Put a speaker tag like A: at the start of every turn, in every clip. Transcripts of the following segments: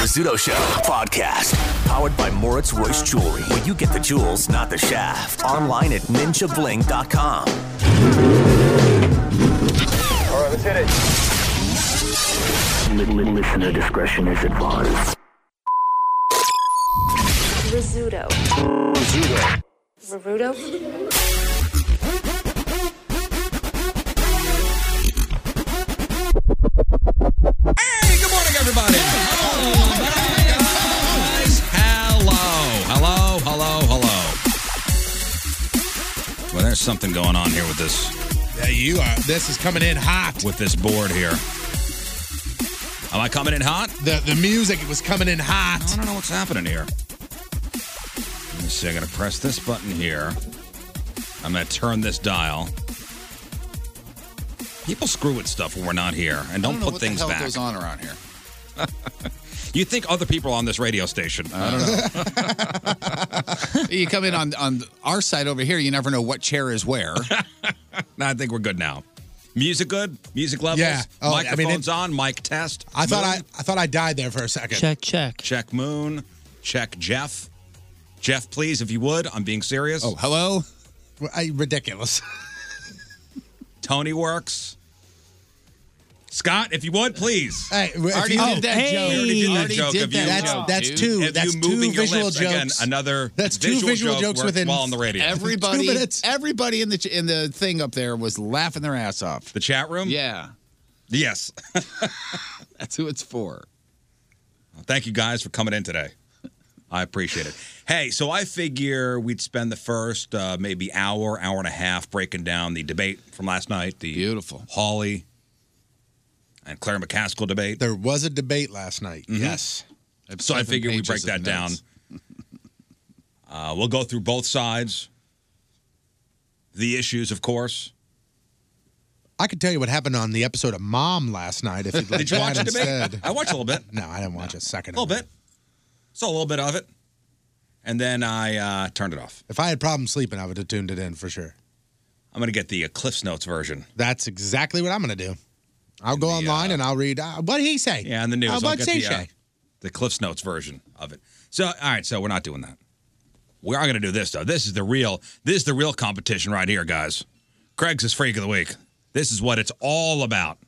A: Rizzuto Show podcast, powered by Moritz Royce Jewelry, where you get the jewels, not the shaft. Online at ninjabling.com.
B: All right, let's hit it. Listener discretion is advised.
C: Rizzuto. Rizzuto.
D: Hey, good morning, everybody. Hello, hello, hello, hello. Well, there's something going on here with this. Yeah, you are. This is coming in hot with this board here. Am I coming in hot? The the music was coming in hot. I don't know what's happening here. Let me see. I gotta press this button here. I'm gonna turn this dial. People screw with stuff when we're not here, and don't,
E: I don't know
D: put
E: what the
D: things
E: hell
D: back.
E: goes on around here.
D: You think other people on this radio station? I don't know.
E: you come in on on our side over here, you never know what chair is where.
D: no, I think we're good now. Music good? Music levels?
F: Yeah. Oh, I mean, it-
D: Microphones on, mic test.
F: I thought I,
D: Moon?
F: I thought I died there for a second.
D: check. Check Moon. Check Jeff. Jeff, please, if you would. I'm being serious.
F: Oh, hello. I, ridiculous.
D: Tony works. Scott, if you would, please.
F: Hey, if
D: Already
F: you
D: did-
F: did that
D: hey.
F: joke.
D: You already did that
F: Already
D: joke.
F: did
D: If you-
F: that That's- joke, that's dude. two.
D: If
F: That's
D: you moving
F: two
D: your
F: visual
D: lips, again,
F: jokes.
D: another
E: That's two
D: visual,
E: visual
D: joke
E: jokes
D: worked
E: within
D: while on the radio.
E: Everybody, everybody in the ch- in the thing up there was laughing their ass off.
D: The chat room.
E: Yeah,
D: Yes.
E: that's who it's for.
D: Thank you guys for coming in today. I appreciate it. Hey, so I figure we'd spend the first uh, maybe hour, hour and a half breaking down the debate from last night. The beautiful Hawley and Claire McCaskill debate.
F: There was a debate last night.
D: Mhm.
F: Yes.
D: So I figure we break that down. Uh, we'll go through both sides, the issues, of course.
F: I could tell you what happened on the episode of Mom last night if you'd like
D: Did you
F: that
D: watch the debate?
F: instead.
D: I watched a little bit.
F: No, I didn't watch a second.
D: A little bit. Saw a little bit of it, and then I uh, turned it off.
F: If I had problems sleeping, I would have tuned it in for sure.
D: I'm gonna get the uh, Cliff's Notes version.
F: That's exactly what I'm going to do. I'll go online and I'll read. Uh, what did he say?
D: Yeah, and the news.
F: How
D: I'll
F: about
D: get
F: say
D: the, uh, the Cliff's Notes version of it. So, all right. So we're not doing that. We are going to do this though. This is the real. This is the real competition right here, guys. Craig's is freak of the week. This is what it's all about.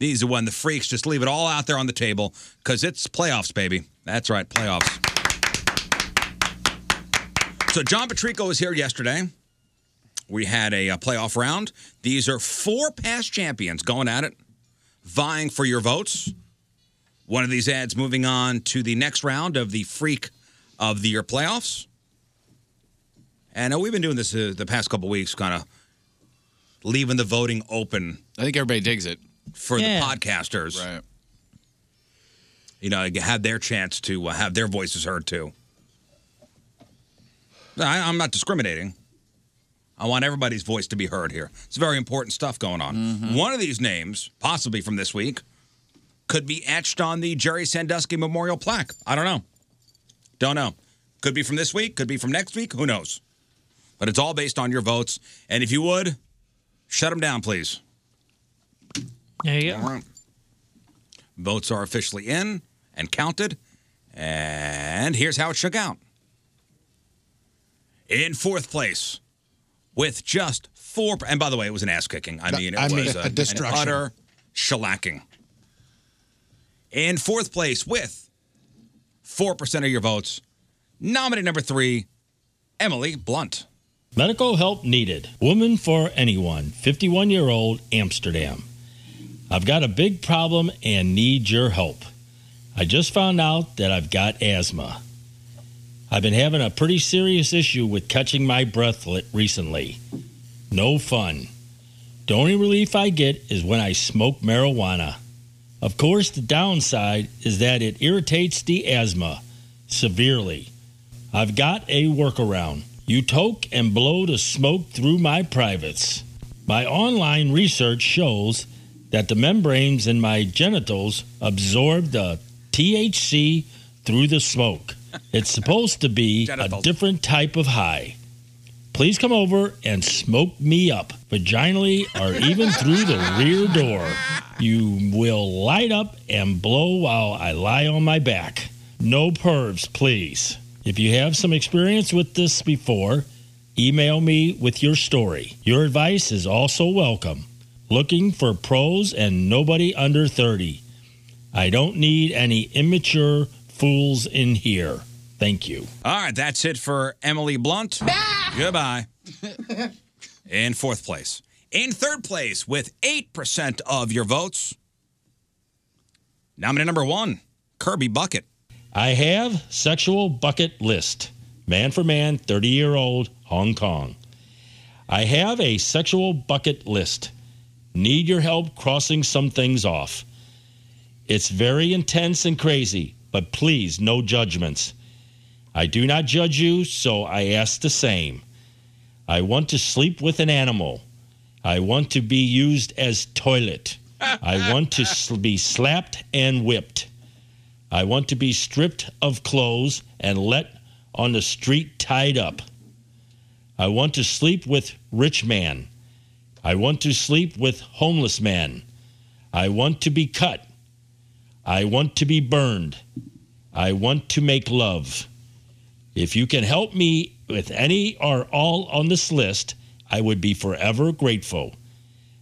D: These are when the freaks just leave it all out there on the table because it's playoffs, baby. That's right, playoffs. So John Patrico was here yesterday. We had a, uh playoff round. These are four past champions going at it, vying for your votes. One of these ads moving on to the next round of the Freak of the Year playoffs. And uh, we've been doing this uh, the past couple weeks, kind of leaving the voting open. I think everybody digs it for
G: Yeah.
D: the podcasters. Right. you know, have their chance to uh, have their voices heard too. No, I, I'm not discriminating. I want everybody's voice to be heard here. It's very important stuff going on. One of these names, possibly from this week, could be etched on the Jerry Sandusky Memorial plaque. I don't know. Don't know. Could be from this week, could be from next week, who knows? But it's all based on your votes. And if you would, shut them down, please.
C: There you go.
D: Votes are officially in and counted. And here's how it shook out. In fourth place, with just four. And by the way, it was an ass kicking. I mean, it
F: I
D: was
F: mean, a
D: a, an
F: destruction.
D: utter shellacking. In fourth place, with 4% of your votes, nominee number three, Emily Blunt.
G: Medical help needed. Woman for anyone. 51 year old Amsterdam. I've got a big problem and need your help. I just found out that I've got asthma. I've been having a pretty serious issue with catching my breath li- recently. No fun. The only relief I get is when I smoke marijuana. Of course, the downside is that it irritates the asthma severely. I've got a workaround. You toke and blow the smoke through my privates. My online research shows that the membranes in my genitals absorb the THC through the smoke. It's supposed to be a different type of high. Please come over and smoke me up, vaginally or even through the rear door. You will light up and blow while I lie on my back. No pervs, please. If you have some experience with this before, email me with your story. Your advice is also welcome. Looking for pros and nobody under 30. I don't need any immature fools in here. Thank you.
D: All right, that's it for Emily Blunt. Goodbye. In fourth place. In third place, with 8% of your votes, nominee number one, Kirby Bucket.
G: I have sexual bucket list. Man for man, 30 year old, Hong Kong. I have a sexual bucket list. Need your help crossing some things off. It's very intense and crazy, but please, no judgments. I do not judge you, so I ask the same. I want to sleep with an animal. I want to be used as toilet. I want to sl- be slapped and whipped. I want to be stripped of clothes and let on the street tied up. I want to sleep with rich man. I want to sleep with homeless man. I want to be cut. I want to be burned. I want to make love. If you can help me with any or all on this list, I would be forever grateful.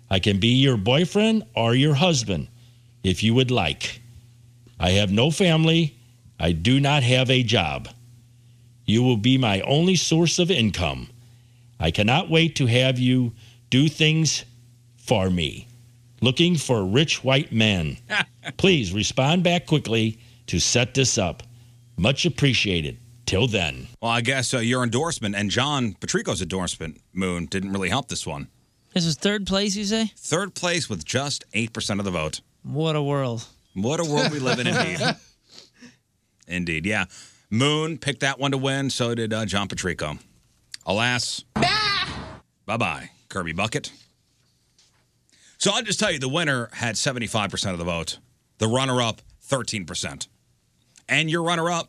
G: I can be your boyfriend or your husband if you would like. I have no family. I do not have a job. You will be my only source of income. I cannot wait to have you do things for me. Looking for rich white men. Please respond back quickly to set this up. Much appreciated. Till then.
D: Well, I guess uh, your endorsement and John Patrico's endorsement, Moon, didn't really help this one.
C: This was third place, you say?
D: Third place with just 8% of the vote.
C: What a world.
D: What a world we live in, indeed. Indeed, yeah. Moon picked that one to win. So did uh, John Patrico. Alas. bye bye, Kirby Bucket. So I'll just tell you the winner had 75% of the vote, the runner up, 13%. And your runner up,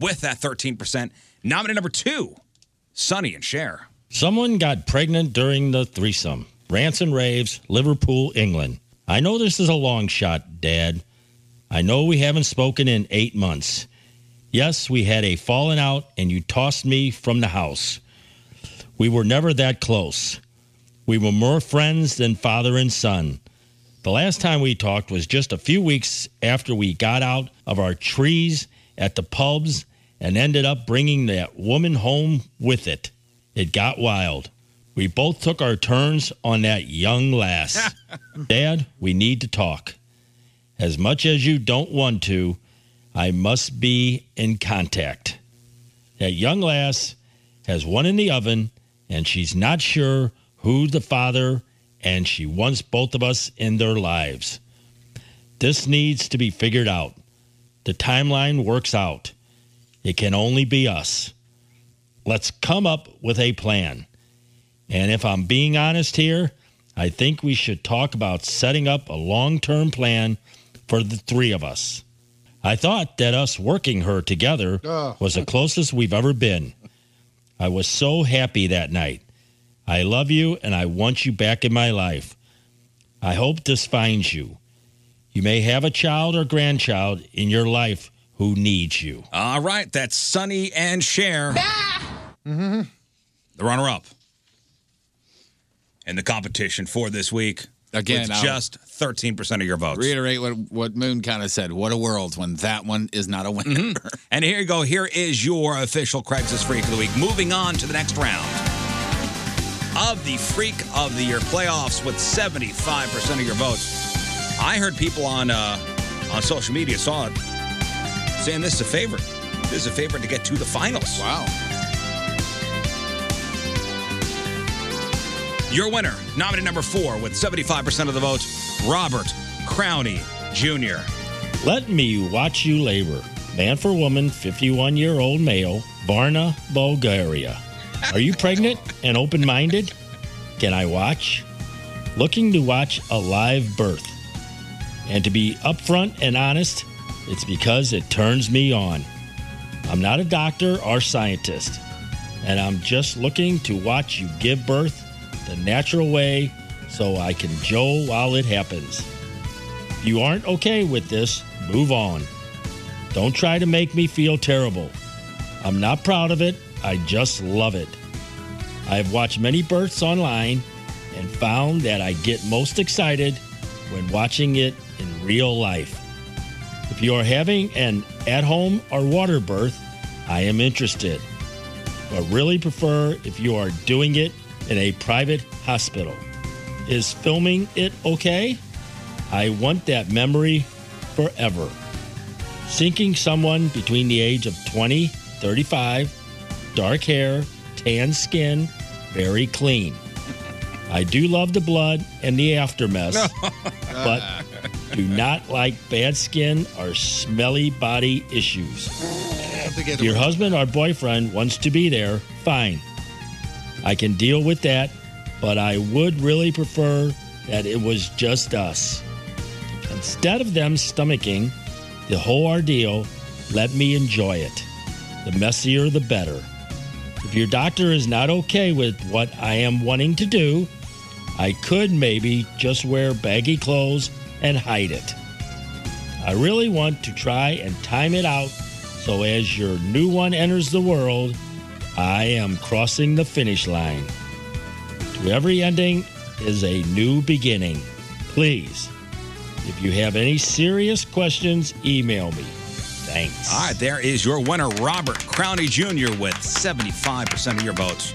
D: with that 13%, nominee number two, Sonny and Cher.
G: Someone got pregnant during the threesome. Rants and raves, Liverpool, England. I know this is a long shot, Dad. I know we haven't spoken in eight months. Yes, we had a falling out and you tossed me from the house. We were never that close. We were more friends than father and son. The last time we talked was just a few weeks after we got out of our trees at the pubs and ended up bringing that woman home with it. It got wild. We both took our turns on that young lass. Dad, we need to talk. As much as you don't want to, I must be in contact. That young lass has one in the oven, and she's not sure who the father, and she wants both of us in their lives. This needs to be figured out. The timeline works out. It can only be us. Let's come up with a plan. And if I'm being honest here, I think we should talk about setting up a long term plan for the three of us. I thought that us working her together
H: Ugh.
G: was the closest we've ever been. I was so happy that night. I love you and I want you back in my life. I hope this finds you. You may have a child or grandchild in your life who needs you.
D: All right, that's Sonny and Cher,
H: Mm-hmm.
D: the runner up in the competition for this week.
E: Again,
D: with
E: I'll-
D: just 13% of your votes.
E: Reiterate what what Moon kind of said. What a world when that one is not a winner.
D: Mm-hmm. And here you go. Here is your official Craigslist Freak of the Week. Moving on to the next round of the Freak of the Year playoffs with 75% of your votes. I heard people on uh, on social media saw it saying this is a favorite. This is a favorite to get to the finals. Wow. Your winner, nominee number four, with 75% of the votes, Robert Crowney Jr.
G: Let me watch you labor. Man for woman, 51 year old male, Varna, Bulgaria. Are you pregnant and open minded? Can I watch? Looking to watch a live birth. And to be upfront and honest, it's because it turns me on. I'm not a doctor or scientist, and I'm just looking to watch you give birth the natural way so I can Joe while it happens. If you aren't okay with this, move on. Don't try to make me feel terrible. I'm not proud of it, I just love it. I've watched many births online and found that I get most excited when watching it in real life. If you are having an at home or water birth, I am interested, but really prefer if you are doing it in a private hospital. Is filming it okay? I want that memory forever. Sinking someone between the age of 20, 35, dark hair, tan skin, very clean. I do love the blood and the aftermess, but do not like bad skin or smelly body issues. If your husband or boyfriend wants to be there, fine. I can deal with that, but I would really prefer that it was just us. Instead of them stomaching the whole ordeal, let me enjoy it. The messier, the better. If your doctor is not okay with what I am wanting to do, I could maybe just wear baggy clothes and hide it. I really want to try and time it out so as your new one enters the world, I am crossing the finish line. To every ending is a new beginning. Please, if you have any serious questions, email me. Thanks.
D: All right, there is your winner, Robert Crowney Jr., with 75% of your votes.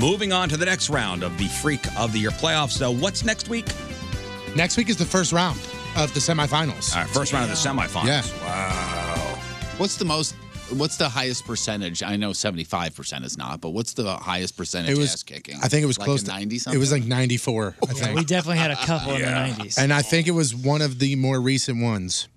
D: Moving on to the next round of the Freak of the Year playoffs. So, what's next week?
F: Next week is the first round of the semifinals.
D: All right, first round of the semifinals.
F: Yeah.
D: Wow.
E: What's the most? What's the highest percentage? I know seventy five percent is not, but what's the highest percentage?
F: It was-
E: ass kicking.
F: I think it was
E: Like
F: close
E: a
F: to
E: ninety something.
F: It was like 94, I think.
C: We definitely had a couple in the 90s.
F: And I think it was one of the more recent ones.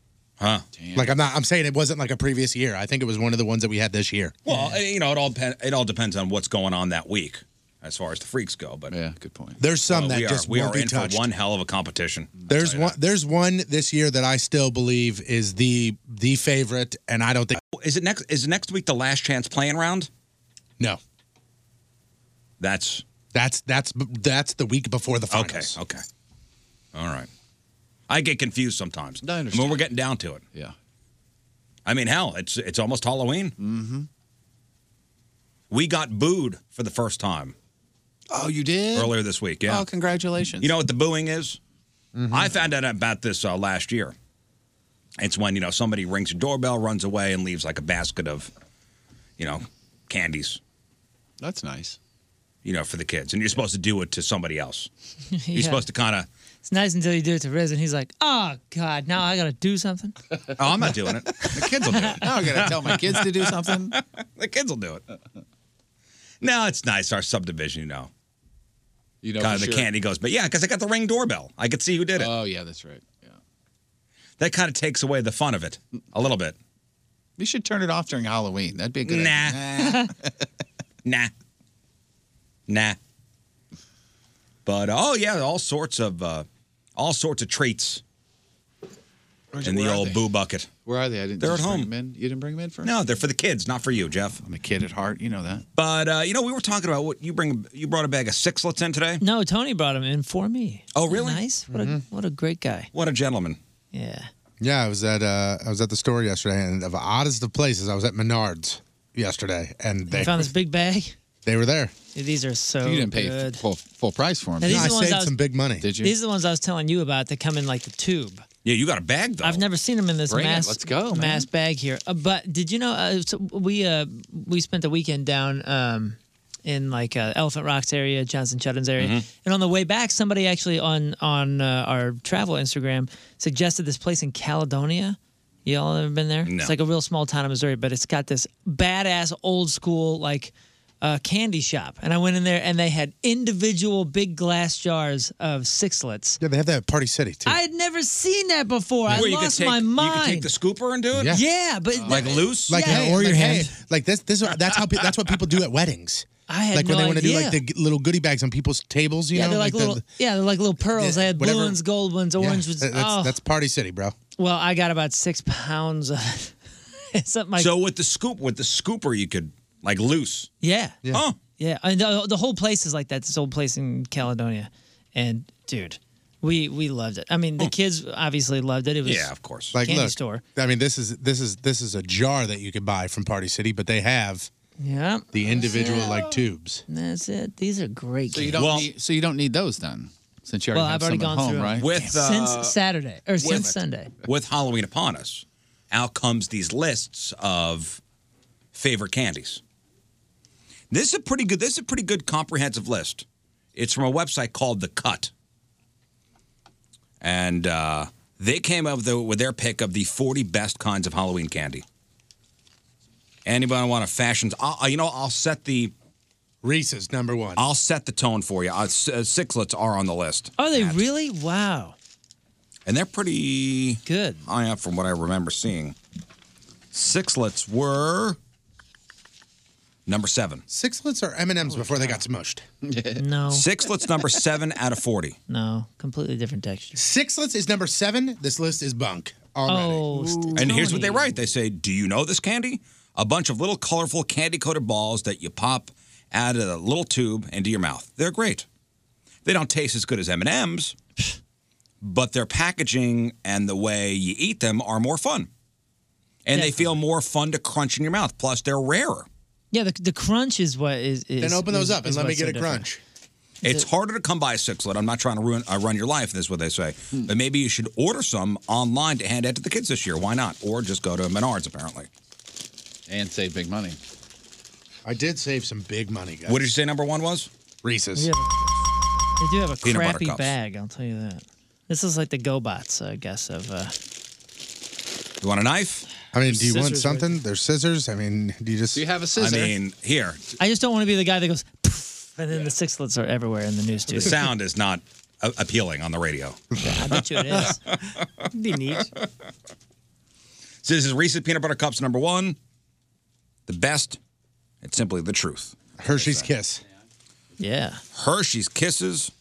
D: Huh.
F: Like I'm not I'm saying it wasn't like a previous year. I think it was one of the ones that we had this year.
D: Well, eh, you know, it all depen- it all depends on what's going on that week, as far as the freaks go. But yeah, good point.
F: There's some that
D: we are,
F: just
D: we
F: won't
D: are
F: be
D: in
F: touched.
D: for one hell of a competition.
F: There's one there's one this year that I still believe is the the favorite and I don't think
D: Is it next? Is next week the last chance playing round?
F: No.
D: That's
F: that's that's that's the week before the finals.
D: Okay. All right. I get confused sometimes. I understand. When we're getting down to it.
E: Yeah.
D: I mean, hell, it's it's almost Halloween. Mm-hmm. We got booed for the first time.
E: Oh, you did
D: earlier this week. Yeah.
E: Oh, congratulations. Mm-hmm.
D: You know what the booing is? I found out about this uh, last year. It's when you know somebody rings a doorbell, runs away, and leaves like a basket of, you know, candies.
E: That's nice.
D: You know, for the kids, and you're supposed to do it to somebody else.
C: Yeah.
D: You're supposed to kind of.
C: It's nice until you do it to Riz, and he's like, "Oh God, now I gotta do something."
D: Oh, I'm not doing it. The kids will do it.
C: Now I gotta tell my kids to do
E: something.
D: the kids will do it. No, it's nice. Our subdivision, you know.
E: You
D: kind of
E: for
D: the
E: sure.
D: candy goes, but yeah, because I got the ring doorbell. I could see who did it.
E: Oh yeah, that's right.
D: That kind of takes away the fun of it a little bit.
E: You should turn it off during Halloween. That'd be a good idea.
D: Nah. nah. Nah. But oh yeah, all sorts of uh, all sorts of treats in the
E: where are
D: old
E: they?
D: boo bucket.
E: Where are they? I didn't.
D: They're
E: did
D: at
E: you bring
D: home.
E: them in? You didn't bring them in for?
D: No, they're for the kids, not for you, Jeff.
E: I'm a kid at heart. You know that.
D: But uh, you know, we were talking about what you bring. You brought a bag of sixlets in today.
C: No, Tony brought him in for me.
D: Oh, really?
C: Nice. What,
E: Mm-hmm.
C: a, what a great guy.
D: What a gentleman.
C: Yeah.
F: Yeah, I was at uh, I was at the store yesterday, and of oddest of places, I was at Menards yesterday, and
C: You
F: they
C: found this big bag.
F: they were there.
C: Dude, These are so.
F: You didn't pay
C: good.
E: full full price for
C: Now,
F: them.
C: these
F: No,
C: are
F: I
C: the ones
F: saved
C: was-
F: some big money.
C: These are the ones I was telling you about that come in like the tube.
D: Yeah, you got a bag though.
C: I've never seen them in this
D: Bring it.
C: mass.
D: Let's go, man.
C: mass bag here. Uh, but did you know? Uh, so we uh, we spent the weekend down um, in like uh, Elephant Rocks area, Johnson Chuddens area,
D: Mm-hmm.
H: Mhm.
C: and on the way back, somebody actually on on uh, our travel Instagram suggested this place in Caledonia. Y'all ever been there?
H: No.
C: It's like a real small town in Missouri, but it's got this badass old school like uh, candy shop. And I went in there and they had individual big glass jars of sixlets.
F: Yeah, they have that at Party City too.
C: I had never seen that before. I
F: Where you could
C: lost
F: take-
C: my
F: you could
C: mind.
D: take the scooper and do it?
C: Yeah,
F: Yeah.
C: but
D: Like loose?
F: like
C: yeah.
F: hey, like, hey, like this. This that's how pe- that's what people do at weddings.
C: I had
F: like when
C: no
F: they want to do like the
C: idea.
F: g- little goodie bags on people's tables. You
C: yeah,
F: know,
C: they're like,
F: the-
C: little. yeah, they're like little pearls. I had
F: whatever-
C: blue ones, gold ones,
F: yeah,
C: orange ones.
F: that- that's,
C: oh,
F: that's Party City, bro.
C: well, I got about six pounds of it. it's something like
D: so with the scoop, with the scooper, you could like loose.
C: Yeah.
F: Yeah.
D: Oh.
C: Yeah. And the, the whole place is like that. This old place in Caledonia, and dude, we we loved it. I mean, the kids obviously loved it. It was
D: Hmm. course.
F: Like
C: candy
F: look,
C: store.
F: I mean, this is this is this is a jar that you could buy from Party City, but they have
C: Yeah.
F: the individual like tubes.
C: That's it. These are great.
E: So you
C: kids.
E: don't need, so you don't need those then, since you already
C: Well,
E: have
C: I've already
E: some
C: gone
E: at home,
C: through 'em.
E: right?
D: With uh,
C: since Saturday or
D: with-
C: since Sunday.
D: with Halloween upon us, out comes these lists of favorite candies. This is a pretty good. This is a pretty good comprehensive list. It's from a website called The Cut, and uh, they came up with, the, with their pick of the 40 best kinds of Halloween candy. Anybody want to fashions? I'll, uh, you know, I'll set the
F: Reese's number one.
D: I'll set the tone for you. Uh, s- uh, sixlets are on the list.
C: Are they really? Wow.
D: and they're pretty
C: good
D: high up from what I remember seeing. Sixlets were number seven.
F: Sixlets or M and M's before they got smushed.
C: No.
D: Sixlets number seven out of forty.
C: No, completely different texture.
F: Sixlets is number seven. This list is bunk. Already.
C: Oh, st-
D: And here's what they
C: Tony.
D: write: They say, "Do you know this candy? A bunch of little colorful candy-coated balls that you pop out of a little tube into your mouth. They're great. They don't taste as good as M and M's, but their packaging and the way you eat them are more fun, and they feel more fun to crunch in your mouth. Plus, they're rarer."
C: Yeah, the, the crunch is what is. is
F: Then open those
C: is-
F: up and
C: is
F: let me
C: what's so
F: get a
C: different.
F: crunch.
D: It's harder to come by a sixlet. I'm not trying to ruin uh, run your life. This is what they say.
C: Hmm.
D: But maybe you should order some online to hand out to the kids this year. Why not? Or just go to Menards. Apparently,
E: and save big money.
F: I did save some big money, guys.
D: What did you say number one was?
F: Reese's.
C: Yeah. They do have a
D: Peanut butter
C: crappy
D: cups.
C: bag, I'll tell you that. This is like the GoBots, I guess. Of uh,
D: You want a knife?
F: I mean, do you want
C: Scissors, right?
F: something? There's scissors. I mean, do you just? Do you have a
D: I mean, here
C: I just don't want to be the guy that goes, "Poof," and then the sixlets are everywhere in the news too.
D: the sound is not a- appealing on the radio.
C: I bet you it is. It'd be neat.
D: So this is Reese's peanut butter cups number one. The best. It's simply the truth.
F: Hershey's Kiss.
C: Yeah.
D: Hershey's Kisses.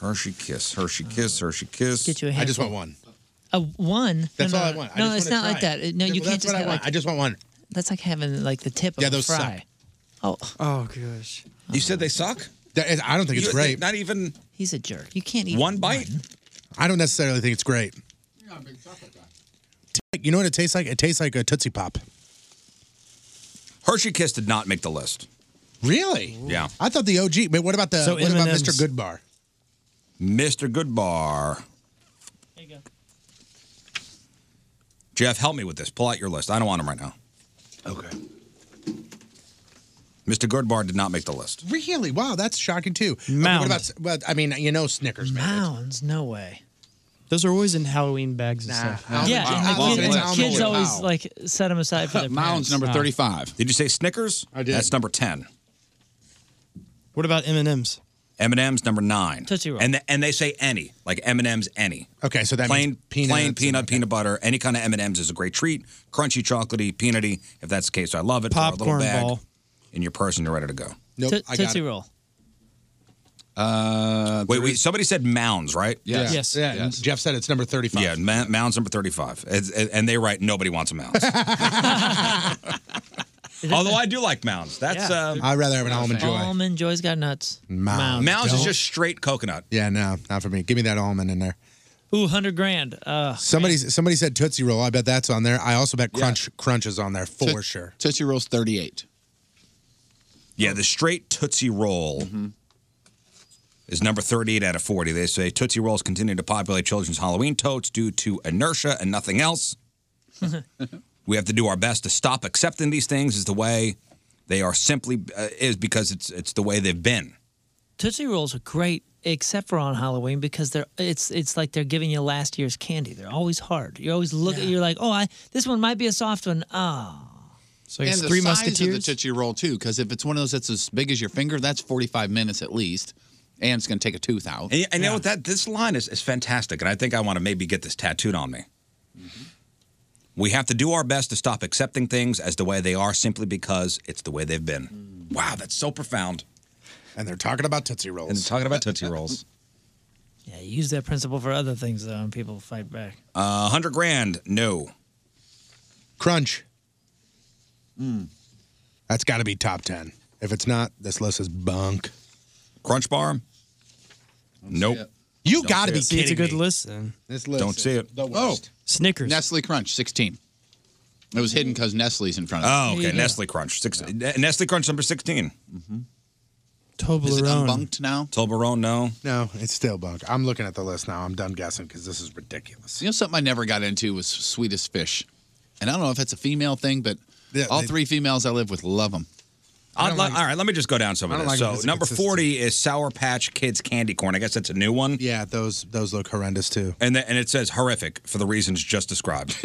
D: Hershey Kiss. Hershey Kiss. Hershey Kiss.
C: Get you a
F: I just
C: handful.
F: want one.
C: A one.
F: That's
C: no,
F: all
C: no,
F: I want. I
C: no,
F: just
C: it's
F: wanna
C: not like
F: try
C: that.
F: it.
C: It- No,
F: Well,
C: you can't
F: that's
C: just
F: what I
C: get
F: want.
C: like.
F: I just want one.
C: That's like having like the tip
F: Yeah,
C: of a
F: those suck.
C: fry. Oh. Oh gosh.
D: You said they suck.
F: I don't think it's
D: You-
F: great.
D: Not even
C: He's a jerk. You can't eat
D: one bite.
F: I don't necessarily think it's great. You know what it tastes like? It tastes like a Tootsie Pop.
D: Hershey Kiss did not make the list.
F: Really?
D: Yeah.
F: I thought the OG, but what about the
D: So
F: what about
D: M&Ms.
F: Mr. Goodbar?
D: Mr. Goodbar. There you go. Jeff, help me with this. Pull out your list. I don't want him right now.
F: Okay.
D: Mr. Goodbar did not make the list.
F: Really? Wow, that's shocking too. Okay,
H: Mound.
F: what about? Well, I mean, you know, Snickers.
C: Mounds? No way.
H: Those are always in Halloween bags and stuff.
C: Yeah, and the kids, kids always like set them aside for their parents.
D: Did you say Snickers? I did. That's number 10.
H: What about M and M's?
D: M and M's number nine.
C: Tootsie Roll.
D: And th- and they say any like M and M's any.
F: Okay, so that
D: plain
F: means peanuts
D: plain
F: and-
D: peanut peanut butter any kind of M and M's is a great treat. Crunchy, chocolatey, peanutty. If that's the case, I love it. Throw a little
C: Popcorn
D: bag
C: ball.
D: in your purse and you're ready to go.
C: Nope, Toot- I got Tootsie it. Roll.
D: Uh, wait, wait. Somebody said mounds, right?
F: Yes. Yes. Yeah, and
D: Jeff said it's number thirty-five. Yeah, ma- mounds number thirty-five, It's- and, and they write nobody wants a mounds. Although I do like mounds. That's
C: Yeah.
D: um,
F: I'd rather have an almond joy.
C: Almond Joy's got nuts.
F: Mounds.
D: Mounds is
F: Don't-
D: just straight coconut.
F: Yeah, no, not for me. Give me that almond in there.
C: Ooh, 100 grand. Uh,
F: Somebody somebody said Tootsie Roll. I bet that's on there. I also bet Crunch Crunch is on there for
D: Toot-
F: sure.
D: Tootsie Roll's 38. Yeah, the straight Tootsie Roll is number 38 out of 40. They say Tootsie Rolls continue to populate children's Halloween totes due to inertia and nothing else. we have to do our best to stop accepting these things is the way they are simply uh, is because it's it's the way they've been.
C: Tootsie Rolls are great, except for on Halloween because they're it's it's like they're giving you last year's candy. They're always hard. You always look at you're like, oh, I this one might be a soft one. Ah,
H: So
C: I guess
E: and the
C: Three
E: size of the
C: Musketeers?
E: Tootsie Roll too, because if it's one of those that's as big as your finger, that's forty-five minutes at least, and it's going to take a tooth out.
D: And, and you know what that this line is, is fantastic, and I think I want to maybe get this tattooed on me. We have to do our best to stop accepting things as the way they are simply because it's the way they've been. Wow, that's so profound.
F: And they're talking about Tootsie Rolls.
D: And they're talking about Tootsie Rolls.
C: yeah. You use that principle for other things though, and people fight back.
D: Uh, 100 grand, no.
F: Crunch.
E: Hmm.
F: That's got to be top ten. If it's not, this list is bunk.
D: Crunch Bar.
E: Oh,
D: Nope.
F: You
E: Don't
F: got to
E: see
F: be
E: it.
F: kidding
E: It's a good
F: me.
E: list, then.
F: This list
E: Don't
F: is
E: see it.
F: The worst.
E: Snickers, Nestle Crunch, sixteen. It was hidden because Nestle's in front of.
D: Oh,
E: it.
D: okay. Nestle Crunch. Six, N- Nestle Crunch number 16.
E: Toblerone. Is it unbunked now?
D: Toblerone, no.
F: No, it's still bunk. I'm looking at the list now. I'm done guessing because this is ridiculous.
E: You know something I never got into was sweetest fish, and I don't know if it's a female thing, but all three females I live with love them.
D: I'd li- all right, let me just go down some
E: I
D: of
E: don't
D: this.
E: like
D: so
E: this
D: number
E: consistency.
D: forty is Sour Patch Kids candy corn. I guess that's a new one.
F: Yeah, those those look horrendous too.
D: And th- and it says horrific for the reasons just described.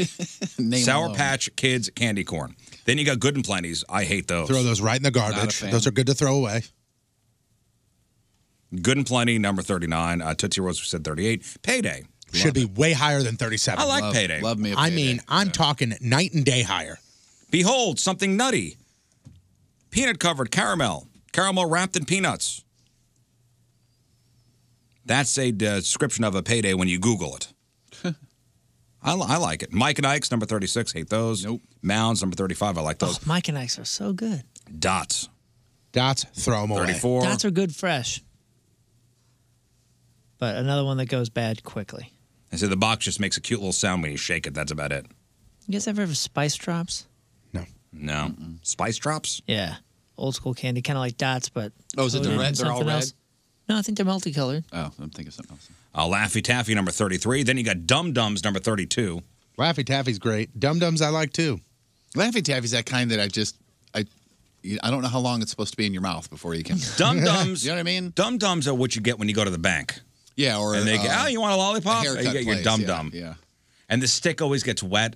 F: Name
D: Sour
F: alone.
D: Patch Kids candy corn. Then you got Good and Plenty's. I hate those.
F: Throw those right in the garbage.
D: fan.
F: Those are good to throw away.
D: Good and Plenty number thirty nine. Uh, Tootsie Rolls we said thirty eight. Payday.
F: Should be way higher than 37.
D: I like Love- Payday. love me a
F: I
D: Payday.
F: mean, I'm talking night and day higher.
D: Behold something nutty. Peanut covered caramel. Caramel wrapped in peanuts. That's a description of a payday when you Google it. I, li- I like it. Mike and Ike's number 36. Hate those. Nope. Mounds number 35. I like those.
C: Mike and Ike's are so good.
D: Dots.
F: Dots. Throw them
D: away. 34.
C: Dots are good fresh, but another one that goes bad quickly.
D: I said the box just makes a cute little sound when you shake it. That's about it.
C: You guys ever have spice drops?
D: No. Spice drops?
C: Yeah, old school candy, kind of like dots, but
D: Oh, is it the
C: coated in
D: red- they're all
C: something
D: red?
C: else. No, I think they're multicolored.
D: Oh, I'm thinking something else. Uh, Laffy Taffy number 33. Then you got Dum Dums number 32.
F: Laffy Taffy's great. Dum Dums I like too.
E: Laffy Taffy's that kind that I just I I don't know how long it's supposed to be in your mouth before you can.
D: Dum Dums. you know what I mean? Dum Dums are what you get when you go to the bank.
E: Yeah, or
D: and they go,
E: uh,
D: oh, you want a lollipop?
E: a
D: you
E: haircut
D: get your
E: place,
D: dum
E: yeah,
D: dum.
E: yeah.
D: And the stick always gets wet.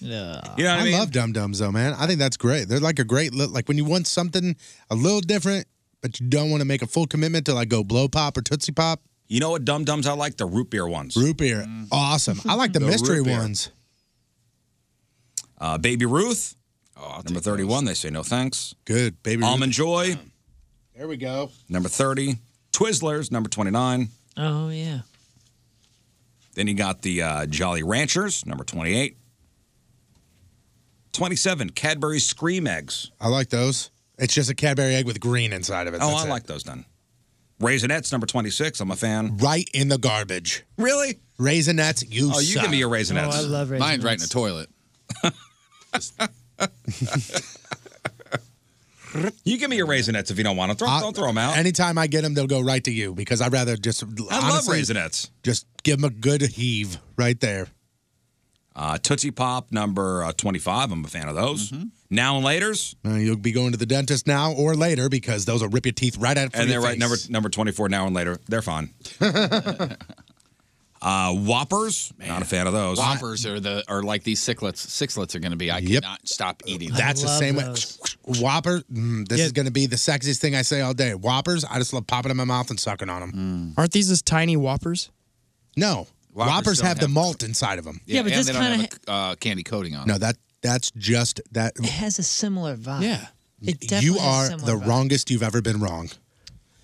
C: Yeah.
D: You know what I, mean?
F: love Dum Dums though, man. I think that's great. They're like a great li- like when you want something a little different, but you don't want to make a full commitment to like go blow pop or tootsie pop.
D: you know what dum dums I like? The root beer ones.
F: Root beer, awesome. I like the,
D: The root
F: mystery
D: beer.
F: ones.
D: Uh, Baby Ruth.
E: Oh,
D: number 31. They say no thanks.
F: Good. Baby
D: Almond Joy.
F: There we go.
D: Number 30. Twizzlers. Number 29.
C: Oh yeah.
D: Then you got the uh, Jolly Ranchers. Number 28. 27. Cadbury Scream Eggs.
F: I like those. It's just a Cadbury egg with green inside of it.
D: oh,
F: That's
D: I
F: it.
D: like those then. Raisinets. Number 26. I'm a fan.
F: Right in the garbage.
D: Really?
F: Raisinets, you
D: Oh, you
F: suck.
D: give me your Raisinets. Oh, I love
E: Mine's right in the
D: Raisinets.
E: toilet.
D: You give me your Raisinets if you don't want them. Throw,
F: I-
D: don't throw them out.
F: Anytime I get them, they'll go right to you because I'd rather just.
D: I love Raisinets.
F: Just give them a good heave right there.
D: Uh, Tootsie Pop number uh, 25. I'm a fan of those.
E: Mm-hmm.
D: Now and Later's.
F: Uh, you'll be going to the dentist now or later because those will rip your teeth right out. from
D: And
F: your
D: they're right
F: face.
D: number number 24 now and later. They're fine. Uh, Whoppers, not a fan of those.
E: Whoppers are the are like these sixlets. Sixlets are going to be. I cannot stop eating. them.
F: That's the same way. Whopper. Mm, this is going to be the sexiest thing I say all day. Whoppers. I just love popping in my mouth and sucking on them.
H: Aren't these as tiny Whoppers?
F: No, Whoppers,
E: don't
F: have, the
E: have-
F: malt inside of them.
E: Yeah, but and this they don't have
C: kinda
E: a, uh, candy coating on.
F: No, that that's just that.
C: It has a similar vibe.
F: Yeah.
C: It definitely
F: You
C: has
F: are
C: similar
F: the
C: vibe.
F: wrongest you've ever been wrong.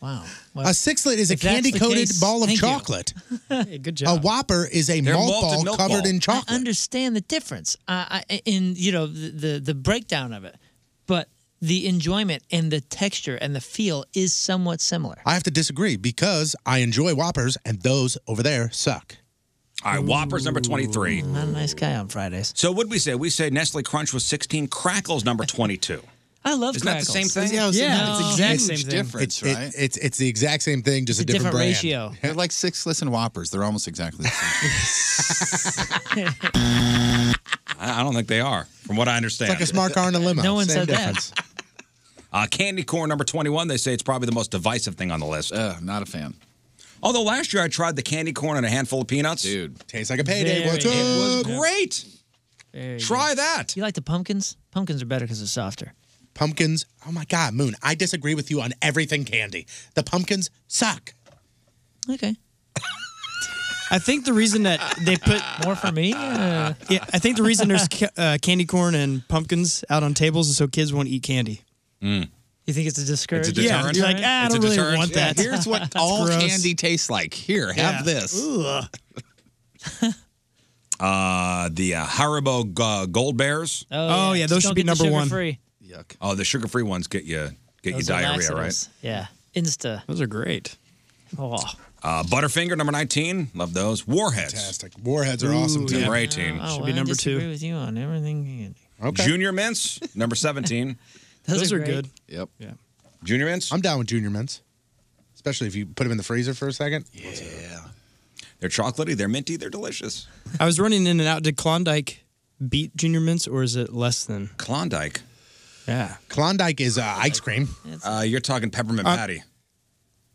C: Wow.
F: a sixlet is a
C: if that's the
F: candy coated
C: case,
F: ball of
C: thank you.
F: chocolate.
C: good
F: A Whopper is a
C: They're
F: malt
C: malted
F: ball
C: milk
F: covered
C: ball.
F: in chocolate.
C: I understand the difference uh, I, in you know the, the the breakdown of it, but the enjoyment and the texture and the feel is somewhat similar.
F: I have to disagree because I enjoy Whoppers and those over there suck.
D: All right, Whoppers number 23.
C: Not a nice guy on Fridays.
D: So what would we say? We say Nestle Crunch was 16, Crackles number 22.
C: I love
D: Isn't that the
C: crackles.
D: same thing? Yeah, I was thinking
C: yeah,
D: it's the
C: exact
D: huge
C: same thing.
E: difference,
F: It- it-
E: right?
F: it's it's the exact same thing, just a, different, brand.
E: They're like sixlets and Whoppers. They're almost exactly the same.
D: I I don't think they are, from what I understand.
F: It's like a smart car and a limo.
D: No one
F: Same
D: said that.
F: difference.
D: Uh, candy corn number 21, they say it's probably the most divisive thing on the list. Uh, not a fan. Although last year I tried the candy corn and a handful of peanuts. Dude.
F: Tastes like a payday.
C: Very
F: What's
C: good. It
F: up?
C: was
D: great. Try that.
C: You like the pumpkins? Pumpkins are better because it's softer.
F: Pumpkins. Oh my God, Moon. I disagree with you on everything candy. The pumpkins suck.
C: Okay.
H: I think the reason that they put
C: more for me.
H: yeah, I think the reason there's ca- uh, candy corn and pumpkins out on tables is so kids won't eat candy.
C: You think it's a discouragement?
H: Yeah, you're like, ah, I don't really want that.
E: here's what
H: It's
E: all
H: gross.
E: candy tastes like. Here, have
D: Yeah.
E: this.
H: Ugh.
D: Uh, the uh, Haribo uh, Gold Bears.
H: Oh, yeah, those should be number one.
D: Yuck. Oh, the sugar-free ones get you get
C: Those
D: you
C: are
D: diarrhea, right?
C: laxatives. Yeah. Insta.
H: Those are great.
C: Oh.
D: Uh, Butterfinger number 19, love those. Warheads.
F: Fantastic. Warheads are awesome too.
D: Number 18.
C: Oh, well, I disagree with you on everything. candy.
D: Junior Mints number 17.
C: Those Those are are great. good.
D: Yep.
H: Yeah.
D: Junior Mints?
F: I'm down with Junior Mints, especially if you put them in the freezer for a second.
D: Yeah. They're chocolatey, they're minty, they're delicious.
H: I was running in and out. Did Klondike beat Junior Mints, or is it less than
D: Klondike?
H: Yeah,
F: Klondike is uh, ice cream.
D: Uh, you're talking peppermint
H: Uh,
D: patty.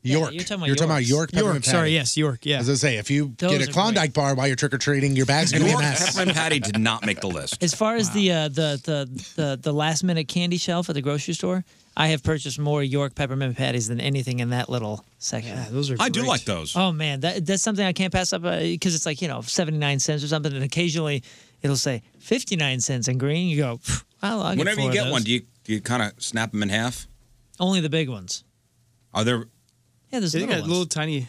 F: York.
H: you're talking about
F: you're talking about
H: Yorks.
F: York peppermint
H: York, sorry,
F: patty.
H: yes, York, yeah.
F: As I say, if you
C: Those
F: get
C: are
F: a
C: great.
F: Klondike bar while you're trick or treating, your bag's gonna be a
D: York
F: mess.
D: peppermint patty did not make the list.
C: As far as the, uh, the the the the last minute candy shelf at the grocery store, I have purchased more York peppermint patties than anything in that little section. Yeah,
H: those are.
D: I do great. like those.
C: Oh man, that that's something I can't pass up because it's like you know seventy nine cents or something, and occasionally it'll say fifty nine cents in green. You go, "Phew, I'll, I'll get
D: Whenever
C: four
D: you
C: of
D: get
C: those."
D: one, do you, do you kind of snap them in half?
C: only the big ones.
D: Are there
C: Yeah, there's
H: They
C: little,
H: got
C: ones.
H: little tiny.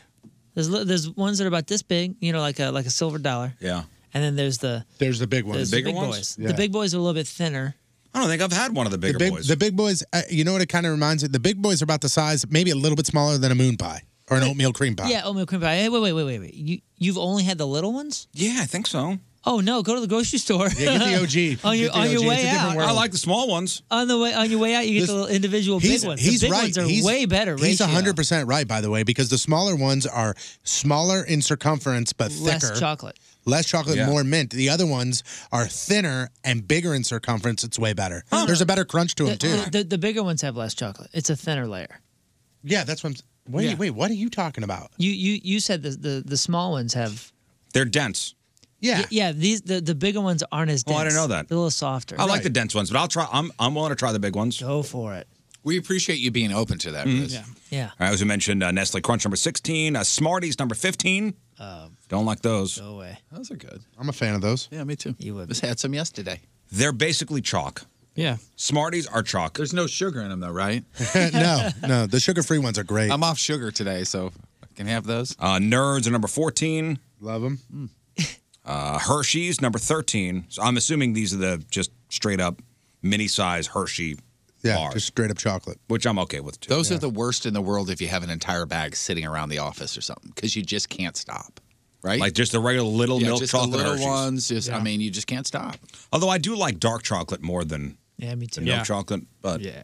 C: There's li- there's ones that are about this big, you know, like a like a silver dollar,
D: Yeah.
C: and then there's the
F: There's the big ones.
C: there's the big boys. The big boys are a little bit thinner.
D: I don't think I've had one of the bigger
F: the big,
D: boys.
F: The big boys, uh, you know what it kind of reminds me? The big boys are about the size, maybe a little bit smaller than a moon pie or an oatmeal cream pie.
C: Yeah, oatmeal cream pie. Hey, wait, wait, wait, wait, wait. You you've only had the little ones?
D: Yeah, I think so.
C: Oh no, go to the grocery store.
F: Yeah, get the OG.
C: on your
F: Get the
C: on
F: OG.
C: your
F: It's
C: way
F: a different
C: out.
F: world. I
D: like the small ones.
C: On the way on your way out, you get the little individual big ones. The big ones are way better.
F: He's
C: ratio.
F: 100% right, by the way, because the smaller ones are smaller in circumference but
C: Less
F: thicker.
C: chocolate.
F: Less chocolate,
C: Yeah.
F: more mint. The other ones are thinner and bigger in circumference. It's way better. There's a better crunch to
C: The, uh,
F: them, too.
C: the, the- the bigger ones have less chocolate. It's a thinner layer.
F: yeah, that's what I'm. Wait,
C: Yeah.
F: wait, what are you talking about?
C: You you you said the the, the small ones have.
D: They're dense.
F: Yeah.
C: yeah. These the, the bigger ones aren't as
D: Oh,
C: dense.
D: I didn't know that.
C: They're a little softer.
D: I like the dense ones, but I'll try. I'm I'm willing to try the big ones.
C: Go for it.
D: We appreciate you being open to that.
C: Riz. Yeah.
D: All right, as we mentioned, uh, Nestle Crunch number 16, uh, Smarties number 15. Don't like those.
C: Go away.
E: Those are good.
F: I'm a fan of those.
E: Yeah, me too.
C: You would.
E: Just had some yesterday.
D: They're basically chalk.
H: Yeah.
D: Smarties are chalk. There's
E: no sugar in them though, right?
F: no, no. The sugar free ones are great.
E: I'm off sugar today, so I can have those.
D: Uh, Nerds are number 14.
F: Love them.
E: Hmm.
D: Uh, Hershey's number 13. So I'm assuming these are the just straight up mini size Hershey
F: Yeah,
D: bars,
F: just straight up chocolate.
D: which I'm okay with too.
E: Those are the worst in the world if you have an entire bag sitting around the office or something because you just can't stop. Right?
D: Like just the regular little
E: Yeah,
D: milk
E: just the
D: chocolate
E: little
D: Hershey's.
E: ones. Just I mean, you just can't stop.
D: Although I do like dark chocolate more than,
C: Yeah, me too.
D: than milk chocolate, but yeah.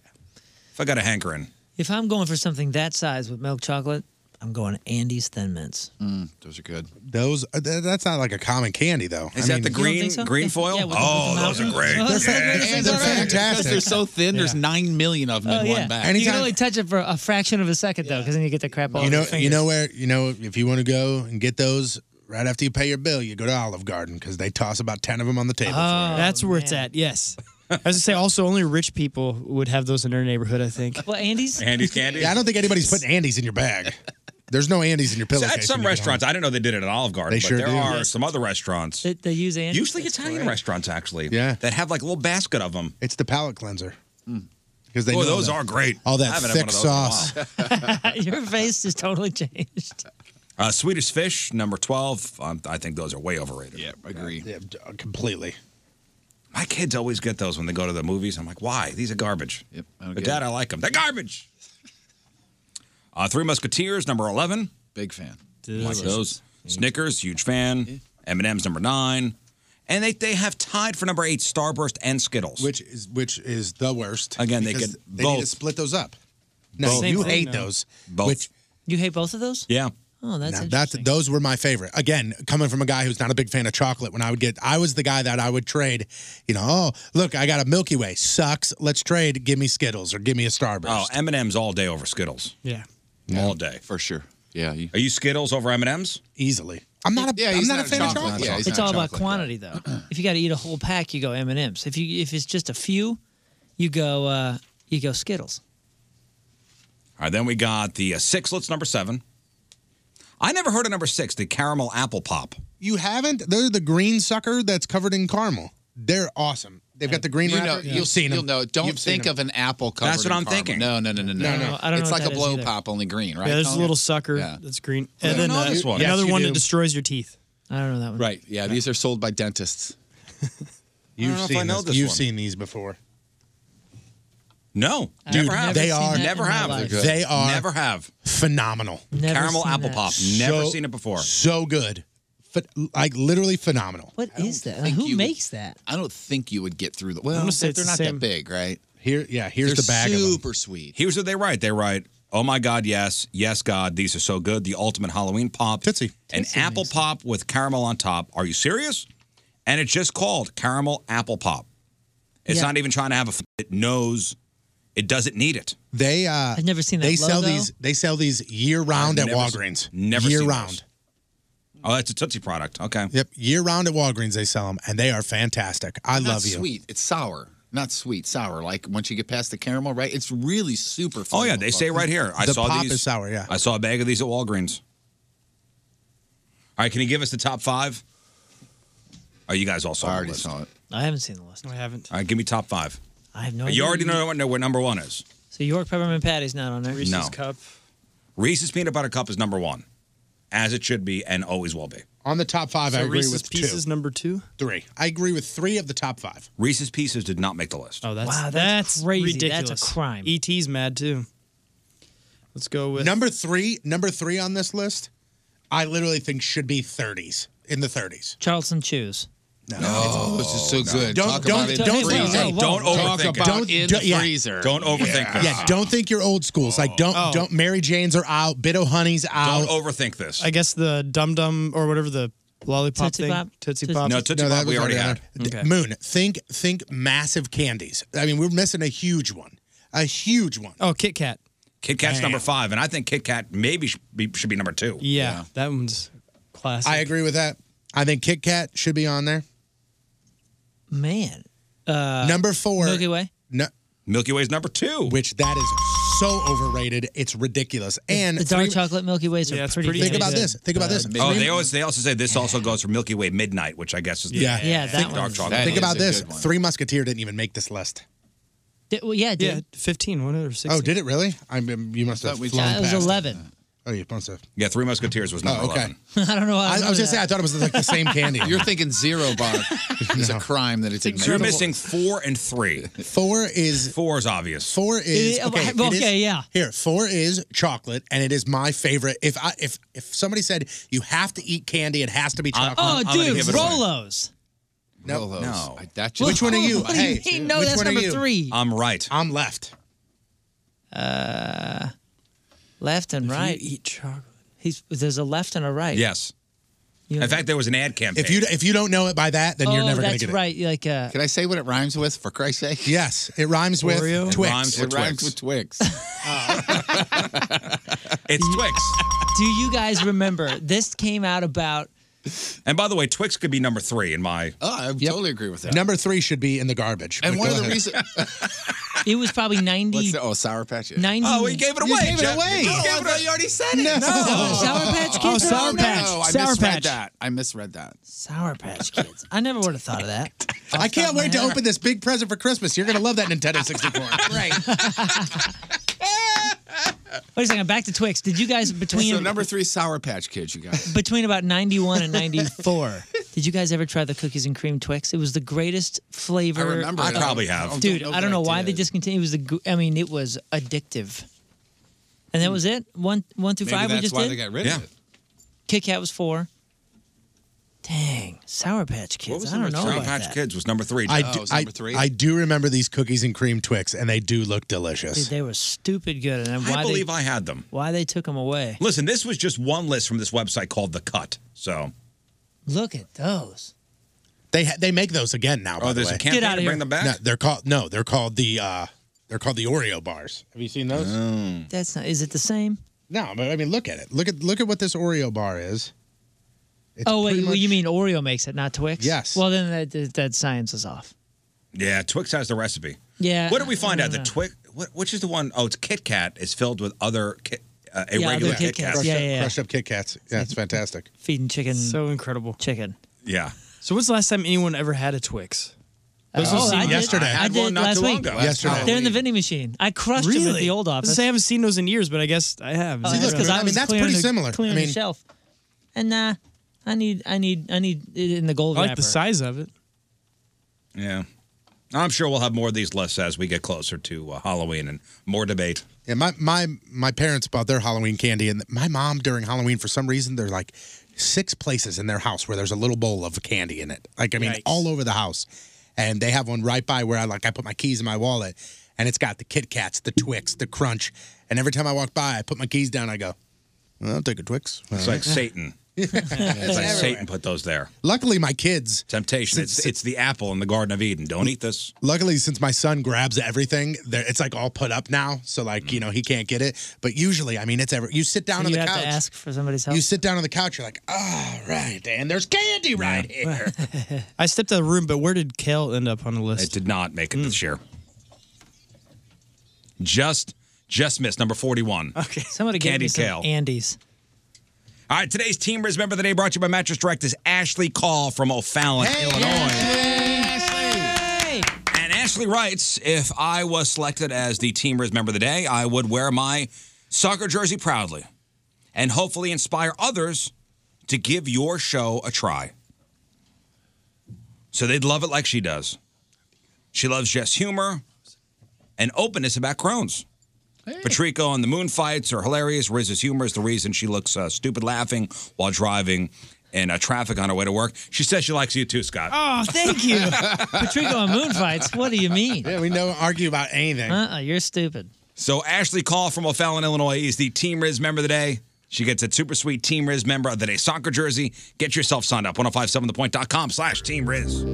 D: if I got a hankering,
C: If I'm going for something that size with milk chocolate, I'm going Andy's Thin Mints.
F: Mm.
D: Mm,
E: those are good.
F: Those uh, th- that's not like a common candy though.
D: Is that the green- You don't think so? green foil? Yeah, with the- Oh, with the those are mountain. great.
F: That's
D: Yeah.
F: like-
E: And
F: they're
E: they're
F: fantastic.
E: Because they're so thin, there's nine million
D: Oh,
E: of them in one bag.
C: You can only touch it for a fraction of a second though, because then you get the crap all
F: you
C: over
F: know,
C: your fingers.
F: you know where you know if you want to go and get those Right after you pay your bill, you go to Olive Garden because they toss about 10 of them on the
D: Uh-huh.
F: table.
H: Oh, That's where it's at. Yes. I was gonna say also only rich people would have those in their neighborhood. I think.
C: Well, Andy's.
D: Andy's candy.
F: Yeah, I don't think anybody's putting Andes in your bag. There's no Andes in your
D: So
F: pillowcase.
D: at some
F: when you get home.
D: restaurants, I didn't know they did it at Olive Garden,
F: They
D: but
F: sure
D: there
F: do.
D: are
F: Yes.
D: some other randestaurants.
C: They, they use Andes.
D: Usually Italian restaurants, actually.
F: Yeah.
D: That have like a little basket of them.
F: It's the palate cleanser. Because
D: Boy, those are great.
F: All
D: I
F: that
D: haven't had one
F: thick
D: of those in a while.
F: sauce.
C: Your face has totally changed.
D: Uh, Swedish Fish, number 12. Um, I think those are way overrated. Yeah, I agree.
F: Yeah, uh, completely.
D: My kids always get those when they go to the movies. I'm like, why? These are garbage. Yep, but Dad, I like them. They're garbage. Uh, Three Musketeers, number 11. Big fan. Like
E: Delicious.
D: those. Snickers, huge fan. M&M's, number 9. And they, they have tied for number 8 Starburst and Skittles. Which
F: is which is the worst.
D: Again, they
F: Because
D: could
F: they
D: both.
F: need to split those up. No, you hate those.
D: Both.
F: Which
C: you hate both of those?
D: Yeah.
C: Oh, that's
F: now, that those were my favorite. Again, coming from a guy who's not a big fan of chocolate, when I would get, I was the guy that I would trade. You know, oh look, I got a Milky Way, sucks. Let's trade. Give me Skittles or give me a Starburst.
D: Oh, M&M's all day over Skittles.
H: Yeah.
D: All day. For sure. Yeah. Are you Skittles over M&M's?
F: Easily. I'm not a,
E: Yeah,
F: I'm
E: he's
F: not,
E: not
F: a
E: a
F: fan
E: chocolate
F: of chocolate.
E: guy. Yeah, he's
C: it's
E: not
C: all about
E: chocolate
C: quantity, though. if you got to eat a whole pack, you go M and M's. If you if it's just a few, you go uh, you go Skittles.
D: All right, then we got the uh, sixlets, number seven. I never heard of number six, the caramel apple pop.
F: You haven't? They're the green sucker that's covered in caramel. They're awesome. They've got the green
E: You
F: wrapper.
E: know,
F: You've
E: you'll-
F: seen them.
E: you'll know. Don't
F: You've seen
E: think
F: them.
E: of an apple covered
F: That's what
E: in
F: I'm
E: caramel.
F: thinking.
E: No, no, no, no,
F: No, no, I don't
E: it's
F: know what
E: like
F: that
E: a
F: is
E: blow
F: either.
E: pop, only green, right?
H: Yeah, there's a
E: Colin?
H: little sucker
E: Yeah.
H: that's green,
E: I
H: and
E: don't
H: then
E: know
H: uh,
E: this one.
H: another
E: Yes, you
H: one
E: do.
H: that destroys your teeth. I don't know that one.
E: Right. Yeah, these are sold by dentists.
F: You've seen
E: know
F: this-
E: this
F: You've
E: one.
F: seen these before.
D: No,
F: Dude,
D: never have.
F: they are
D: never have.
F: They are
D: never have.
F: phenomenal.
D: Never Caramel seen apple that. pop. Never seen it before.
F: So good, Ph- like literally phenomenal.
C: What is that?
E: think
C: Who
E: you would-
C: makes that?
E: I don't think you would get through the.
D: I'm
E: Well,
D: gonna say
E: they're
D: it's the
E: not
D: same.
E: that big, right?
F: Here, yeah, here's
E: They're
F: the bag of 'em.
E: Super sweet.
D: Here's what they write. They write, "Oh my God, yes, yes, God, these are so good. The ultimate Halloween pop, Tootsie, an apple pop with caramel on top. Are you serious? And it's just called caramel apple pop. It's
F: Yeah.
D: not even trying to have a. F- it knows, it doesn't need it.
F: They uh, I've
C: never seen
F: They
D: that
F: sell
D: logo.
F: these. They sell these year round at
D: I've never
F: Walgreens.
D: seen- Never
F: year
D: seen
F: round.
D: those. Oh, that's a Tootsie product. Okay.
F: Yep, year round at Walgreens they sell them, and they are fantastic. I
E: Not
F: love you.
E: Sweet. It's sour. Not sweet, sour. Like once you get past the caramel, right? It's really super.
D: Oh yeah, they say right here. I
E: the
D: saw
E: pop
D: these.
E: Is sour.
F: Yeah.
D: I saw a bag of these at Walgreens. All right, can you give us the top five? Oh, you guys all saw. I already saw it.
C: I haven't seen the list. I haven't.
D: All right, give me top five.
C: I have no.
D: you
C: idea.
D: already know, know where number one is.
C: So York peppermint patty's not on there.
D: Reese's No.
C: cup.
D: Reese's peanut butter cup is number one, as it should be and always will be.
F: On the top five,
D: So
F: I agree
D: Reese's
F: with
D: Pieces
F: two.
H: number two,
F: three. I agree with three of the top five.
D: Reese's Pieces did not make the list.
H: Oh, that's
C: Wow, that's
H: crazy.
C: That's a
H: crime. ET's mad too. Let's go with
F: number three. Number three on this list, I literally think should be 30s in the 30s.
C: Charleston chews.
F: No,
E: Oh, this is so good.
F: Don't
E: Talk
F: don't
E: about it in
F: don't
E: the
F: think-
E: freezer.
F: hey,
E: Don't
F: don't-
E: overthink it.
F: don't-
E: In
F: don't-
E: the
F: yeah.
E: freezer.
D: Don't overthink
F: yeah.
D: this.
F: Yeah, don't think you're old schools. Like don't
H: Oh.
F: don't Mary Janes are out. Bit Honey's out.
D: Don't overthink this.
H: I guess the dum dum or whatever the lollipop
F: Tootsie
H: thing.
F: Pop?
H: Tootsie
F: Tootsie-
H: pop.
F: No, Tootsie No, that Pop we was already already
H: had.
F: D- Moon, think think massive candies. I mean, we're missing a huge one. A huge one.
H: Oh, Kit Kat.
D: Kit Kat's
F: Damn.
D: number five, and I think Kit Kat maybe should be, should be number two.
H: Yeah, that one's classic.
F: I agree with that. I think Kit Kat should be on there.
C: Man. Uh,
F: number four.
C: Milky Way.
F: No,
D: Milky Way's number two.
F: Which that is so overrated. It's ridiculous. And
C: the dark
F: three-
C: chocolate Milky Ways are pretty.
F: Think about this. Think about this.
D: Oh,
F: Three-
D: they always they also say this also goes for Milky Way Midnight, which I guess is the
F: Yeah.
C: Yeah, that
D: dark
C: one's-
D: chocolate.
F: Think about this. Three Musketeer didn't even make this list.
C: Di- well, yeah,
H: Yeah,
C: dude.
H: 15, one or 16.
F: Oh, did it really? I mean, you must have.
H: thought we-
F: flown
H: Yeah, it was
F: past
C: 11.
F: Oh, you must have.
D: Yeah, Three Musketeers was number
F: Oh, okay.
D: eleven.
C: I don't know.
F: I, I was just saying, I thought it was like the same candy.
E: You're thinking zero bar is a crime that it's
D: You're
E: ignored.
D: missing four and three.
F: Four is
D: four is obvious.
F: Four is
D: Yeah,
F: okay.
D: well,
F: it is-
D: okay, yeah.
F: Here, four is chocolate, and it is my favorite. If I if if somebody said you have to eat candy, it has to be chocolate.
C: oh, dude, Rolos.
F: No,
D: No.
E: That
C: just-
F: Which one are you?
C: What do you
F: hey,
C: mean? No,
F: which
C: that's
F: one are
C: number
F: you?
C: three.
D: I'm right.
F: I'm left.
C: Uh, left and
D: If you
C: right. eat chocolate. He's there's a left and a right.
D: Yes. In fact, there was an ad campaign.
F: If you if you don't know it by that, then you're
C: Oh,
F: never going to
C: that's
F: get
C: right.
F: it.
C: Like uh,
E: Can I say what it rhymes with? For Christ's sake.
F: Yes, it rhymes with
E: Oreo? It
F: Twix.
E: rhymes with It rhymes Twix. with Twix.
D: it's Twix.
C: Do you guys remember this came out about
D: And by the way, Twix could be number three in my.
E: Oh, I totally agree with
F: Number three should be in the garbage.
E: And
F: But
E: one
F: go
E: of the
F: ahead.
E: reasons
C: it was probably ninety.
E: What's the, oh, Sour Patch. yeah.
C: 90
E: Oh, he gave it away.
F: You gave it
E: Jeff.
F: away.
E: You gave
F: No,
E: it away. You already said it.
F: No.
C: Sour Patch Kids
E: Oh,
C: are
E: Sour
C: on
E: Patch.
C: there.
E: No, I
C: Sour
E: misread
C: Patch.
E: that. I misread that.
C: Sour Patch Kids. I never would have thought of that.
F: I can't wait to open this big present for Christmas. You're going to love that Nintendo 64. right.
C: Wait a second. Back to Twix. Did you guys between
E: so number three, Sour Patch Kids, you guys.
C: between about 91 and 94 did you guys ever try the cookies and cream twix it was the greatest flavor
E: I remember
D: I it. probably have. I don't
C: dude
D: know
C: i
D: that
C: don't know
D: I
C: why they discontinued it was the gr- i mean it was addictive and that was it one one through
E: Hmm. Maybe
C: five we
E: that's
C: just
E: why
C: did
E: they got rid of Yeah. it.
C: kit kat was four dang sour patch kids i don't know
D: Sour
C: about
D: Patch
C: that.
D: Kids was number three.
F: I
D: Jeff.
F: do, I, I do remember these cookies and cream Twix, and they do look delicious.
C: Dude, they were stupid good and
D: I
C: why
D: believe
C: they,
D: I had them.
C: why they took them away
D: Listen, this was just one list from this website called The Cut. So
C: look at those
F: They ha- they make those again
E: Oh,
F: now. by the
D: Oh, there's a
F: way.
D: campaign Get outta to bring here. them back?
F: No, they're called no, they're called the uh, they're called the Oreo bars. Have you seen those?
C: that's not is it the same
F: No, but I mean, look at it. Look at look at what this Oreo bar is. It's
C: oh wait
F: pretty
C: well, you
F: much-
C: mean oreo makes it not twix
F: Yes.
C: well then that- that, that science is off
D: yeah, Twix has the recipe.
C: Yeah,
D: What did we
C: I- I
D: find
C: don't
D: out? The
C: know.
D: Twix. What, which is the one oh it's Kit Kat is filled with other Kit, uh,
C: Yeah, other
D: irregular Kit
C: Kit
D: Kats.
C: Kats. Yeah, yeah, yeah.
F: crushed up Kit Kats? Yeah, it's fantastic.
C: feeding chicken
H: So incredible.
C: Chicken.
D: Yeah.
H: So when's the last time anyone ever had a Twix?
C: Those Oh, I did- yesterday. I
H: I
C: had one not too long ago.
H: Yesterday.
C: They're in the vending machine. I crushed them at the old office.
H: I haven't seen those in years, but I guess I have.
C: Oh, that's 'cause I, was clearing the- Clearing the shelf. And uh, I need, I need, I need it in the gold
H: I like
C: wrapper.
H: the size of it.
D: Yeah. I'm sure we'll have more of these lists as we get closer to uh, Halloween and more debate.
F: Yeah, my my my parents bought their Halloween candy, and my mom during Halloween for some reason there's like six places in their house where there's a little bowl of candy in it. Like I mean, all over the house, and they have one right by where I like I put my keys in my wallet, and it's got the Kit Kats, the Twix, the Crunch, and every time I walk by, I put my keys down, I go, well, "I'll take a Twix."
D: It's
F: Uh,
D: like Satan.
F: It's
D: It's like
F: everywhere.
D: Satan put those there.
F: Luckily, my kids.
D: Temptation. It's, it's the apple in the Garden of Eden. Don't eat this.
F: Luckily, since my son grabs everything, there- it's like all put up now. So like you know he can't get it. But usually, I mean, it's ever. You sit down
C: So
F: on
C: you
F: the
C: have
F: couch.
C: to ask for somebody's help.
F: You sit down on the couch. You're like, all right, and there's candy right here.
H: I stepped out of the room, but where did kale end up on the list? It
D: did not make it this year. Just just missed number 41. Okay.
C: Somebody gave me
D: Candied
C: some
D: kale.
C: Andes.
D: All right, today's Teamers Member of the Day brought to you by Mattress Direct is Ashley Call from O'Fallon, Illinois. And Ashley writes, if I was selected as the Teamers Member of the Day, I would wear my soccer jersey proudly and hopefully inspire others to give your show a try. So they'd love it like she does. She loves Jess' humor and openness about Crohn's. Patrico and the moon fights are hilarious. Riz's humor is the reason she looks uh, stupid laughing while driving in uh, traffic on her way to work. She says she likes you too, Scott.
C: Oh, thank you. Patrico and moon fights. What do you mean?
F: Yeah, we don't argue about anything.
C: Uh-uh, you're stupid.
D: So Ashley Call from O'Fallon, Illinois is the Team Riz member of the day. She gets a super sweet Team Riz member of the day soccer jersey. Get yourself signed up, 1057thepoint.com slash Team Riz.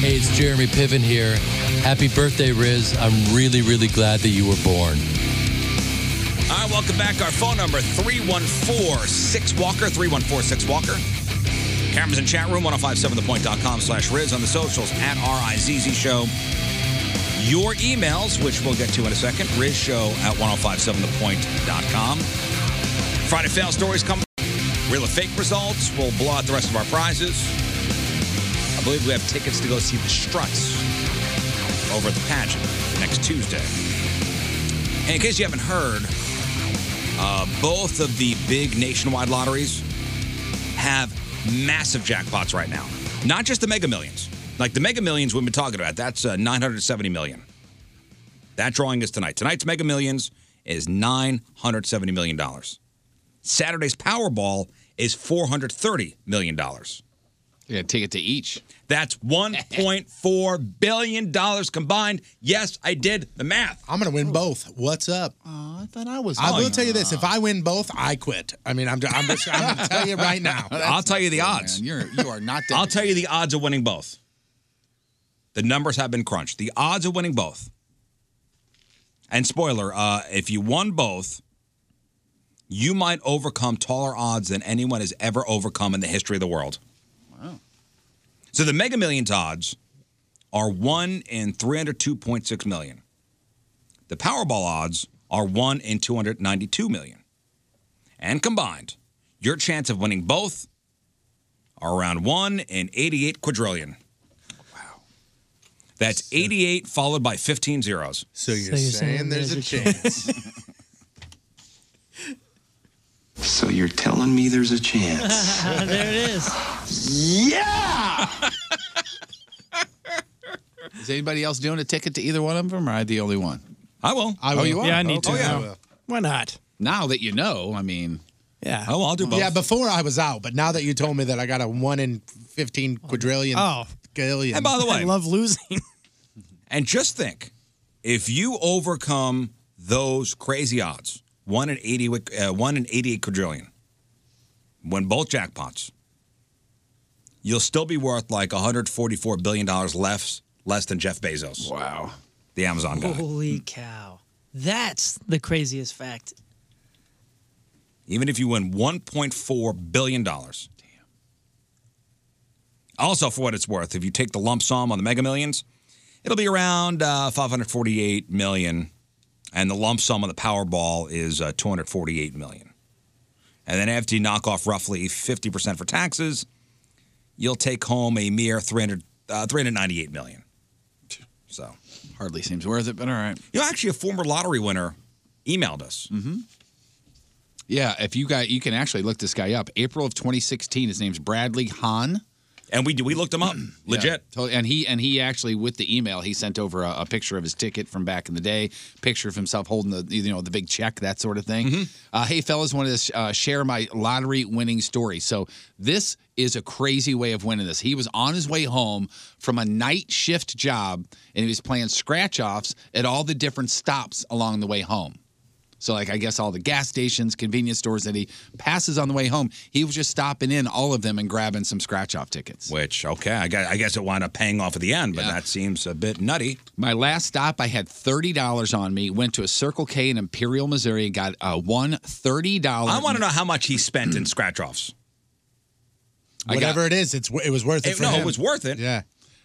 I: Hey, it's Jeremy Piven here. Happy birthday, Riz. I'm really, really glad that you were born.
D: All right, welcome back. Our phone number, 314-6WALKER, 314-6WALKER. Cameras in chat room, 1057thepoint.com slash Riz on the socials at R-I-Z-Z show. Your emails, which we'll get to in a second, Riz show at 1057thepoint.com. Friday fail stories come. Real or fake results. We'll blow out the rest of our prizes. I believe we have tickets to go see the Struts over at the pageant next Tuesday. And in case you haven't heard, uh, both of the big nationwide lotteries have massive jackpots right now. Not just the mega millions. Like the mega millions we've been talking about, that's uh, 970 million. That drawing is tonight. Tonight's mega millions is $970 million. Saturday's Powerball is $430 million.
E: Yeah, take it to each.
D: That's $1.4 billion combined. Yes, I did the math.
F: I'm going to win both. What's up?
E: I thought I was.
D: Oh,
F: I will tell you this: if I win both, I quit. I mean, I'm, I'm just I'm gonna tell you right now.
D: I'll tell you the odds. You're, you are not I'll tell you the odds of winning both. The numbers have been crunched. The odds of winning both. And spoiler, uh, if you won both, you might overcome taller odds than anyone has ever overcome in the history of the world.
E: Wow.
D: So the Mega Millions odds are 1 in 302.6 million. The Powerball odds are 1 in 292 million. And combined, your chance of winning both are around 1 in 88 quadrillion. Wow. That's 88 followed by 15 zeros.
F: So you're, saying, there's, a chance?
J: So you're telling me there's a chance?
C: there it
E: is. Yeah. is anybody else doing a ticket to either one of them, or am I the only one?
D: I will.
E: I will. Oh, you are?
H: Yeah, I need
E: Oh,
H: to.
E: yeah.
H: now. Why not?
E: Now that you know, I mean.
H: Yeah.
D: Oh, I'll do
F: Yeah, before I was out, but now that you told me that I got a one in fifteen quadrillion.
D: Oh.
F: billion.
D: And by the way,
H: love losing.
D: and just think, if you overcome those crazy odds, one in eighty, uh, one in eighty-eight quadrillion, win both jackpots, you'll still be worth like one hundred forty-four billion dollars less less than Jeff Bezos.
E: Wow,
D: the Amazon guy.
F: Hmm.
C: Holy cow. That's the craziest fact.
D: Even if you win one point four billion dollars. Also, for what it's worth, if you take the lump sum on the Mega Millions, it'll be around uh, 548 million, and the lump sum on the Powerball is uh, 248 million. And then after you knock off roughly 50 percent for taxes, you'll take home a mere 300, uh, 398 million. So
E: hardly seems worth it, but all right.
D: You know, actually, a former lottery winner emailed us.
E: Mm-hmm. Yeah, if you got, you can actually look this guy up. April of 2016. His name's Bradley Hahn.
D: And we we looked him up, legit.
E: And he and he actually with the email he sent over a, a picture of his ticket from back in the day, picture of himself holding the you know the big check that sort of thing. Uh, hey fellas, wanted to uh, share my lottery winning story. So this is a crazy way of winning this. He was on his way home from a night shift job and he was playing scratch offs at all the different stops along the way home. So, like, I guess all the gas stations, convenience stores that he passes on the way home, he was just stopping in all of them and grabbing some scratch off tickets.
D: Which, okay, I guess, I guess it wound up paying off at the end, but that seems a bit nutty.
E: My last stop, I had $30 on me, went to a Circle K in Imperial, Missouri, and got uh, one $30.
D: I want to know how much he spent in scratch offs.
E: I got-
F: Whatever it is, it's it was worth it. for him.
D: worth it.
E: Yeah.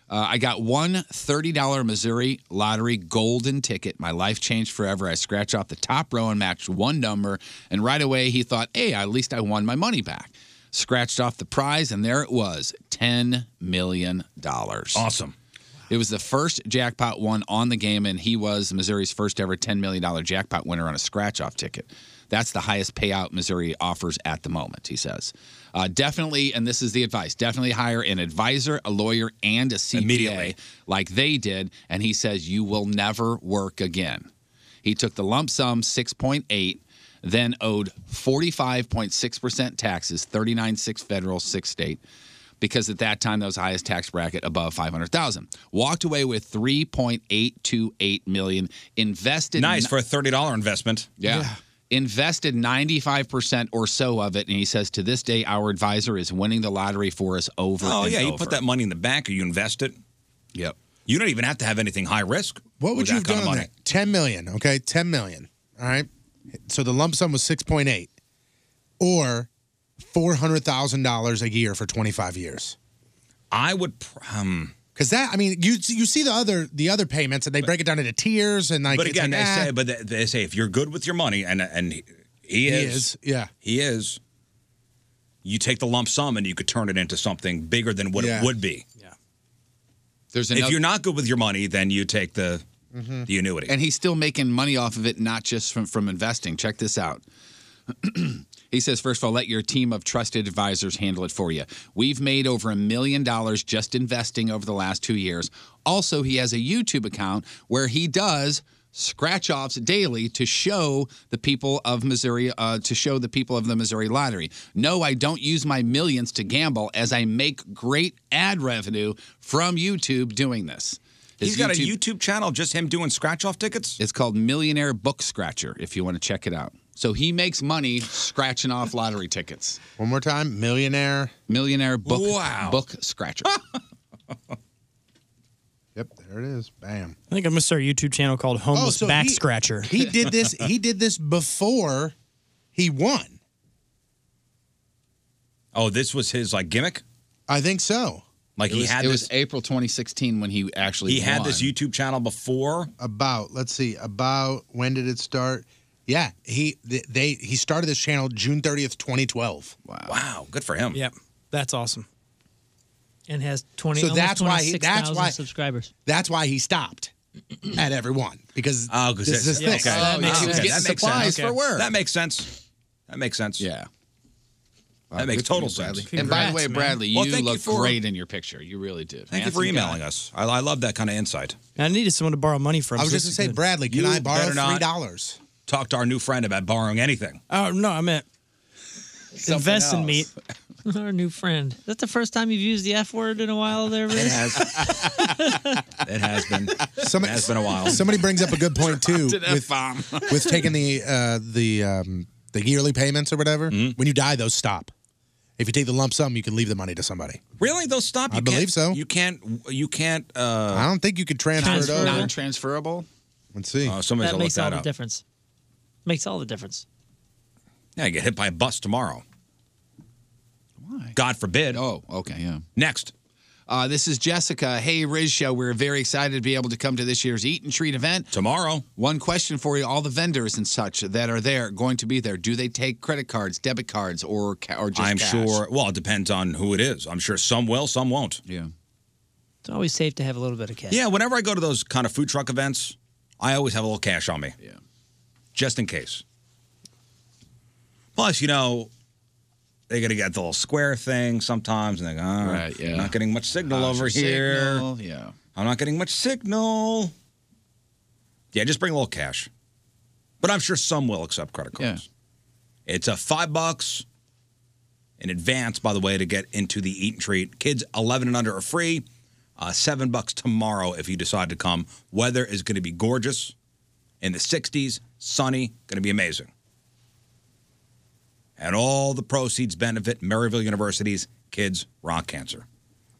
E: Uh, I got one $30 Missouri lottery golden ticket. My life changed forever. I scratched off the top row and matched one number. And right away, he thought, hey, at least I won my money back. Scratched off the prize, and there it was $10 million.
D: Awesome.
E: It was the first jackpot won on the game, and he was Missouri's first ever $10 million jackpot winner on a scratch off ticket. That's the highest payout Missouri offers at the moment, he says. Uh, definitely, and this is the advice definitely hire an advisor, a lawyer, and a CPA like they did. And he says, you will never work again. He took the lump sum 6.8, then owed 45.6% taxes, 39.6 federal, 6 state, because at that time that was the highest tax bracket above 500,000. Walked away with 3.828 million invested
D: Nice for a $30 investment.
E: yeah. Invested 95% or so of it. And he says, to this day, our advisor is winning the lottery for us over
D: Oh,
E: and
D: yeah.
E: over.
D: You put that money in the bank or you invest it.
E: Yep.
D: You don't even have to have anything high risk.
F: What would
D: with
F: you have
D: that kind
F: done
D: of
F: on
D: money.
F: that? Ten million, okay, ten million. All right. So the lump sum was six point eight, or four hundred thousand dollars a year for twenty five years.
D: I would. Pr- um,
F: Because that, I mean, you you see the other the other payments, and they break it down into tiers, and like.
D: but
F: it's
D: again,
F: like,
D: they
F: ah,
D: say, but they, they say if you're good with your money, and and he, he
F: He
D: is,
F: is, yeah.
D: he is. You take the lump sum and you could turn it into something bigger than what
E: Yeah.
D: it would be. Yeah.
E: There's
D: if
E: another-
D: you're not good with your money, then you take the
E: Mhm.
D: the annuity.
E: And he's still making money off of it, not just from, from investing. Check this out. he says, first of all, let your team of trusted advisors handle it for you. We've made over a million dollars just investing over the last two years. Also, he has a YouTube account where he does scratch offs daily to show the people of Missouri uh, to show the people of the Missouri lottery. No, I don't use my millions to gamble as I make great ad revenue from YouTube doing this.
D: He's got a
E: YouTube channel just him doing scratch off tickets. It's called Millionaire Book Scratcher if you want to check it out. So he makes money scratching off lottery tickets.
F: One more time, millionaire.
E: Millionaire book
F: Wow.
E: book scratcher.
F: Yep, there it is. Bam.
H: I think I'm gonna start a YouTube channel called
D: Oh,
H: Homeless
F: Oh, so
H: Back
F: he-
H: Scratcher.
F: He did this. He did this before he won.
D: Oh, this was his like gimmick.
F: I think so.
D: Like
E: It
D: he
E: was-
D: had
E: it
D: this.
E: was April 2016 when he actually
D: he had this
E: won.
D: YouTube channel before.
F: About let's see. About when did it start? Yeah, he th- they he started this channel June 30th, 2012.
E: Wow.
D: Wow, good for him.
H: Yep, that's awesome.
C: and has twenty.
F: So
C: almost
F: that's why he- that's
C: 26,000
F: why-
C: subscribers.
F: That's why he stopped at every one because
D: Oh,
F: this
D: because
F: is his thing.
D: sense. That makes sense. That makes sense.
E: Yeah.
D: That makes
E: good for you,
D: total
E: Bradley.
D: sense.
E: and by the way, Bradley, you
D: thank
E: look
D: for-
E: great in your picture. You really do.
D: Thank you for
E: Handsome guy.
D: emailing us. I, I love that kind of insight.
H: I needed someone to borrow money from.
D: I was
H: so
D: just
H: this
D: gonna
H: is
D: say,
H: good.
D: Bradley, can You I borrow better not. $3? Talk to our new friend about borrowing anything.
H: Oh no, I meant invest in me.
C: Our new friend. Is that the first time you've used the F word in a while there, It
D: has. it has been.
F: Somebody,
D: has been a while.
F: Somebody brings up a good point too
D: Dropped an
F: with,
D: F-bomb.
F: with taking the uh, the um, the yearly payments or whatever.
D: Mm-hmm.
F: When you die, those stop. If you take the lump sum, you can leave the money to somebody.
D: Really? They'll stop.
F: I
D: You
F: believe
D: can't-
F: so.
D: You can't. You can't. Uh,
F: I don't think you could transfer, it over.
E: Not transferable.
F: Let's see.
D: Oh, somebody's gonna
C: that
D: look
C: makes all
D: that
C: the
D: up.
C: difference. Makes all the difference.
D: Yeah, you get hit by a bus tomorrow.
E: Why?
D: God forbid.
E: Oh, okay, yeah.
D: Next.
E: Uh, this is Jessica. Hey, Riz Show. We're very excited to be able to come to this year's Eat and Treat event.
D: Tomorrow.
E: One question for you all the vendors and such that are there, going to be there, do they take credit cards, debit cards, or, ca- or just
D: I'm
E: cash? Uh,
D: sure. Well, it depends on who it is. I'm sure some will, some won't.
E: Yeah.
C: It's always safe to have a little bit of cash.
D: Yeah. Whenever I go to those kind of food truck events, I always have a little cash on me.
E: Yeah.
D: Just in case. Plus, you know, they got to get the little square thing sometimes, and they go, "Ah,
E: Right, yeah.
D: I'm not getting much signal
E: How's
D: over
E: your
D: here.
E: signal? Yeah.
D: I'm not getting much signal. Yeah, just bring a little cash. But I'm sure some will accept credit cards. It's a five bucks in advance, by the way, to get into the eat and treat. Kids 11 and under are free. Uh, seven bucks tomorrow if you decide to come. Weather is going to be gorgeous in the 60s, sunny, going to be amazing. And all the proceeds benefit Maryville University's Kids Rock Cancer.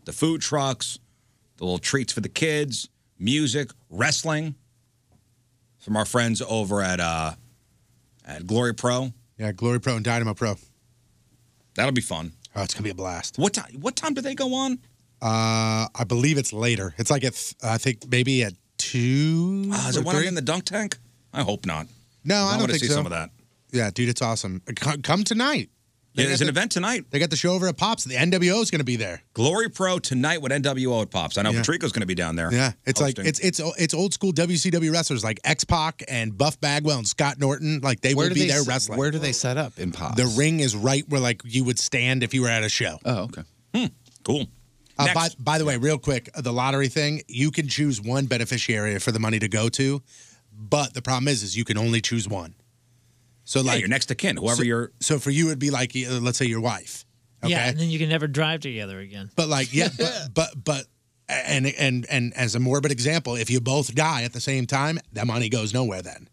D: The food trucks, the little treats for the kids, music, wrestling from our friends over at uh, at Glory Pro.
F: Yeah, Glory Pro and Dynamo Pro.
D: That'll be fun.
F: Oh, it's gonna be a blast.
D: What time? What time do they go on?
F: Uh, I believe it's later. It's like at th- I think maybe at two.
D: Uh, is
F: or
D: it when I'm
F: three?
D: in the dunk tank? I hope not.
F: No, I
D: I
F: don't
D: wanna
F: think
D: see
F: so.
D: some of that.
F: Yeah, dude, it's awesome. Come, come tonight.
D: Yeah, there's
F: got
D: an
F: the-
D: event tonight.
F: They got the show over at Pops. The NWO is going to be there.
D: Glory Pro tonight with NWO at Pops. I know
F: Yeah.
D: Patrico's going to be down there.
F: Yeah, it's
D: hosting.
F: like it's it's it's old school WCW wrestlers like X Pac and Buff Bagwell and Scott Norton. Like they
E: Where
F: will
E: do
F: be
E: they
F: there
E: s-
F: wrestling.
E: where do they set up in Pops?
F: The ring is right where like you would stand if you were at a show.
E: Oh, okay.
D: Hmm. Cool.
F: Uh, by, by the way, real quick, the lottery thing, you can choose one beneficiary for the money to go to, but the problem is, is you can only choose one. So
D: Yeah,
F: like
D: your next of kin, whoever
F: so,
D: you're-
F: So for you, it'd be like, uh, let's say your wife. Okay.
C: Yeah, and then you can never drive together again.
F: But like, yeah, but, but but and and and as a morbid example, if you both die at the same time, that money goes nowhere. Then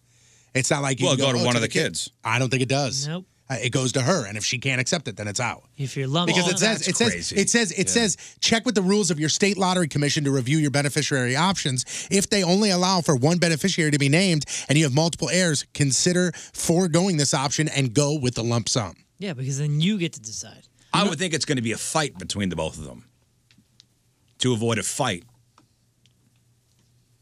F: it's not like you
D: Well,
F: can
D: it go to
F: "Oh,
D: one of
F: the
D: the
F: kid."
D: kids.
F: I don't think it does.
C: Nope.
F: Uh, It goes to her, and if she can't accept it, then it's out.
C: If you're lumped
F: Because it says it says it says it says check with the rules of your state lottery commission to review your beneficiary options. If they only allow for one beneficiary to be named and you have multiple heirs, consider foregoing this option and go with the lump sum.
C: Yeah, because then you get to decide.
D: I would think it's going to be a fight between the both of them to avoid a fight.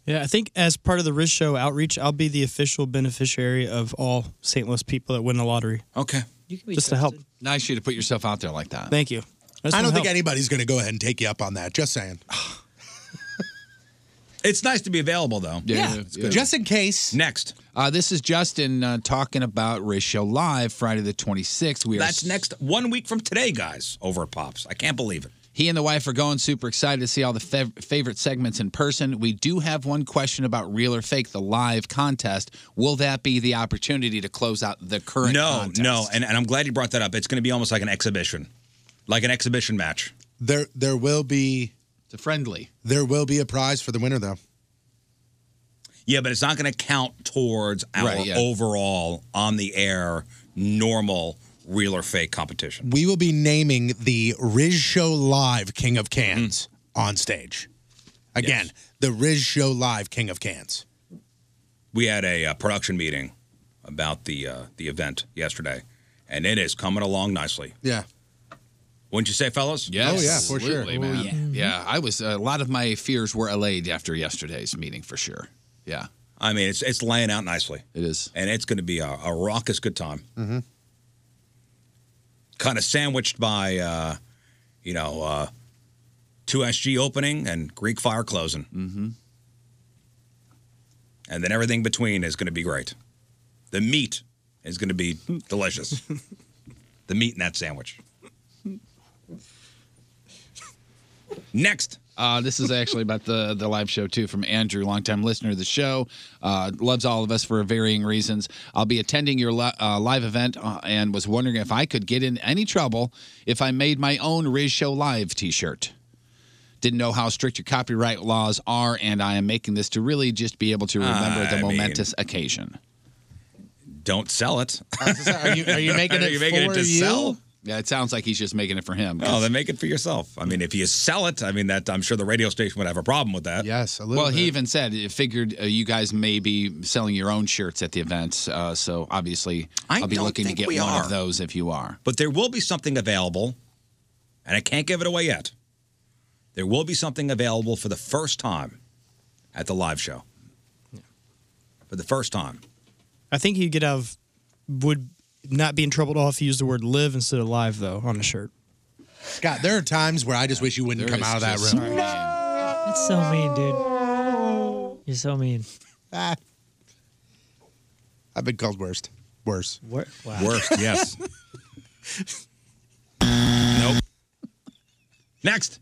H: Yeah, I think as part of the Riz Show outreach, I'll be the official beneficiary of all St. Louis people that win the lottery.
D: Okay.
C: You can
H: Just to help.
E: Nice you to put yourself out there like that.
H: Thank you. just
F: I
H: wanna
F: don't think
H: help.
F: anybody's going to go ahead and take you up on that. Just saying.
D: It's nice to be available though.
E: Yeah, Yeah, it's good. just
F: in case.
D: Next.
E: Uh, this is Justin uh, talking about Riz Show Live Friday the 26th. We are
D: That's next one week from today, guys, over at Pops. I can't believe it.
E: He and the wife are going super excited to see all the fav- favorite segments in person. We do have one question about real or fake, the live contest. Will that be the opportunity to close out the current
D: no,
E: contest?
D: no, and, and I'm glad you brought that up. It's going to be almost like an exhibition, like an exhibition match.
F: There, there will be.
E: It's a friendly.
F: There will be a prize for the winner, though.
D: Yeah, but it's not going to count towards our
F: Right, yeah.
D: overall on the air normal real or fake competition.
F: We will be naming the Riz Show Live King of Cans on stage. Again, the Riz Show Live King of Cans.
D: We had a uh, production meeting about the uh, the event yesterday, and it is coming along nicely.
F: Yeah.
D: Wouldn't you say, fellas?
E: Yes,
D: Oh,
E: absolutely, man. Oh, Yeah, I was. uh, A lot of my fears were allayed after yesterday's meeting, for sure. Yeah.
D: I mean, it's it's laying out nicely.
E: It is,
D: and it's going to be a, a raucous good time.
F: Mm-hmm.
D: Kind of sandwiched by, uh, you know, uh, two SG opening and Greek Fire closing,
E: Mm-hmm.
D: and then everything between is going to be great. The meat is going to be delicious. the meat in that sandwich. Next.
E: Uh, this is actually about the, the live show, too, from Andrew, longtime listener of the show. Uh, loves all of us for varying reasons. I'll be attending your li- uh, live event uh, and was wondering if I could get in any trouble if I made my own Riz Show Live t shirt. Didn't know how strict your copyright laws are, and I am making this to really just be able to remember
D: I
E: the
D: mean-
E: momentous occasion.
D: Don't sell it.
E: are you,
D: are you making Are it you making it for to you? sell?
E: Yeah, it sounds like he's just making it for him.
D: Oh, then make it for yourself. I mean, if you sell it, I mean that I'm sure the radio station would have a problem with that.
F: Yes, a
E: well, he even said it figured uh, you guys may be selling your own shirts at the event, uh, so obviously
D: I
E: will be
D: don't
E: looking to
D: think
E: get
D: we
E: one
D: are.
E: of those if you are.
D: But there will be something available, and I can't give it away yet. There will be something available for the first time at the live show. For the first time.
H: I think he could have would not be in trouble at all if he used the word live instead of live though on the shirt.
F: Scott, there are times where I just wish you wouldn't come out of that room.
C: That's so mean, dude. You're so mean.
F: Ah. I've been called worst. Worse.
C: wow.
D: Worst, yes. nope. Next.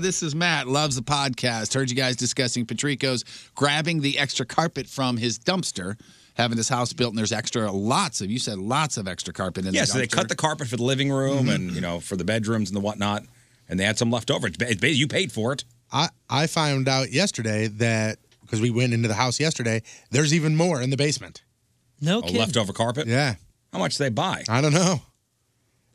E: this is Matt, loves the podcast. Heard you guys discussing Patrico's grabbing the extra carpet from his dumpster, having his house built, and there's extra lots of, you said lots of extra carpet in
D: yeah,
E: the Mm-hmm.
D: so they
E: dumpster.
D: cut the carpet for the living room and you know for the bedrooms and the whatnot, and they had some left over. It's, ba- it's, ba- you paid for it.
F: I, I found out yesterday that because we went into the house yesterday, there's even more in the basement.
C: No
D: kidding. leftover carpet.
F: Yeah.
D: How much they buy?
F: I don't know.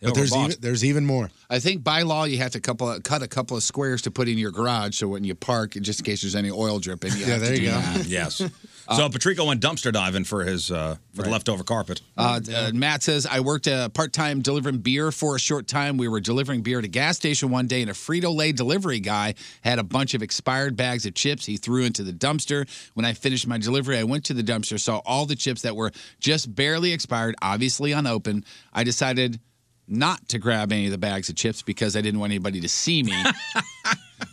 D: They
F: But there's
E: overbought.
F: even, there's even more.
E: I think by law you have to couple cut a couple of squares to put in your garage, so when you park, just in case there's any oil dripping. You
F: Yeah,
E: have
F: there
E: to
F: you
E: do
F: go.
E: That. Uh,
D: Yes. So Patrico went dumpster diving for his uh, for the leftover carpet.
E: Uh, uh, Matt says, I worked uh, part time delivering beer for a short time. We were delivering beer at a gas station one day, and a Frito Lay delivery guy had a bunch of expired bags of chips he threw into the dumpster. When I finished my delivery, I went to the dumpster, saw all the chips that were just barely expired, obviously unopened. I decided not to grab any of the bags of chips because I didn't want anybody to see me.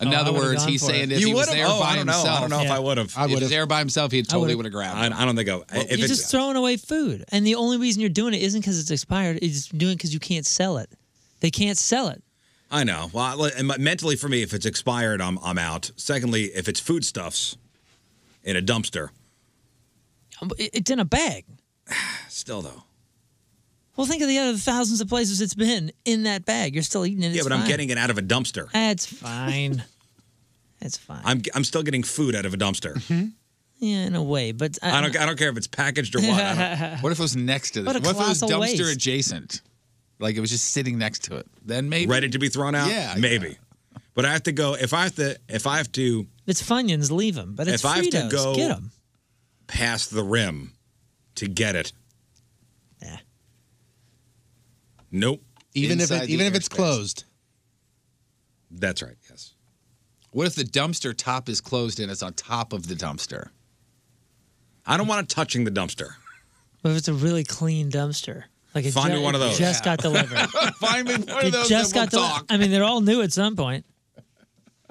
E: In
D: Oh, I
E: other
D: would've
E: words,
D: gone
E: he's
D: for it.
E: saying if
D: You
E: he was
D: would've?
E: there
D: Oh,
E: by
D: I don't know.
E: himself.
D: I don't know if Yeah. I would've. I
E: If he
D: would've.
E: was there by himself, he totally would have grabbed
D: I, I don't think I. if
C: You're
D: it's,
C: just throwing away food, and the only reason you're doing it isn't because it's expired. It's doing because you can't sell it. They can't sell it.
D: I know. Well, I- and mentally for me, if it's expired, I'm I'm out. Secondly, if it's foodstuffs in a dumpster,
C: Um, it- It's in a bag.
D: still though.
C: Well, think of the other thousands of places it's been in that bag. You're still eating it.
D: yeah,
C: it's
D: but I'm
C: fine.
D: getting it out of a dumpster.
C: That's fine. That's fine.
D: I'm I'm still getting food out of a dumpster.
C: Yeah, in a way, but
D: I don't I don't care if it's packaged or what. I don't-
E: What if it was next to this?
C: What a
E: What, if it was
C: colossal
E: dumpster
C: waste.
E: adjacent? Like it was just sitting next to it. Then maybe
D: ready to be thrown out.
E: Yeah,
D: maybe. But I have to go if I have to if I have to
C: It's Funyuns, leave them. But it's
D: if I have to
C: Fritos,
D: go
C: get them.
D: past the rim to get it. Nope.
F: Even if
E: Inside
F: it,
E: the
F: even if it's
E: airspace.
F: closed.
D: That's right. Yes.
E: What if the dumpster top is closed and it's on top of the dumpster?
D: I don't want it touching the dumpster.
C: What if it's a really clean dumpster? Like it
D: Find
C: ju-
D: me one of
C: it
D: those.
C: Just got delivered.
E: Find me one
C: It just got deli- I mean, they're all new at some point.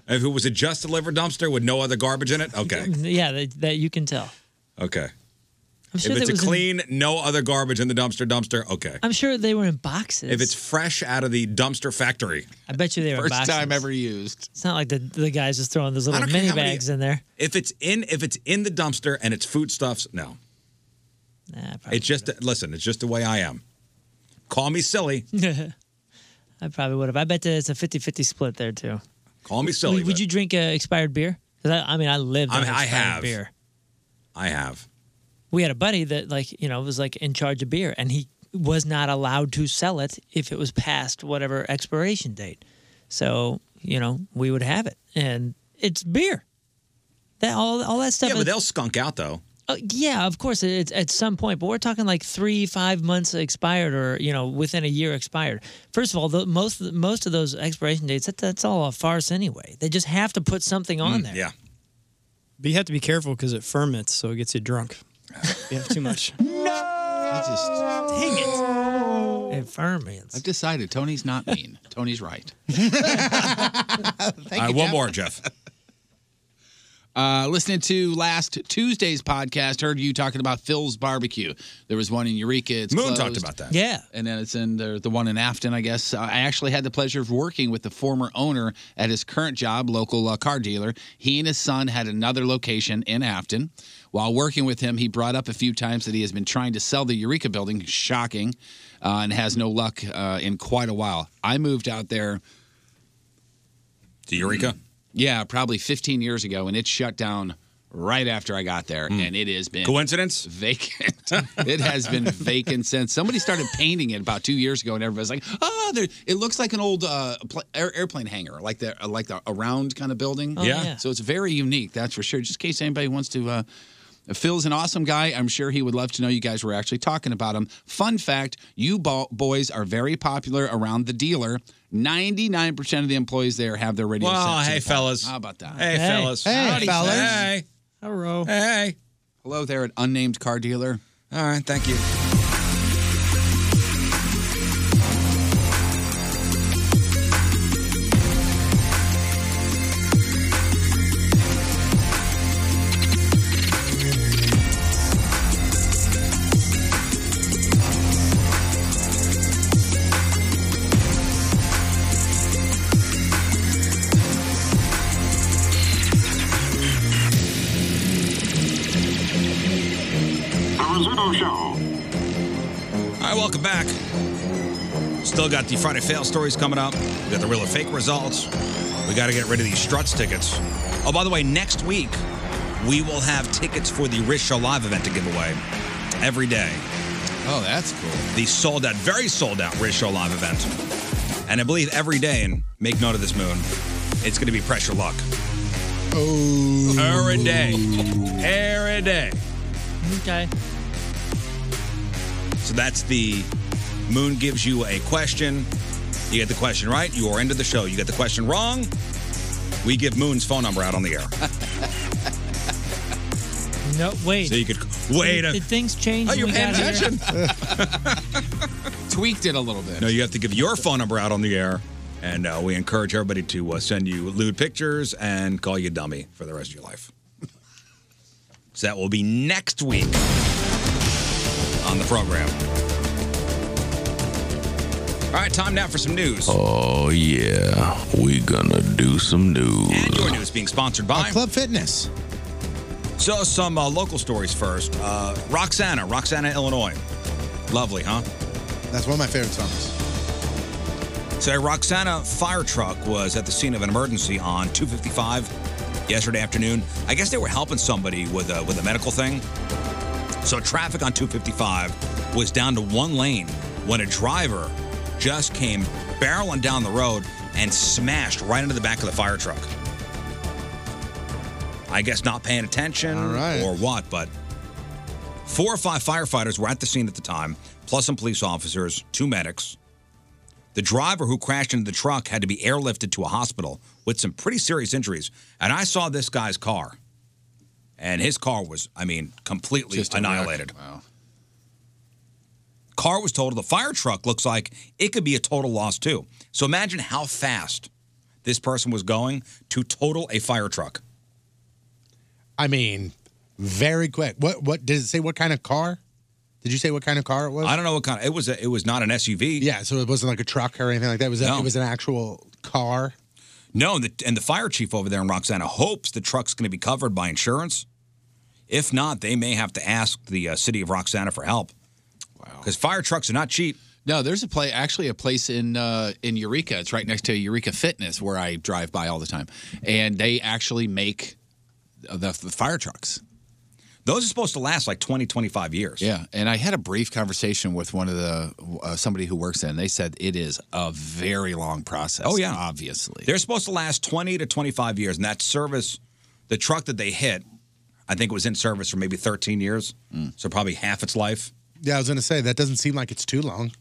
D: If it was a just delivered dumpster with no other garbage in it, okay.
C: Yeah, that, that you can tell.
D: Okay.
C: I'm sure
D: if it's
C: that
D: a
C: was in-
D: clean, no other garbage in the dumpster, dumpster, okay.
C: I'm sure they were in boxes.
D: If it's fresh out of the dumpster factory,
C: I bet you they were in boxes.
E: used.
C: It's not like the the guys just throwing those little
D: don't care
C: mini
D: how many-
C: bags in there.
D: If it's in if it's in the dumpster and it's foodstuffs, no. it's just listen, it's just the way I am. Call me silly.
C: I probably would have. I bet that it's a 50-50 split there too.
D: Call Oh, me silly.
C: Would, would
D: but
C: you drink uh, expired beer? Because I, I mean, I lived.
D: I
C: on
D: mean, I
C: expired
D: have.
C: beer.
D: I have.
C: We had a buddy that like you know was like in charge of beer, and he was not allowed to sell it if it was past whatever expiration date. So you know we would have it, and it's beer. That all all that stuff.
D: Yeah,
C: is-
D: but they'll skunk out though.
C: Oh, yeah, of course. It's at some point, but we're talking like three, five months expired, or you know, within a year expired. First of all, the, most most of those expiration dates, that, that's all a farce anyway. They just have to put something
H: Mm.
F: Mm,
C: on there.
D: Yeah.
H: But you have to be careful because it ferments, so it gets you drunk. If you have too much.
E: I just
C: dang
E: it.
C: Infirmians.
E: I've decided Tony's not mean. Tony's right.
D: All right, one more, Jeff.
E: Uh, listening to last Tuesday's podcast, heard you talking about Phil's barbecue. There was one in Eureka. It's
D: Moon talked
E: closed.
D: about that.
C: Yeah.
E: and then it's in the, the one in Afton, I guess. Uh, I actually had the pleasure of working with the former owner at his current job, local uh, car dealer. He and his son had another location in Afton. While working with him, he brought up a few times that he has been trying to sell the Eureka building, shocking, uh, and has no luck uh, in quite a while. I moved out there.
D: To Eureka?
E: Mm. Yeah, probably 15 years ago, and it shut down right after I got there,
D: Hmm.
E: and it has been
D: coincidence
E: vacant. it has been vacant since somebody started painting it about two years ago, and everybody's like, "Oh, there, it looks like an old uh, pl- air, airplane hangar, like the uh, like the a round kind of building."
D: Oh, Yeah. yeah.
E: so it's very unique, that's for sure. Just in case anybody wants to. Uh, Phil's an awesome guy. I'm sure he would love to know you guys were actually talking about him. Fun fact you bo- boys are very popular around the dealer. 99% of the employees there have their radio set
D: Well,
E: to
D: hey
E: the phone.
D: fellas.
E: How about that?
D: Hey, fellas. Howdy, Hey.
C: Hello.
D: Hey.
E: Hello there at unnamed car dealer.
D: All right, thank you. All right, welcome back. Still got the Friday fail stories coming up. We got the real or fake results. We got to get rid of these struts tickets. Oh, by the way, next week we will have tickets for the Rish Show Live event to give away every day.
E: Oh, that's cool.
D: The sold out, very sold out Rish Show Live event. And I believe every day, and make note of this, Moon, it's going to be pressure luck.
F: Oh.
D: Every day. Every day.
C: Okay.
D: So that's the moon gives you a question. You get the question right, you are into the show. You get the question wrong, we give Moon's phone number out on the air.
C: No, wait.
D: So you could wait
C: Did,
D: a
C: did things change?
D: Oh,
C: when
D: you're
C: we
D: paying
C: got here?
E: Tweaked it a little bit.
D: No, you have to give your phone number out on the air. And uh, we encourage everybody to uh, send you lewd pictures and call you dummy for the rest of your life. So that will be next week on the program. All right, time now for some news.
K: Oh yeah, we gonna do some news.
D: Your news being sponsored by
F: Club Fitness.
D: So, some uh, local stories first. Uh, Roxana, Roxana, Illinois. Lovely, huh?
F: That's one of my favorite songs.
D: So, a Roxana fire truck was at the scene of an emergency on 255 yesterday afternoon. I guess they were helping somebody with a, with a medical thing. So, traffic on 255 was down to one lane when a driver just came barreling down the road and smashed right into the back of the fire truck. I guess not paying attention or what, but four or five firefighters were at the scene at the time, plus some police officers, two medics. The driver who crashed into the truck had to be airlifted to a hospital with some pretty serious injuries. And I saw this guy's car, and his car was, I mean, completely
E: Just a wreck.
D: annihilated. Wow. Car was total. The fire truck looks like it could be a total loss too. So imagine how fast this person was going to total a fire truck.
F: I mean, Very quick. What what did it say what kind of car? Did you say what kind of car it was?
D: I don't know what kind. Of, it was. A, it was not an SUV.
F: Yeah, so it wasn't like a truck or anything like that. It was a-
D: No.
F: it was an actual car?
D: No, and the, and the fire chief over there in Roxana hopes the truck's going to be covered by insurance. If not, they may have to ask the uh, city of Roxana for help. Wow. Because fire trucks are not cheap.
E: No, there's a play actually a place in uh, in Eureka. It's right next to Eureka Fitness where I drive by all the time, and they actually make the, the fire trucks.
D: Those are supposed to last like 20, 25 years.
E: Yeah, and I had a brief conversation with one of the uh, somebody who works there, and they said it is a very long process.
D: Oh, yeah.
E: obviously.
D: They're supposed to last 20 to 25 years. And that service, the truck that they hit, I think it was in service for maybe 13 years. So probably half its life.
F: Yeah, I was gonna say that doesn't seem like it's too long.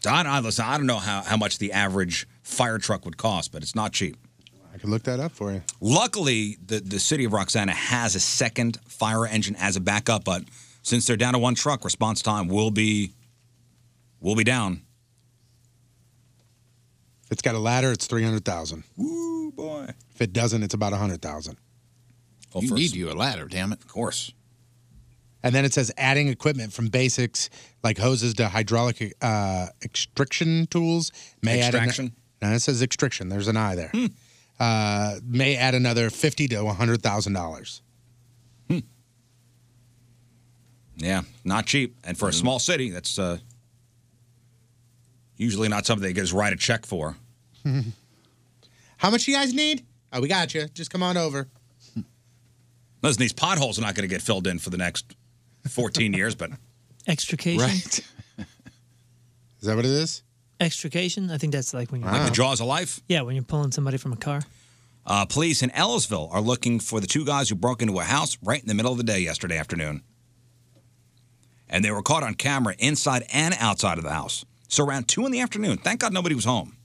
D: So I, I, listen, I don't know how, how much the average fire truck would cost, but it's not cheap.
F: I could look that up for you.
D: Luckily, the, the city of Roxana has a second fire engine as a backup, but since they're down to one truck, response time will be will be down.
F: If it's got a ladder, it's three hundred thousand.
D: Woo boy.
F: If it doesn't, it's about a hundred thousand.
E: you need you a ladder, damn it. Of
D: course.
F: And then it says adding equipment from basics like hoses to hydraulic uh, extraction tools may
D: Extraction?
F: add. An, no, it says extraction. There's an I there. Uh, may add another fifty to hundred thousand dollars.
D: Yeah, not cheap. And for a
F: Mm-hmm.
D: small city, that's uh, usually not something they just write a check for.
F: How much you guys need? Oh, we got you. Just come on over.
D: Listen, these potholes are not going to get filled in for the next 14 years, but
C: Extrication.
D: Right.
F: Is that what it is?
C: Extrication. I think that's like when you're
D: like the jaws of life.
C: Yeah, when you're pulling somebody from a car.
D: Uh, police in Ellisville are looking for the two guys who broke into a house right in the middle of the day yesterday afternoon. And they were caught on camera inside and outside of the house. So around 2 in the afternoon, thank God nobody was home.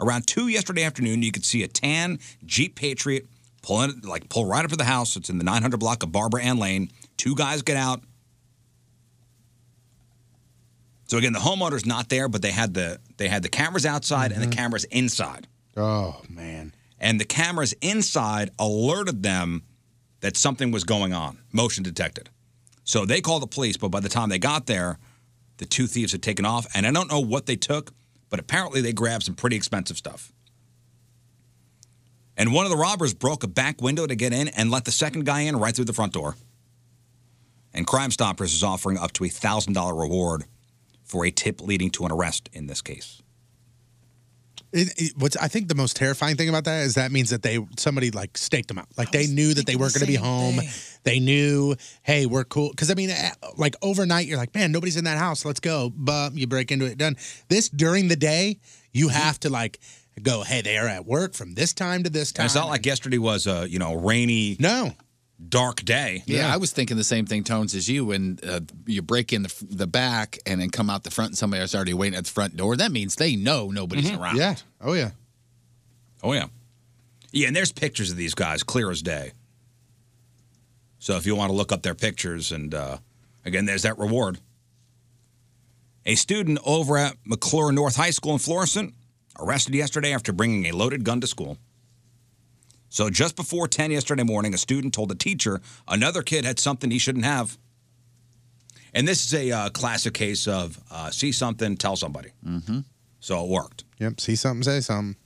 D: Around 2 yesterday afternoon, you could see a tan Jeep Patriot pull, in, like, pull right up to the house. It's in the 900 block of Barbara Ann Lane. Two guys get out. So again, the homeowner's not there, but they had the, they had the cameras outside and the cameras inside
F: Mm-hmm. Oh man.
D: and the cameras inside alerted them that something was going on, motion detected. So they called the police, but by the time they got there, the two thieves had taken off, and I don't know what they took, but apparently they grabbed some pretty expensive stuff. And one of the robbers broke a back window to get in and let the second guy in right through the front door. And Crime Stoppers is offering up to a $1,000 reward for a tip leading to an arrest in this case.
F: It, it, what's I think the most terrifying thing about that is that means that they somebody like staked them out. Like they knew that Oh, they weren't going to be home. They knew, hey, we're cool. Because I mean, eh, like overnight, you're like, man, nobody's in that house. Let's go. But you break into it. Done. This during the day, you have to like go. Hey, they are at work from this time to this
D: And
F: time.
D: it's not like yesterday was a you know rainy,
F: no,
D: dark day.
E: Yeah, I was thinking the same thing, Tones, as you. When uh, you break in the, f- the back and then come out the front, and somebody else already waiting at the front door. That means they know nobody's around.
F: Yeah. Oh yeah.
D: Oh yeah, yeah. And there's pictures of these guys, clear as day. So if you want to look up their pictures, and uh, again, there's that reward. A student over at McClure North High School in Florissant arrested yesterday after bringing a loaded gun to school. So just before 10 yesterday morning, a student told a teacher another kid had something he shouldn't have. And this is a uh, classic case of uh, see something, tell somebody.
F: Mm-hmm.
D: So it worked.
F: Yep. See something, say something.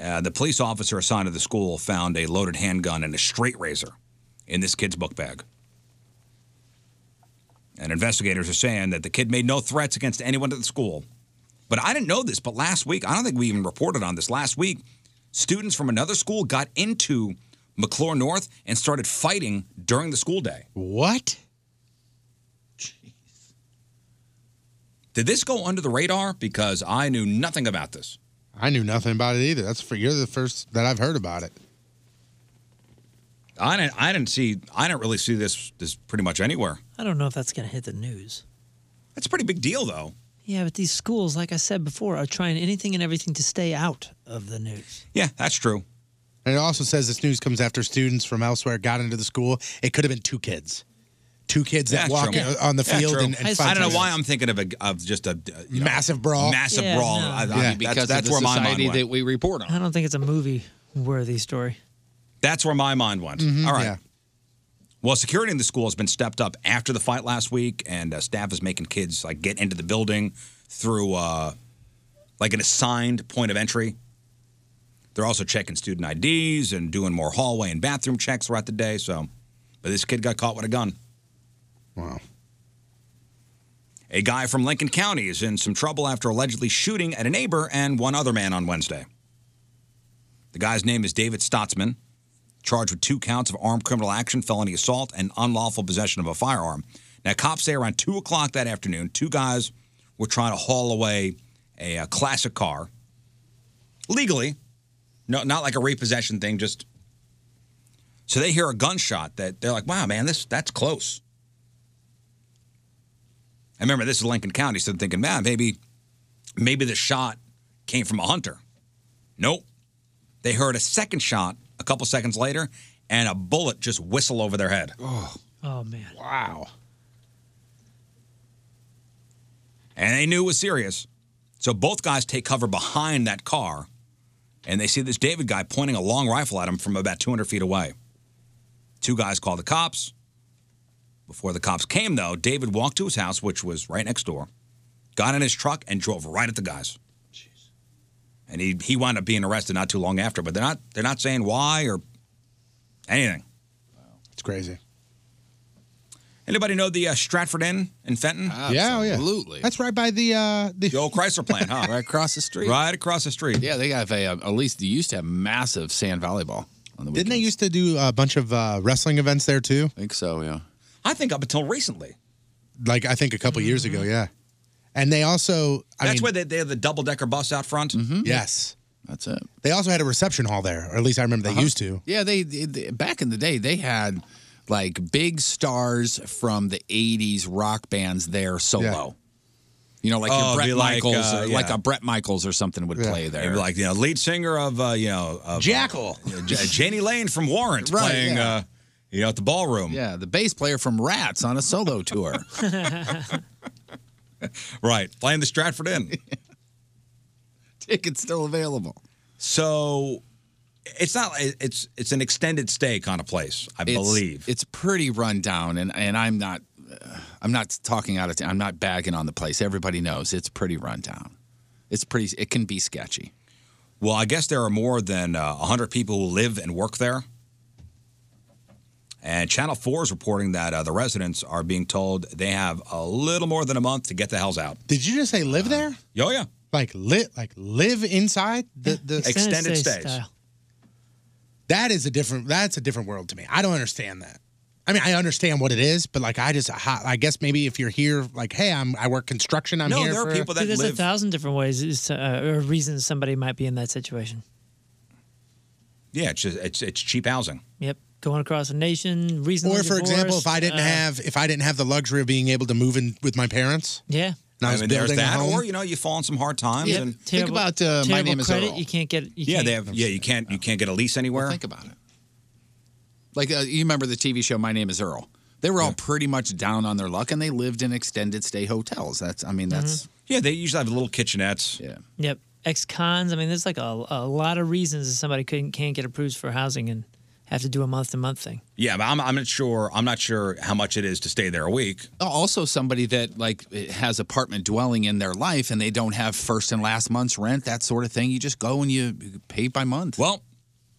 D: Uh, the police officer assigned to the school found a loaded handgun and a straight razor in this kid's book bag. And investigators are saying that the kid made no threats against anyone at the school. But I didn't know this, but last week, I don't think we even reported on this. Last week, students from another school got into McClure North and started fighting during the school day.
F: What?
D: Did this go under the radar? Because I knew nothing about this.
F: I knew nothing about it either. That's for you're the first that I've heard about it.
D: I didn't, I didn't see, I didn't really see this, this pretty much anywhere.
C: I don't know if that's going to hit the news.
D: That's a pretty big deal, though.
C: Yeah, but these schools, like I said before, are trying anything and everything to stay out of the news.
D: Yeah, that's true.
F: And it also says this news comes after students from elsewhere got into the school. It could have been two kids, two kids that
D: That's
F: walk
D: true.
F: in- uh, on the
D: Yeah,
F: field
D: true.
F: and, and
D: I
F: fight
D: don't
F: each
D: know
F: other.
D: why I'm thinking of a of just a uh, you know,
F: Massive brawl.
D: massive
F: Yeah,
D: brawl.
F: no.
D: I, I
F: Yeah.
D: mean,
F: Because
D: that's,
F: of
D: that's
F: the
D: where my
F: society
D: mind went.
E: that we report on.
C: I don't think it's a movie worthy story.
D: That's where my mind went.
F: Mhm,
D: All right.
F: yeah.
D: Well, security in the school has been stepped up after the fight last week, and uh, staff is making kids like get into the building through uh, like an assigned point of entry. They're also checking student IDs and doing more hallway and bathroom checks throughout the day. So, but this kid got caught with a gun. Wow. A guy from Lincoln County is in some trouble after allegedly shooting at a neighbor and one other man on Wednesday. The guy's name is David Stotsman, charged with two counts of armed criminal action, felony assault, and unlawful possession of a firearm. Now, cops say around 2 o'clock that afternoon, two guys were trying to haul away a, uh classic car legally, no, not like a repossession thing, just. So they hear a gunshot that they're like, wow, man, this that's close. I remember this is Lincoln County, so I'm thinking, man, maybe, maybe the shot came from a hunter. Nope. They heard a second shot a couple seconds later, and a bullet just whistle over their head. Oh,
C: Oh man.
D: Wow. And they knew it was serious. So both guys take cover behind that car, and they see this David guy pointing a long rifle at him from about 200 feet away. Two guys call the cops. Before the cops came, though, David walked to his house, which was right next door, got in his truck, and drove right at the guys and he he wound up being arrested not too long after. But they're not they're not saying why or anything. It's crazy. Anybody know the uh, Stratford Inn in Fenton?
F: Yeah, oh, yeah. That's right by the uh, the,
D: old Chrysler plant, huh?
E: right across the street.
D: Right across the street.
E: Yeah, they have a uh, at least they used to have massive sand volleyball on the
F: Didn't they used to do a bunch of uh, wrestling events there too? I
E: think so, yeah.
D: I think up until recently.
F: Like I think a couple years ago, yeah. And they also,
D: Mm-hmm.
F: I
D: That's
F: mean,
D: where they, they have the double decker bus out front. Mm-hmm.
F: yes,
E: that's it.
F: They also had a reception hall there, or at least I remember they
E: Uh-huh.
F: used to.
E: Yeah, they, they, they- back in the day they had like big stars from the '80s rock bands there solo. You know, like
D: Oh,
E: your
D: be
E: Brett
D: like,
E: Michaels,
D: uh,
E: or, like
D: yeah.
E: a Brett Michaels or something would
D: Yeah.
E: play
D: They'd
E: there.
D: be like you know, lead singer of uh, you know of,
E: Jackal.
D: uh, J- Janie Lane from Warrant
E: Right,
D: playing
E: yeah.
D: uh, you know at the ballroom.
E: yeah, the bass player from Rats on a solo tour.
D: Right, playing the Stratford Inn.
E: Tickets still available.
D: So it's not it's it's an extended stay kind of place, I
E: It's-
D: believe.
E: it's pretty run down, and and I'm not, uh, I'm not talking out of town. I'm not bagging on the place. Everybody knows it's pretty run down. It's pretty. It can be sketchy.
D: Well, I guess there are more than uh, 100 people who live and work there. And Channel 4 is reporting that uh, the residents are being told they have a little more than a month to get the hells out.
F: Did you just say live there?
D: Oh, yeah.
F: Like lit, like live inside the, the
D: Extended Extended stay stays. style.
F: That is a different. That's a different world to me. I don't understand that. I mean, I understand what it is, but like, I just, I guess maybe if you're here, like, hey, I'm, I work construction. I'm here. for-
C: See, there's a thousand different ways is to, uh, or reasons somebody might be in that situation.
D: Yeah, it's, just, it's, it's cheap housing.
C: Yep, going across the nation, reasons.
F: Or for example, if I
C: uh,
F: didn't have if I didn't have the luxury of being able to move in with my parents,
C: yeah,
F: and I,
D: I
F: was
D: mean, there's
F: building a
D: that,
F: home.
D: or, you know, you fall in some hard times.
F: Yeah,
D: and
F: Think about, uh, My
C: terrible
F: Name Is
C: credit,
F: Earl.
C: you can't get. You
D: yeah,
C: can't,
D: they have, yeah, you can't you can't get a lease anywhere.
E: think about it. Like uh, you remember the TV show My Name Is Earl? They were all pretty much down on their luck, and they lived in extended stay hotels. That's I mean that's
D: Mm-hmm. Yeah, they usually have little kitchenettes.
E: Yeah.
C: Yep, ex cons. I mean, there's like a, a lot of reasons that somebody couldn't can't get approved for housing and have to do a month to month thing.
D: Yeah, but I'm, I'm not sure. I'm not sure how much it is to stay there a week.
E: also somebody that like has apartment dwelling in their life, and they don't have first and last month's rent, that sort of thing. You just go and you pay by month.
D: Well,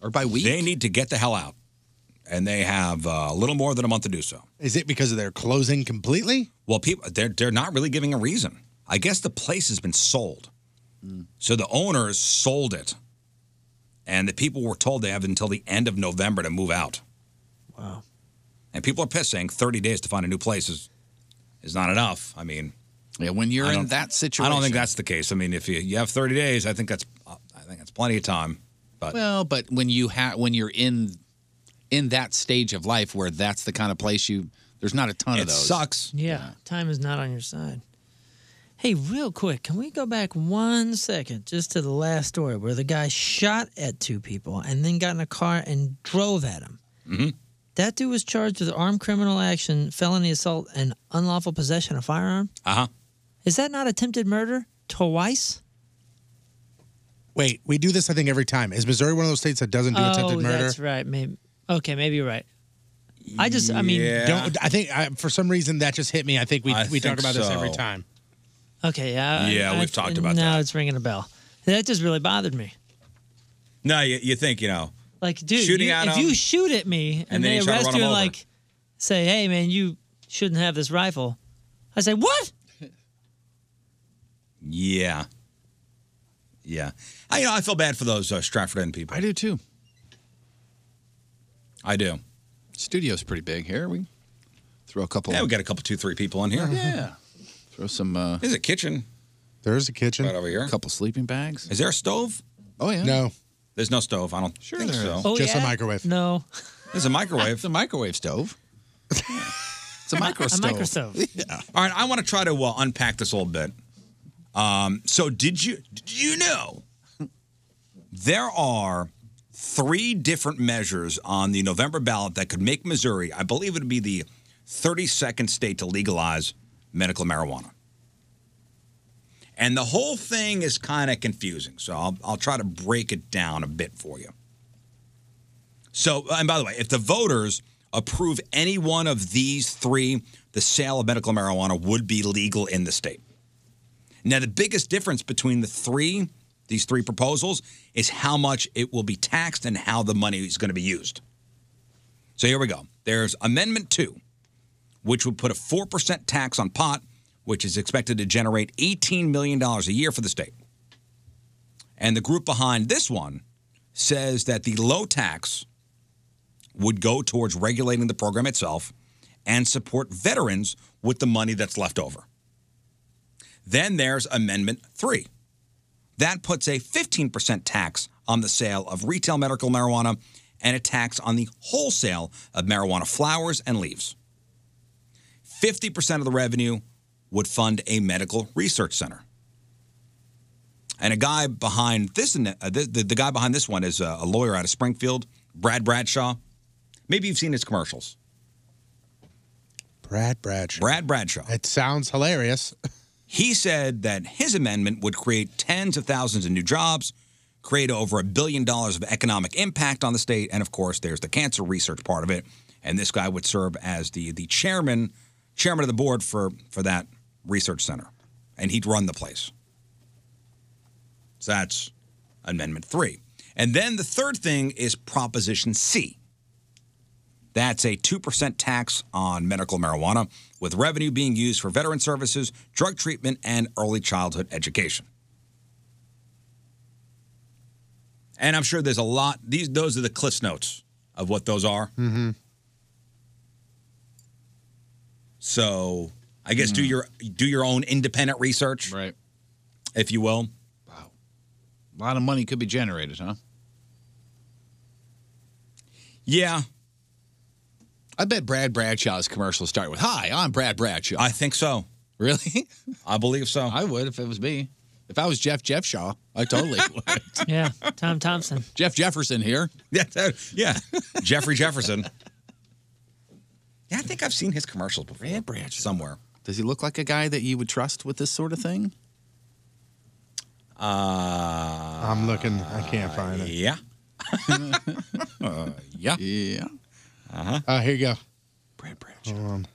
E: or by week.
D: They need to get the hell out, and they have uh, a little more than a month to do so.
F: Is it because they're closing completely?
D: Well, people they're they're not really giving a reason. I guess the place has been sold,
E: Mm.
D: so the owners sold it, and the people were told they have until the end of November to move out.
C: Wow.
D: And people are pissed, saying thirty days to find a new place is is not enough. I mean,
E: yeah, when you're in that
D: I don't
E: situation.
D: think that's the case. I mean, if you, you have thirty days, I think that's I think that's plenty of time. But
E: well, but when you ha- when you're in in that stage of life where that's the kind of place you there's not a ton of
C: It
E: those.
D: sucks.
C: Yeah, time is not on your side. Hey, real quick, can we go back one second just to the last story where the guy shot at two people and then got in a car and drove at him?
D: Mhm.
C: That dude was charged with armed criminal action, felony assault, and unlawful possession of firearm.
D: uh huh.
C: Is that not attempted murder twice?
F: Wait, we do this, I think, every time. Is Missouri one of those states that doesn't do attempted
C: oh,
F: murder?
C: that's right. Maybe okay, maybe you're right. I just, I mean,
F: don't, I think I, for some reason that just hit me. I think we
C: I
F: we talk
C: think
F: about this every
C: so.
F: time.
C: Okay, yeah.
D: Yeah, we've talked about
C: now it's ringing a bell. That just really bothered me.
D: No, you, you think you know.
C: Like, dude,
D: Shooting
C: you-
D: at
C: if
D: 'em,
C: you shoot at me and,
D: and then
C: they
D: you try to
C: arrest
D: run
C: you
D: 'em
C: and
D: over.
C: like say, "Hey, man, you shouldn't have this rifle," I say, "What?"
D: Yeah, yeah. I you know I feel bad for those uh, Stratford End people. I
E: do too.
D: I do.
E: Studio's pretty big here. We throw a couple.
D: Yeah, we got a couple, two, three people in here.
E: Yeah. Throw some. Uh,
D: There's a kitchen.
F: There's a kitchen
D: right over here. A
E: couple sleeping bags.
D: Is there a stove?
E: Oh yeah. No.
D: There's no stove. I don't think
E: there
D: so.
E: is. Oh, Just a yeah? microwave.
C: No.
D: There's a microwave. it's
E: a microwave stove. It's a micro stove.
D: yeah. All right, I want to try to uh, unpack this a little bit. Um, so, did you did you know there are three different measures on the November ballot that could make Missouri, I believe it would be the 32nd state to legalize medical marijuana. And the whole thing is kind of confusing, so I'll, I'll try to break it down a bit for you. So, and by the way, if the voters approve any one of these three, the sale of medical marijuana would be legal in the state. Now, the biggest difference between the three, these three proposals, is how much it will be taxed and how the money is going to be used. So here we go. There's Amendment 2, which would put a 4% tax on pot, which is expected to generate $18 million a year for the state. And the group behind this one says that the low tax would go towards regulating the program itself and support veterans with the money that's left over. Then there's Amendment 3. That puts a 15% tax on the sale of retail medical marijuana and a tax on the wholesale of marijuana flowers and leaves. 50% of the revenue would fund a medical research center. And a guy behind this, uh, the, the, the guy behind this one is a, a lawyer out of Springfield, Brad Bradshaw. Maybe you've seen his commercials.
F: Brad Bradshaw.
D: Brad Bradshaw.
F: It sounds hilarious.
D: He said that his amendment would create tens of thousands of new jobs, create over a billion dollars of economic impact on the state, and of course, there's the cancer research part of it. And this guy would serve as the the chairman chairman of the board for for that research center, and he'd run the place. So that's Amendment three, and then the third thing is Proposition C. That's a 2% tax on medical marijuana, with revenue being used for veteran services, drug treatment, and early childhood education. And I'm sure there's a lot, these, those are the cliffs notes of what those are.
F: Mm-hmm.
D: So I guess do your do your own independent research.
E: Right.
D: If you will.
E: A lot of money could be generated, huh?
D: Yeah.
E: I bet Brad Bradshaw's commercial start with "Hi, I'm Brad Bradshaw." I
D: think so.
E: Really?
D: I believe so.
E: I would if it was me. If I was Jeff Jeff Shaw, I totally would.
C: Yeah, Tom Thompson.
E: Jeff Jefferson here.
D: Yeah, yeah. Jeffrey Jefferson. Yeah, I think I've seen his commercials before. Brad Bradshaw. Somewhere.
E: Does he look like a guy that you would trust with this sort of thing?
D: Uh,
F: I'm looking. I can't find it.
D: Yeah. Uh, yeah.
E: Yeah.
D: Uh-huh.
F: Uh, here you go.
E: Brad
F: Bradshaw. Hold on.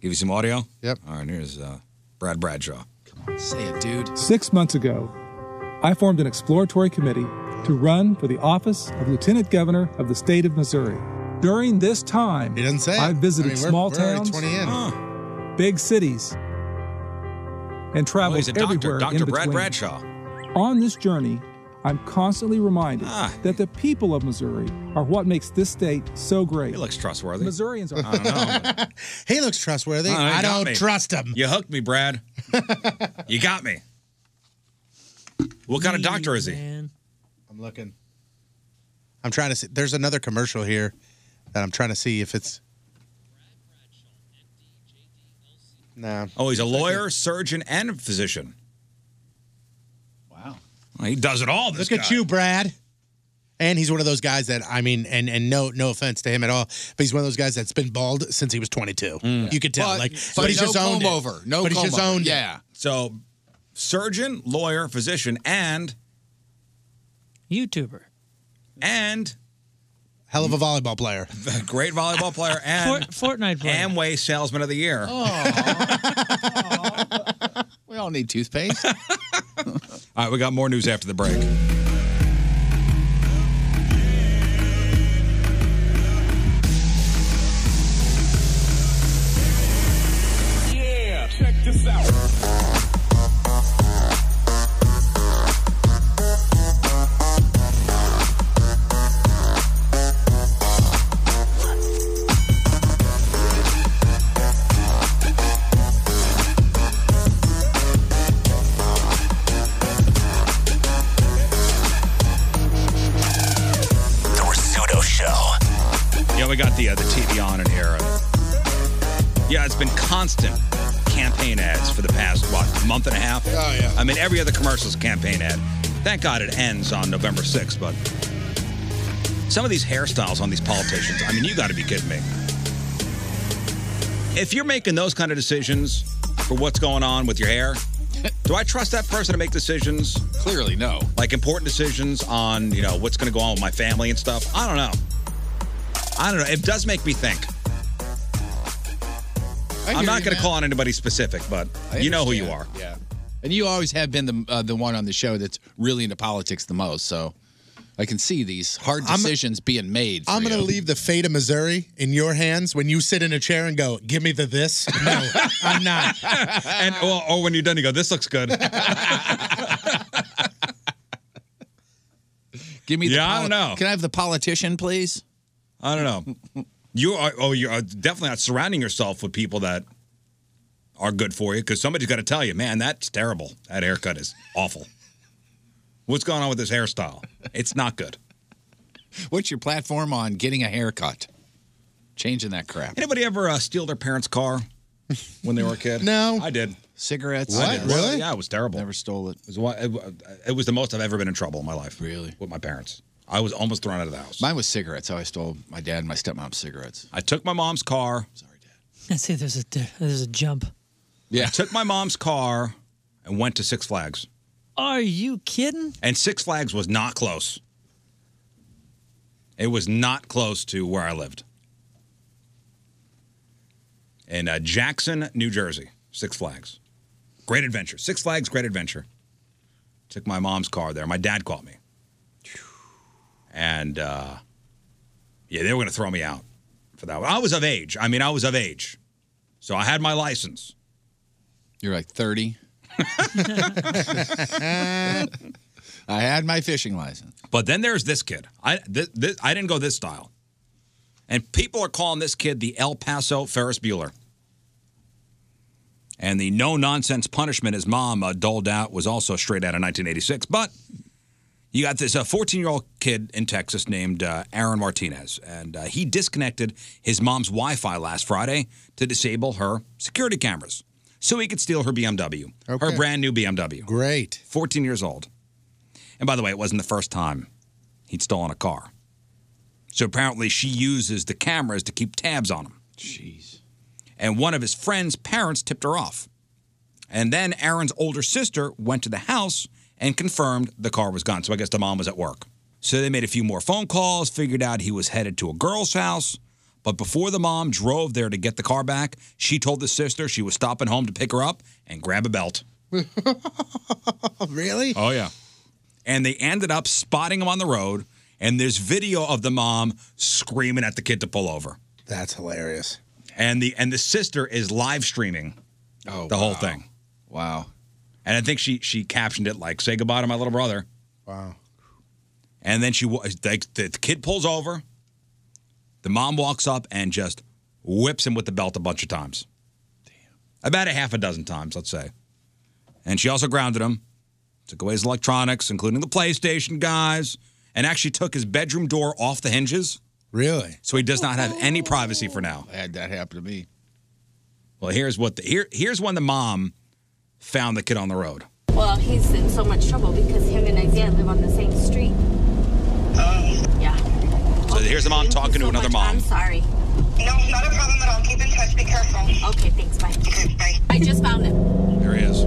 D: Give you some audio?
F: Yep.
D: All right, here's uh, Brad Bradshaw. Come on,
E: say it, dude.
L: Six months ago, I formed an exploratory committee to run for the office of Lieutenant Governor of the state of Missouri. During this time, I visited
F: I mean, we're-
L: small
F: we're already
L: towns,
F: 20 in.
L: big cities, and
D: Oh,
L: traveled
D: he's a doctor,
L: everywhere
D: Dr.
L: in
D: Brad
L: between.
D: Bradshaw.
L: On this journey, I'm constantly reminded that the people of Missouri are what makes this state so great.
D: He looks trustworthy.
L: Missourians are.
D: I don't know.
F: he looks trustworthy.
D: Oh, you
F: I
D: got
F: don't
D: me.
F: trust him.
D: You hooked me, Brad. you got me. What kind of doctor is he?
F: I'm looking. I'm trying to see. There's another commercial here that I'm trying to see if it's. No.
D: Oh, he's a lawyer, surgeon, and physician. Wow. He does it all. This
F: Look at
D: guy.
F: you, Brad. And he's one of those guys that I mean, and and no no offense to him at all, but he's one of those guys that's been bald since
D: Mm.
F: Mm. he was 22. You could tell, like, but, he's just owned it. but he's just owned it.
D: So surgeon, lawyer, physician, and
C: YouTuber.
D: And
F: Hell of a volleyball player.
D: great volleyball player and
C: Fortnite
D: player. Amway salesman of the year.
F: Oh,
E: We all need toothpaste.
D: All right, we got more news after the break.
M: Yeah, check this out.
D: The Rizzuto Show. Yeah, we got the uh, the TV on in here. Yeah, it's been constant campaign ads for the past what month and a half.
F: Oh, yeah.
D: I mean, every other commercial's a campaign ad. Thank God it ends on November 6th, but some of these hairstyles on these politicians. I mean, you got to be kidding me. If you're making those kind of decisions for what's going on with your hair, do I trust that person to make decisions?
E: Clearly, no.
D: Like important decisions on, you know, what's going to go on with my family and stuff. I don't know. I don't know. It does make me think.
E: I
D: I'm
E: hear
D: not
E: you,
D: going to
E: man.
D: call on anybody specific, but
E: I
D: you know who you are.
E: understand. Yeah. And you always have been the uh, the one on the show that's really into politics the most. So I can see these hard
F: I'm-
E: decisions being made. for
F: I'm going to
E: you.
F: leave the fate of Missouri in your hands when you sit in a chair and go, give me the this. No, I'm not.
D: and or, or oh, when you're done, you go, "This looks good."
E: Give me. The
D: Yeah, I don't
E: poli-
D: know.
E: Can I have the politician, please?
D: I don't know. You are. Oh, you are definitely not surrounding yourself with people that are good for you because somebody's got to tell you, man, that's terrible. That haircut is awful. What's going on with this hairstyle? It's not good.
E: What's your platform on getting a haircut? Changing that crap.
D: Anybody ever uh, steal their parents' car when they were a kid?
E: No.
D: I did.
E: Cigarettes.
D: I did.
E: Really?
D: Yeah, it was terrible. Never
E: stole it.
D: It was, one- it- it was the most I've ever been in trouble in my life. Really? With my parents. I was almost thrown out of the house.
E: Mine was cigarettes. I stole my dad and my stepmom's cigarettes.
D: I took my mom's car.
C: I see there's a di- there's a jump.
D: Yeah. I took my mom's car and went to Six Flags.
C: Are you kidding?
D: And Six Flags was not close. It was not close to where I lived. In uh, Jackson, New Jersey, Six Flags. Great adventure. Six Flags, great adventure. Took my mom's car there. My dad caught me. And uh, yeah, they were going to throw me out for that one. I was of age. I mean, I was of age. So I had my license.
E: You're like 30.
N: Mm-hmm.
E: I had my fishing license.
D: But then there's this kid. I this, this, I didn't go this style, and people are calling this kid the El Paso Ferris Bueller. And the no nonsense punishment his mom uh, doled out was also straight out of 1986. But you got this 14 year old kid in Texas named uh, Aaron Martinez, and uh, he disconnected his mom's Wi Fi last Friday to disable her security cameras so he could steal her BMW, her brand new BMW.
F: Great.
D: 14 years old. And by the way, it wasn't the first time he'd stolen a car. So apparently she uses the cameras to keep tabs on him. Jeez. And one of his friend's parents tipped her off. And then Aaron's older sister went to the house and confirmed the car was gone. So I guess the mom was at work. So they made a few more phone calls, figured out he was headed to a girl's house. But before the mom drove there to get the car back, she told the sister she was stopping home to pick her up and grab a belt.
F: really?
D: Oh, yeah. And they ended up spotting him on the road, and there's video of the mom screaming at the kid to pull over.
F: That's hilarious.
D: And the and the sister is live streaming
E: oh,
D: the whole
F: wow.
D: thing.
E: Wow.
D: And I think she she captioned it like "Say goodbye to my little brother."
F: Wow.
D: And then she wa- like the, the kid pulls over. The mom walks up and just whips him with the belt a bunch of times. Damn. About a half a dozen times, let's say. And she also grounded him, took away his electronics, including the PlayStation guys, and actually took his bedroom door off the hinges.
F: Really?
D: So he does not have any privacy for now.
E: I had that happen to me.
D: Well, here's what the here, here's when the mom found the kid on the road.
O: Well, he's in so much trouble because him and Isaiah live on the same street. Oh. Yeah.
D: So here's the mom talking to another mom.
O: I'm sorry. No, not a problem at all. Keep in touch. Be careful. Okay, thanks. Bye. Okay, bye. I just found him.
D: There he is.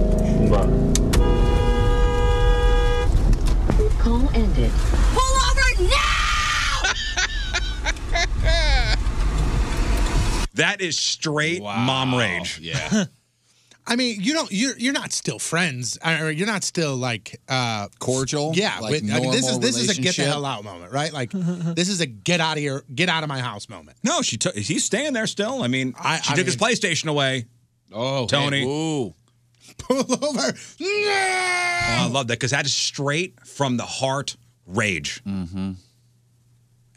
D: That is straight mom rage.
E: Yeah.
F: I mean, you don't. You're you're not still friends. Or you're not still like uh,
E: cordial.
F: Yeah.
E: like
F: with- I mean, this is
E: normal
F: this is a get the
E: relationship.
F: hell out moment, right? Like this is a get out of here, get out of my house moment.
D: No, she took. He's staying there still. I mean, she took his PlayStation away.
E: Oh,
D: Tony.
E: hey,
D: ooh.
F: Pull over.
D: Oh, I love that because that is straight from the heart rage. Mm-hmm.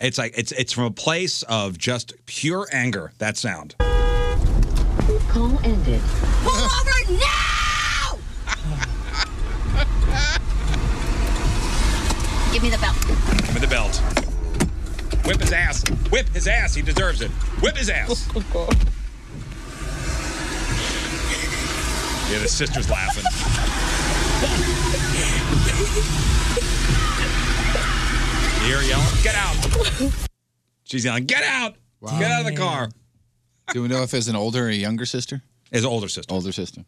D: It's like it's it's from a place of just pure anger. That sound.
M: Call ended.
O: Pull over now! Give me the belt.
D: Give me the belt. Whip his ass. Whip his ass. He deserves it. Whip his ass. yeah, the sister's laughing. You hear her yelling, get out. She's yelling, get out. Get out of the car.
E: Do we know if it's an older or a younger sister?
D: It's an older sister.
E: Older sister.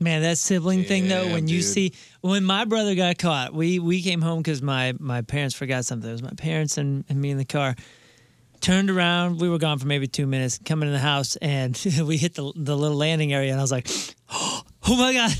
C: Man, that sibling thing though, when you
E: dude.
C: see when my brother got caught, we we came home because my my parents forgot something. It was my parents and, and me in the car. Turned around, we were gone for maybe two minutes. Coming in the house, and we hit the the little landing area, and I was like, "Oh my god,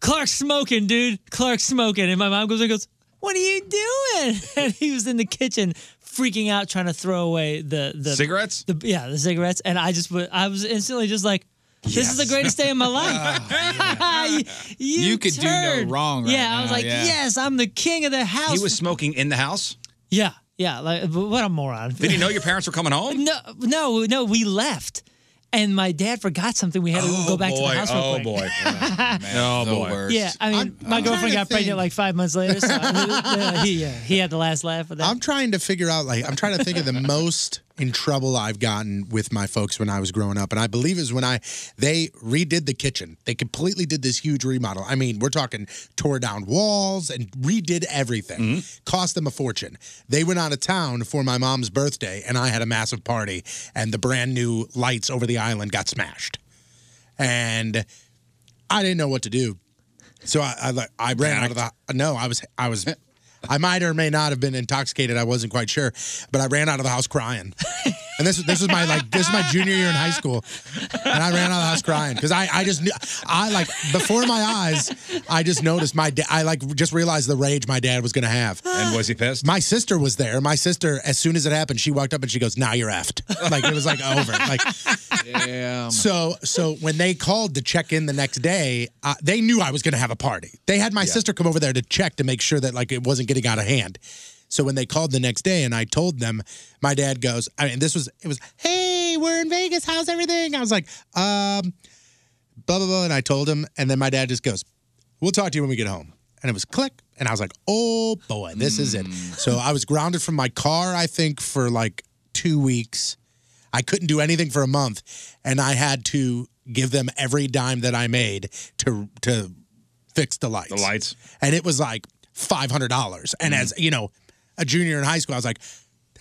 C: Clark's smoking, dude! Clark's smoking!" And my mom goes and goes, "What are you doing?" And he was in the kitchen freaking out, trying to throw away the the
D: cigarettes.
C: The, yeah, the cigarettes, and I just wa- I was instantly just like. This is the greatest day of my life. you,
E: You could do no
C: turd.
E: wrong right
C: yeah, I was
E: now,
C: like,
E: yeah.
C: yes, I'm the king of the house.
D: He was smoking in the house.
C: yeah, yeah. Like, but what a moron.
D: Did he know your parents were coming home?
C: no, no, no. We left, and my dad forgot something. We had to go back to
D: boy.
C: the house.
D: Oh,
C: real quick.
D: boy. oh boy.
C: Yeah, I mean, my
F: I'm trying
C: girlfriend
F: to
C: got
F: think.
C: pregnant like five months later, so uh, he, uh, he had the last laugh of that.
F: I'm trying to figure out like I'm trying to think of the most in trouble I've gotten with my folks when I was growing up, and I believe is when I they redid the kitchen. They completely did this huge remodel. I mean, we're talking tore down walls and redid everything.
C: Mm-hmm.
F: Cost them a fortune. They went out of town for my mom's birthday, and I had a massive party, and the brand new lights over the island got smashed, and I didn't know what to do. So I, I like I ran out of the no, I was I was I might or may not have been intoxicated. I wasn't quite sure, but I ran out of the house crying. And this this was my like this is my junior year in high school, and I ran out of the house crying because I I just knew I like before my eyes I just noticed my dad I like just realized the rage my dad was gonna have.
D: And was he pissed?
F: My sister was there. My sister, as soon as it happened, she walked up and she goes, "Now you're effed." Like it was like over. Like
E: Damn.
F: so so when they called to check in the next day, uh, they knew I was going to have a party. They had my sister come over there to check to make sure that like it wasn't getting out of hand. So when they called the next day and I told them, my dad goes, I mean, this was it was, hey, we're in Vegas. How's everything? I was like, um, blah blah blah, and I told him, and then my dad just goes, "We'll talk to you when we get home." And it was click, and I was like, "Oh boy, this is it." So I was grounded from my car, I think, for like two weeks. I couldn't do anything for a month, and I had to give them every dime that I made to to fix the lights. The
D: lights,
F: and it was like five hundred dollars. And as you know, a junior in high school, I was like.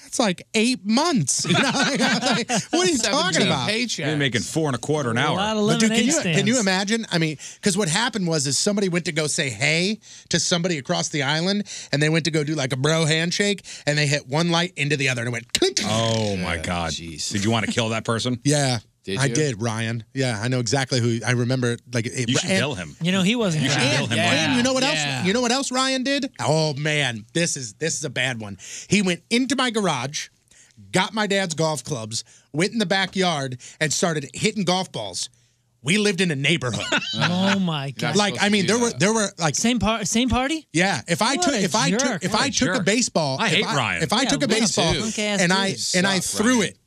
F: That's like eight months. You know, like, I was like, what are you talking about?
D: You're making four and a quarter an
F: A
D: hour.
F: lot of But dude, can you can you imagine? I mean, because what happened was is somebody went to go say hey to somebody across the island, and they went to go do like a bro handshake, and they hit one light into the other, and it went click.
D: Oh my God! Did you want to kill that person?
F: Yeah,
D: Did
F: I
D: you?
F: did, Ryan. Yeah, I know exactly who. I remember like it,
D: You should
F: and-
D: kill him.
C: You know, he wasn't.
D: You should
C: drunk.
D: kill him.
F: And
D: Ryan.
F: you know what else? You know what else Ryan did? Oh man, this is this is a bad one. He went into my garage, got my dad's golf clubs, went in the backyard, and started hitting golf balls. We lived in a neighborhood.
C: Oh my god!
F: like I mean, there were there were like
C: same par- same party.
F: Yeah, if I
C: What
F: took
C: a
F: if I
C: jerk.
F: took if
C: What a
F: I took a
C: jerk.
F: baseball,
C: I
F: if
C: hate Ryan.
F: If I
C: Yeah,
F: took a
C: me
F: baseball
C: too. Punk-ass
F: and I
C: dude.
F: and I
C: Suck,
F: threw
C: Ryan.
F: it,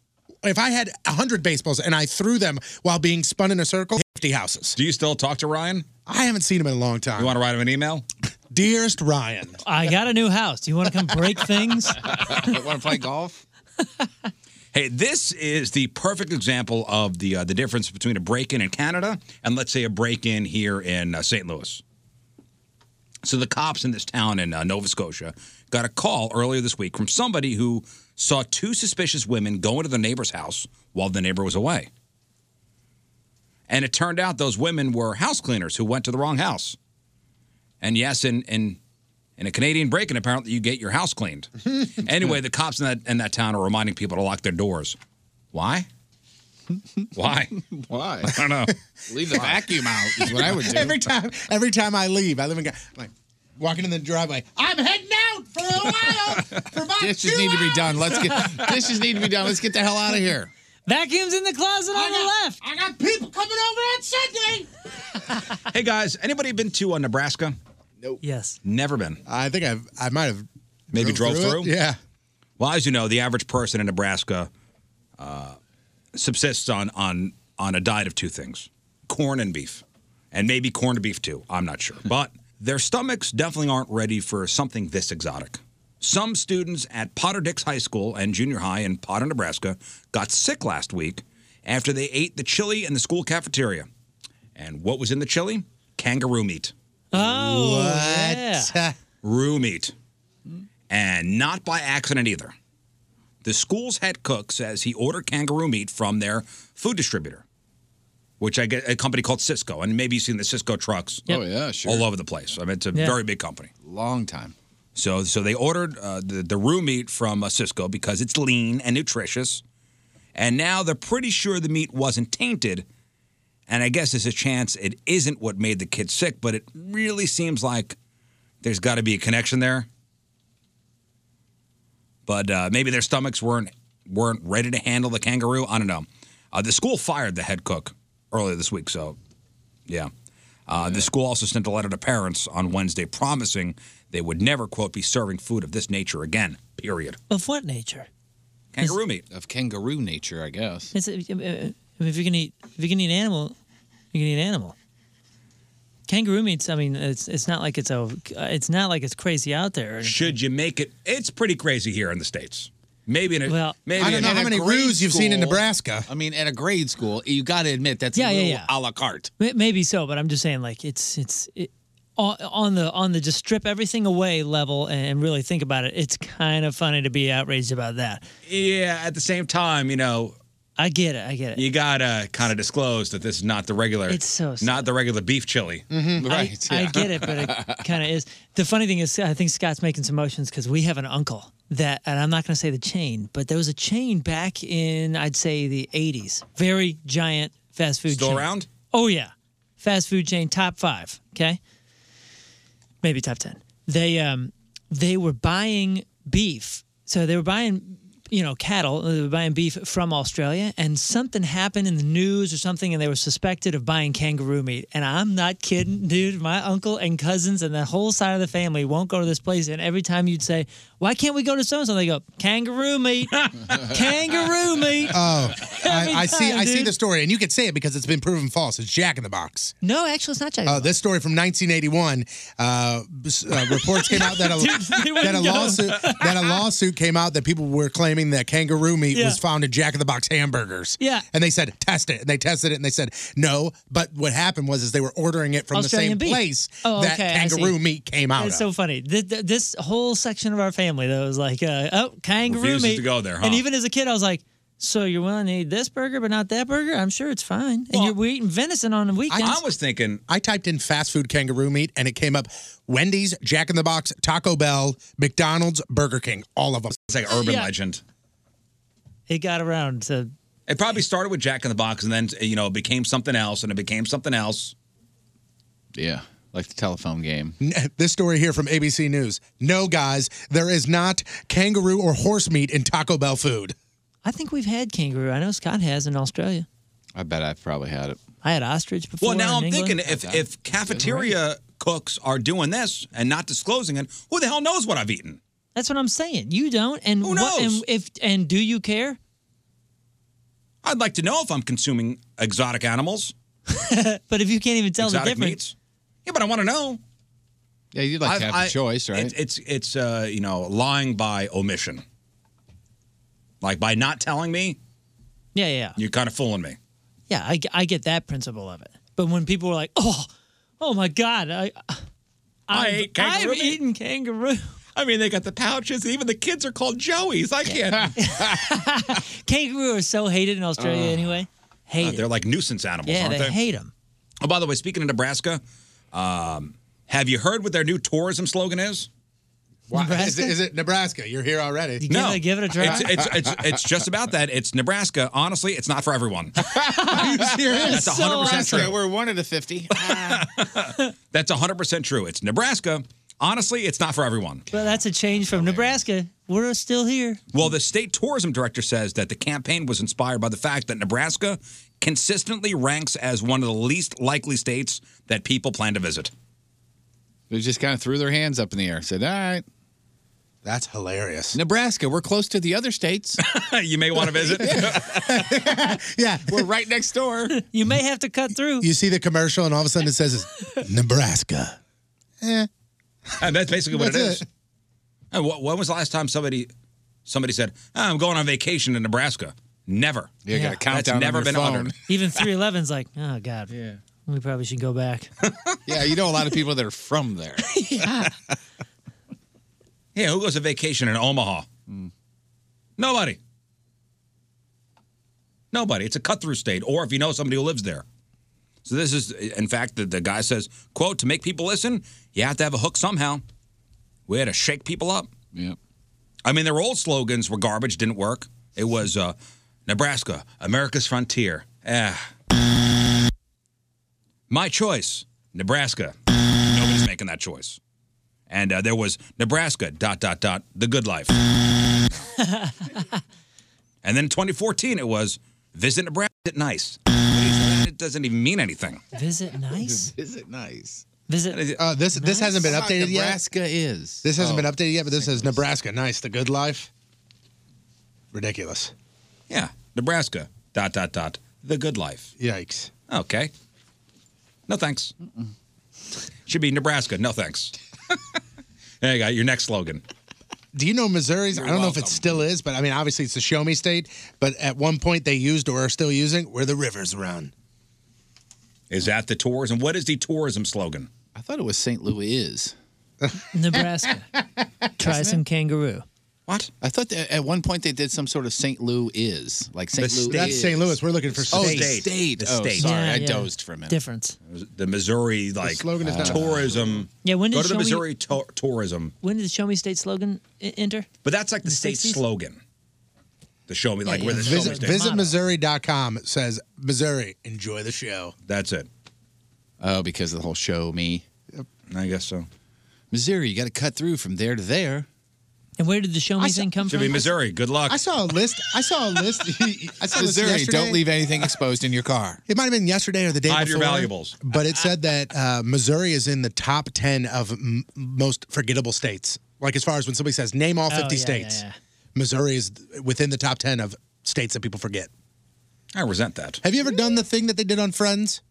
F: if I had hundred baseballs and I threw them while being spun in a circle, fifty houses.
D: Do you still talk to Ryan?
F: I haven't seen him in a long time.
D: You want to write him an email?
F: Dearest Ryan,
C: I got a new house. You want to come break things?
E: want to play
F: Oh,
E: golf?
D: Hey, this is the perfect example of the uh, the difference between a break-in in Canada and let's say a break-in here in uh, St. Louis. So the cops in this town in uh, Nova Scotia got a call earlier this week from somebody who saw two suspicious women go into the neighbor's house while the neighbor was away. And it turned out those women were house cleaners who went to the wrong house. And yes, in in, in a Canadian break-in, apparently you get your house cleaned. anyway, the cops in that in that town are reminding people to lock their doors. Why? Why?
E: Why?
D: I don't know.
E: Leave the vacuum out is what I would do.
F: Every time, every time I leave, I live in, like, walking in the driveway. I'm heading out for a while. For about
E: Dishes need to be done. Let's get dishes need to be done. Let's get the hell out of here.
C: Vacuum's in the closet on the left.
F: I got people coming over on Sunday.
D: hey guys, anybody been to uh, Nebraska?
F: Nope.
C: Yes.
D: Never been.
F: I think I've I might have
D: maybe drove,
F: drove
D: through.
F: through it? Yeah.
D: Well, as you know, the average person in Nebraska uh, subsists on on on a diet of two things: corn and beef, and maybe corned beef too. I'm not
F: Hmm.
D: sure, but their stomachs definitely aren't ready for something this exotic. Some students at Potter Dix High School and Junior High in Potter, Nebraska, got sick last week after they ate the chili in the school cafeteria. And what was in the chili? Kangaroo meat.
C: Oh,
F: yeah.
D: Roo meat. And not by accident either. The school's head cook says he ordered kangaroo meat from their food distributor, which I get a company called Cisco. And maybe you've seen the Cisco trucks.
E: Yep. Oh, yeah, sure.
D: All over the place. I mean, it's a
E: Yeah.
D: very big company.
E: Long time.
D: So, so they ordered uh, the, the roux meat from uh, Cisco because it's lean and nutritious. And now they're pretty sure the meat wasn't tainted. And I guess there's a chance it isn't what made the kid sick, but it really seems like there's got to be a connection there. But uh, maybe their stomachs weren't weren't ready to handle the kangaroo. I don't know. Uh, the school fired the head cook earlier this week, so yeah. Uh, The school also sent a letter to parents on Wednesday promising they would never, quote, be serving food of this nature again, period.
C: Of what nature?
D: Kangaroo meat.
E: Of kangaroo nature, I guess.
C: It's, uh, uh, I mean, if you can eat, if you can eat animal, you can eat animal. Kangaroo meats. I mean, it's it's not like it's a, it's not like it's crazy out there. or anything.
D: Should you make it? It's pretty crazy here in the States. Maybe in a.
C: Well,
D: maybe in a-
F: roos you've seen in
E: Nebraska. I mean, at a grade school, you got to admit that's
C: Yeah,
E: a
C: yeah,
E: little
C: yeah.
E: a la carte.
C: May- Maybe so, but I'm just saying, like it's it's it, on- on the on the just strip everything away level and really think about it. It's kind of funny to be outraged about that.
D: Yeah, at the same time, you know.
C: I get it. I get it.
D: You gotta kind of disclose that this is not the regular.
C: It's so Mm. sad.
D: not the regular beef chili.
C: I- Mm-hmm. I, get it, but it kind of is. The funny thing is, I think Scott's making some motions because we have an uncle that, and I'm not going to say the chain, but there was a chain back in, I'd say, the 80s. Very giant fast food
D: Still
C: chain.
D: around?
C: Oh, yeah. Fast food chain, top five, okay? Maybe top 10. They, um, they were buying beef. So they were buying, you know, cattle. They were buying beef from Australia, and something happened in the news or something, and they were suspected of buying kangaroo meat. And I'm not kidding, dude. My uncle and cousins and the whole side of the family won't go to this place. And every time you'd say, "Why can't we go to so and so?" They go, "Kangaroo meat, kangaroo meat."
F: Oh, I,
C: Every
F: I see.
C: time,
F: I see
C: dude.
F: the story, and you could say it because it's been proven false. It's Jack in the Box.
C: No, actually, it's not Jack. in the
F: Uh, this story from 1981. Uh, s- uh, reports came out that a,
C: Dude, they
F: that a
C: wouldn't go.
F: lawsuit that a lawsuit came out that people were claiming that kangaroo meat
C: Yeah.
F: was found in Jack in the Box hamburgers.
C: Yeah.
F: and they said test it, and they tested it, and they said no. But what happened was is they were ordering it from
C: Australian
F: the
C: beef.
F: same place
C: Oh,
F: that
C: okay, I see.
F: kangaroo meat came out.
C: It's
F: of.
C: so funny. Th- th- this whole section of our family that was like, uh, oh, kangaroo
F: Refuses
C: meat.
F: to go there,
C: And
F: huh?
C: even as a kid, I was like, so you're willing to eat this burger but not that burger? I'm sure it's fine. and you're we're eating venison on the weekends.
D: was thinking.
F: I typed in fast food kangaroo meat, and it came up Wendy's, Jack in the Box, Taco Bell, McDonald's, Burger King, all of them.
D: It's like urban
C: Yeah.
D: legend.
C: it got around to
D: It probably started with Jack in the Box, and then you know it became something else, and it became something else.
E: Yeah, like the telephone game.
F: N- This story here from ABC News. No, guys, there is not kangaroo or horse meat in Taco Bell food.
C: I think we've had kangaroo. I know Scott has in Australia.
E: I bet I've probably had it.
C: I had ostrich before.
D: well, now
C: in
D: I'm
C: England.
D: thinking if if cafeteria cooks are doing this and not disclosing it, who the hell knows what I've eaten?
C: That's what I'm saying. You don't. And Who What, and
D: knows?
C: if and do you care?
D: I'd like to know if I'm consuming exotic animals,
C: but if you can't even tell the
D: exotic
C: difference,
D: meats. Yeah, but I want to know.
E: Yeah, you'd
C: like to have the choice, right?
D: it's it's uh, you know lying by omission, like by not telling me.
C: Yeah, yeah,
D: You're kind of fooling me.
C: yeah. I, I get that principle of it. But when people were like, oh, oh my God, I,
D: I
C: I've-
D: ate kangaroo
C: I've
D: meat.
C: eaten kangaroo.
D: I mean, they got the pouches. Even the kids are called Joeys. I can't.
C: kangaroo are so hated in Australia
D: Ugh.
C: anyway.
D: Uh,
C: Hated.
D: they're like nuisance animals,
C: yeah,
D: aren't
C: they,
D: they?
C: hate them.
D: Oh, by the way, speaking of Nebraska, um, have you heard what their new tourism slogan is?
F: Why? Is it, is it Nebraska? You're here already.
D: no, It's, it's, it's, it's just about that. It's Nebraska. Honestly, it's not for everyone.
P: Are you
D: serious? That's 100% true.
P: We're one of the 50.
D: That's 100% true. It's Nebraska. Honestly, it's not for everyone.
C: Well, that's a change from Nebraska. We're still here.
D: Well, the state tourism director says that the campaign was inspired by the fact that Nebraska consistently ranks as one of the least likely states that people plan to visit.
E: They just kind of threw their hands up in the air, said, "All right."
F: That's hilarious.
E: Nebraska, we're close to the other states.
D: you may want to visit.
F: yeah,
E: we're right next door.
C: You may have to cut through.
F: You see the commercial, and all of a sudden it says it's Nebraska. Eh.
D: And that's basically what it
F: That's
D: is. And wh- when was the last time somebody somebody said, "Ah, "I'm going on vacation to Nebraska"? Never.
E: You got a countdown on
D: That's never
E: your
D: been
E: phone.
D: uttered.
C: Even 311's like, oh, God. Yeah. We probably should go back.
E: yeah, you know a lot of people that are from there.
D: Yeah, who goes on vacation in Omaha? Nobody. Nobody. It's a cut through state, or if you know somebody who lives there. So this is, in fact, the, the guy says, "quote To make people listen, you have to have a hook somehow. We had to shake people up."
E: Yep.
D: I mean, their old slogans were garbage, didn't work. It was uh, Nebraska, America's frontier. Eh. My choice, Nebraska. Nobody's making that choice. And uh, there was Nebraska, dot, dot, dot, the good life. and then in 2014, it was visit Nebraska, nice. What is that? It doesn't even mean anything.
C: Visit nice.
E: Visit nice.
C: Visit.
F: Uh, this this hasn't been
E: That's how
F: updated yet.
E: Nebraska is.
F: This hasn't
E: Oh.
F: been updated yet, but this is Nebraska. Nice, the good life. Ridiculous.
D: Yeah, Nebraska, dot, dot, dot, the good life.
F: Yikes.
D: Okay. No thanks. Should be Nebraska, no thanks. there you go, your next slogan.
F: Do you know Missouri's? I don't know if it still is, but I mean, obviously it's the Show Me State. But at one point they used or are still using where the rivers run.
D: Is that the tourism? What is the tourism slogan?
E: I thought it was St. Louis is.
C: Nebraska. Try some kangaroo.
D: What?
E: I thought that at one point they did some sort of St. Louis is like St. Louis.
F: That's
E: is.
F: St. Louis. We're looking for
E: Oh,
F: state.
E: the state. Oh, sorry, I dozed for a minute.
C: Difference.
D: The Missouri, like, uh,
F: slogan is not-
D: tourism.
C: Yeah, when
D: Go to the
C: did Show Me-
D: Missouri tou- tourism.
C: When did the Show Me State slogan e- enter?
D: But that's like the
C: In the
D: state
C: 60s?
D: slogan. The show me, like, where the show me
F: visit
D: state.
F: visit Missouri.com says Missouri. Enjoy the show.
D: That's it.
E: Oh, because of the whole show me.
F: Yep.
D: I guess so.
E: Missouri, you got to cut through from there to there.
C: And where did the show
F: me I saw- thing come
D: Should be from? Missouri. Good luck.
F: I saw a list. I saw a list. I saw this
E: Missouri,
F: yesterday.
E: don't leave anything exposed in your car.
F: It might have been yesterday or the day
E: Hide your
F: before.
E: valuables.
F: But it said that uh, Missouri is in the top 10 of m- most forgettable states. Like, as far as when somebody says, name all
C: Oh,
F: 50
C: yeah, yeah,
F: states,
C: yeah.
F: Missouri is within the top 10 of states that people forget.
D: I resent that.
F: Have you ever done the thing that they did on Friends?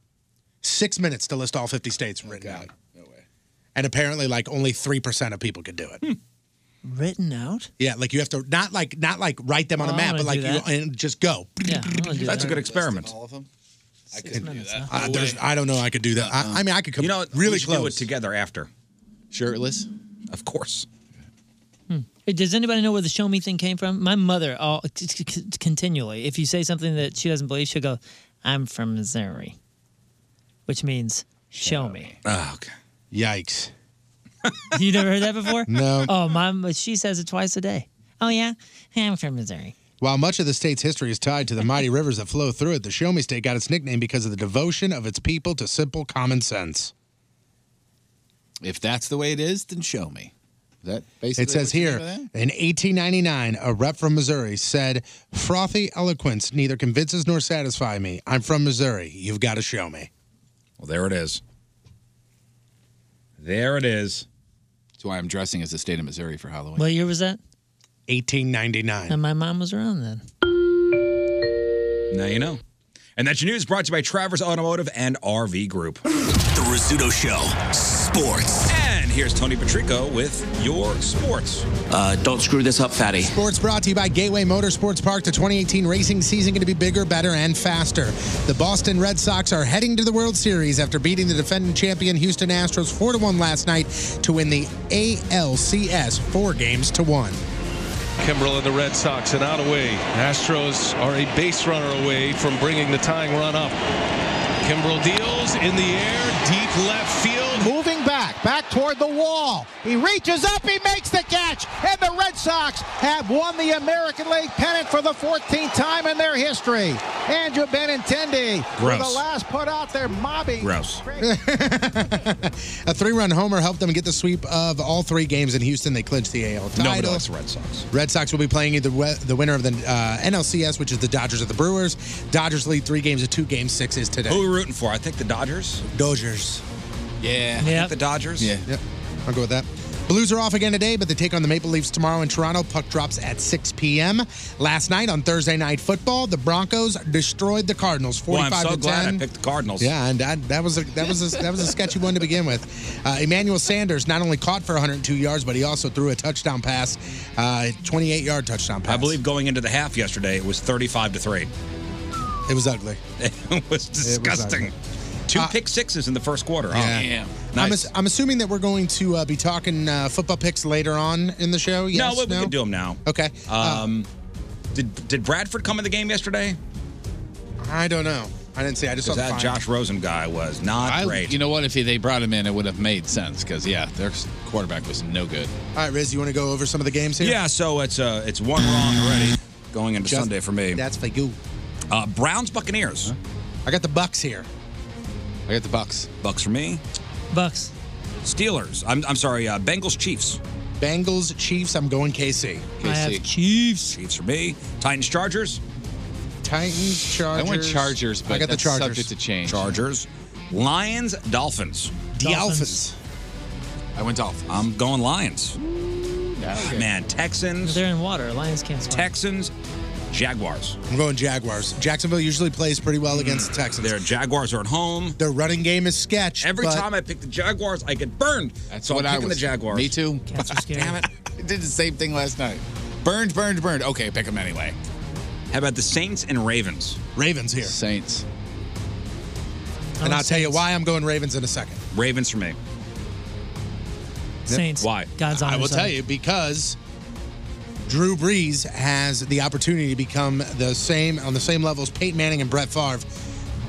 F: Six minutes to list all 50 states written down. Oh, No way. And apparently, like, only 3% of people could do
D: Hmm.
F: it.
C: Written out?
F: Yeah, like you have to not like not like write them on
C: Oh,
F: a
C: I
F: map,
C: wanna
F: but like
C: do
F: you
C: that.
F: and just go.
C: Yeah, I wanna do That's that. a good
D: experiment.
E: All of them. I
C: couldn't do that.
F: Uh, there's, I don't know. I could do that. I, I mean, I could come
D: You know,
F: really
D: we should
F: close.
D: do it together after.
E: Shirtless?
D: Of course.
C: Hey, Does anybody know where the show me thing came from? My mother, all c- c- c- continually, if you say something that she doesn't believe, she'll go, "I'm from Missouri," which means show, me.
D: Oh, okay.
F: Ah, Yikes.
C: you never heard that before?
F: No.
C: Oh, mom, she says it twice a day. Oh yeah, Hey, I'm from Missouri.
F: While much of the state's history is tied to the mighty rivers that flow through it, the Show Me State got its nickname because of the devotion of its people to simple common sense.
E: If that's the way it is, then show me. Is that basically
F: it says
E: what you
F: here
E: mean by that?
F: in 1899, a rep from Missouri said, "Frothy eloquence neither convinces nor satisfy me. I'm from Missouri. You've got to show me."
D: Well, there it is. There it is.
E: That's why I'm dressing as the state of Missouri for Halloween.
C: What year was that?
F: 1899.
C: And my mom was around then.
D: Now you know. And that's your news brought to you by Travers Automotive and RV Group.
A: The Rizzuto Show. Sports.
D: And here's Tony Patrico with your sports.
Q: Uh, don't screw this up, fatty.
F: Sports brought to you by Gateway Motorsports Park. The 2018 racing season going to be bigger, better, and faster. The Boston Red Sox are heading to the World Series after beating the defending champion Houston Astros 4-1 last night to win the ALCS 4 games to 1.
R: Kimbrell and the Red Sox and out away. Astros are a base runner away from bringing the tying run up. Kimbrell deals in the air, deep left field.
F: Moving back.
S: back toward the wall. He reaches up, he makes the catch, and the Red Sox have won the American League pennant for the 14th time in their history. Andrew Benintendi for the
F: Gross.
S: last put out there, mobbing.
D: Gross.
F: A three-run homer helped them get the sweep of all three games in Houston. They clinched the AL title.
D: Nobody likes the Red Sox.
F: Red Sox will be playing either we- the winner of the uh, NLCS, which is the Dodgers or the Brewers. Dodgers lead three games of two game sixes today.
D: Who are we rooting for? I think the Dodgers.
F: Dodgers.
D: Yeah. I think the Dodgers.
F: Yeah. Yep. I'll go with that. Blues are off again today, but they take on the Maple Leafs tomorrow in Toronto. Puck drops at 6 p.m. Last night on Thursday Night Football, the Broncos destroyed the Cardinals,
D: Boy,
F: 45
D: I'm so
F: to 10.
D: glad I picked the Cardinals.
F: Yeah, and that, that was a that was a, that was a sketchy one to begin with. Uh, Emmanuel Sanders not only caught for 102 yards, but he also threw a touchdown pass, uh, 28 yard touchdown pass.
D: I believe going into the half yesterday, it was 35 to 3.
F: It was ugly.
D: It was disgusting.
F: ugly. Uh,
D: Two pick sixes in the first quarter. Oh, damn.
F: I'm,
D: Nice.
F: ass- I'm assuming that we're going to uh, be talking uh, football picks later on in the show. oh, Yes,
D: no, we, we can do them now.
F: Okay. Uh,
D: Um, did did Bradford come in the game yesterday?
F: I don't know. I didn't see. I just saw the
D: that
F: final.
D: Josh Rosen guy was not
E: I-
D: great.
E: You know what? If he, they brought him in, it would have made sense because yeah, their quarterback was no good.
F: All right, Riz, you want to go over some of the games here?
D: Yeah, so it's uh, it's one wrong already going into
F: Just-
D: Sunday for me.
F: That's for you.
D: Uh, Browns Buccaneers.
F: I got the Bucks here.
D: I got the Bucks. Bucks for me.
C: Bucks.
D: Steelers. I'm, I'm sorry. Uh, Bengals Chiefs.
F: Bengals Chiefs. I'm going KC.
D: KC.
C: Chiefs.
D: Chiefs for me. Titans Chargers.
F: Titans
E: I
F: Chargers.
E: went Chargers, but that's subject to change.
D: Chargers. Lions Dolphins.
F: Dolphins.
D: I went Dolphins. I'm going Lions.
E: Ah,
D: Man, Texans.
C: They're in water. Lions can't swim.
D: Texans. Jaguars.
F: I'm going Jaguars. Jacksonville usually plays pretty well against the Texans.
D: Hmm. Their Jaguars are at home.
F: Their running game is sketch.
D: Every
F: but-
D: time I pick the Jaguars, I get burned.
E: That's
D: so
E: what
D: I'm
E: I
D: picking
E: was.
D: the Jaguars.
E: Me too.
C: Damn
E: it! I did the same thing last night. Burned, burned, burned. Okay, pick them anyway.
D: How about the Saints and Ravens?
F: Ravens here.
E: Saints.
F: and I'll tell you why I'm going Ravens in a second.
D: Ravens for me.
C: Saints.
D: Why?
C: God's on
F: I
C: their
F: will
C: side.
F: tell you because Drew Brees has the opportunity to become the same on the same level as Peyton Manning and Brett Favre.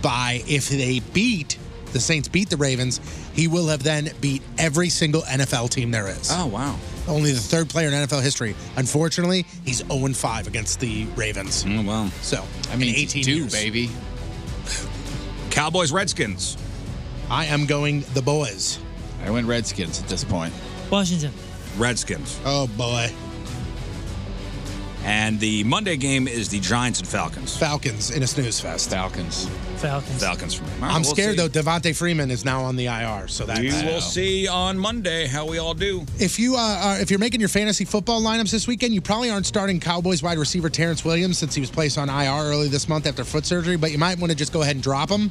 F: By if they beat the Saints, beat the Ravens, he will have then beat every single NFL team there is.
D: Oh wow!
F: Only the third player in NFL history. Unfortunately, he's 0 5 against the Ravens.
D: Oh wow!
F: So
E: I mean,
F: in 18
E: do,
F: years.
E: baby.
D: Cowboys Redskins.
F: I am going the boys.
E: I went Redskins at this point.
C: Washington.
D: Redskins.
F: Oh boy.
D: And the Monday game is the Giants and Falcons.
F: Falcons in a snooze fest.
E: Falcons.
C: Falcons.
D: Falcons for me.
F: I'm scared though. Devontae Freeman is now on the IR, so that's
D: we will see on Monday how we all do.
F: If you uh, are, if you're making your fantasy football lineups this weekend, you probably aren't starting Cowboys wide receiver Terrence Williams since he was placed on IR early this month after foot surgery. But you might want to just go ahead and drop him.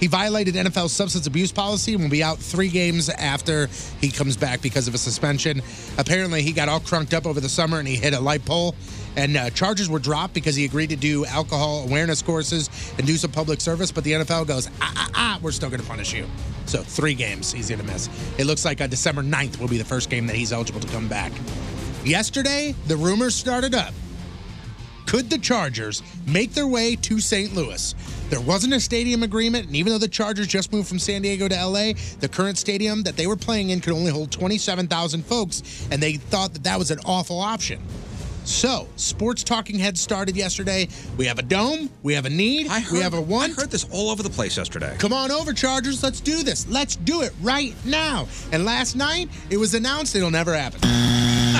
F: He violated NFL's substance abuse policy and will be out three games after he comes back because of a suspension. Apparently, he got all crunked up over the summer and he hit a light pole. And uh, charges were dropped because he agreed to do alcohol awareness courses and do some public service. But the NFL goes, ah, ah, ah, we're still going to punish you. So three games he's going to miss. It looks like uh, December 9th will be the first game that he's eligible to come back. Yesterday, the rumors started up. Could the Chargers make their way to St. Louis? There wasn't a stadium agreement, and even though the Chargers just moved from San Diego to LA, the current stadium that they were playing in could only hold 27,000 folks, and they thought that that was an awful option. So, sports talking heads started yesterday. We have a dome, we have a need, we have a want. I heard
D: this all over the place yesterday.
F: Come on over, Chargers. Let's do this. Let's do it right now. And last night, it was announced it'll never happen.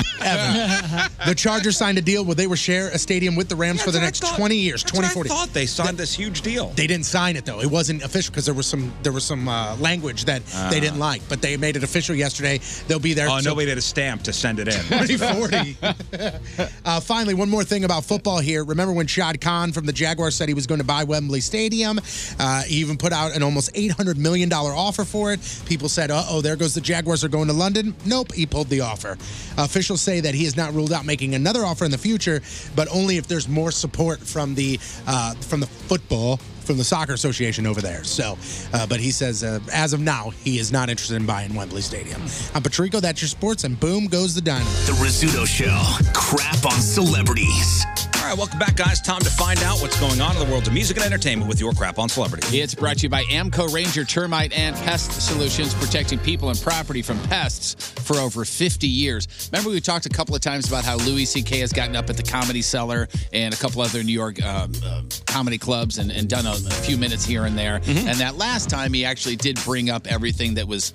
F: Ever. the Chargers signed a deal where they will share a stadium with the Rams for the
D: That's
F: next
D: what I thought-
F: 20 years,
D: that's what
F: 2040.
D: I thought they signed this huge deal.
F: They didn't sign it though. It wasn't official because there was some there was some uh, language that
D: Ah.
F: they didn't like, but they made it official yesterday. They'll be there.
D: Oh,
F: till-
D: nobody did a stamp to send it in.
F: 2040. uh, finally, one more thing about football here. Remember when Shad Khan from the Jaguars said he was going to buy Wembley Stadium? Uh, he even put out an almost $800 million offer for it. People said, uh oh, there goes the Jaguars are going to London. Nope, he pulled the offer. Officials say that he has not ruled out making another offer in the future, but only if there's more support from the, uh, from the football. From the soccer association over there. So, uh, but he says uh, as of now, he is not interested in buying Wembley Stadium. I'm Patrico, that's your sports, and boom goes the dynamite.
A: The Rizzuto Show. Crap on celebrities.
D: All right, welcome back, guys. Time to find out what's going on in the world of music and entertainment with your crap on celebrity.
E: It's brought to you by Amco Ranger Termite and Pest Solutions, protecting people and property from pests for over 50 years. Remember, we talked a couple of times about how Louis C.K. has gotten up at the Comedy Cellar and a couple other New York um, uh, comedy clubs and, and done a, a few minutes here and there. And that last time, he actually did bring up everything that was.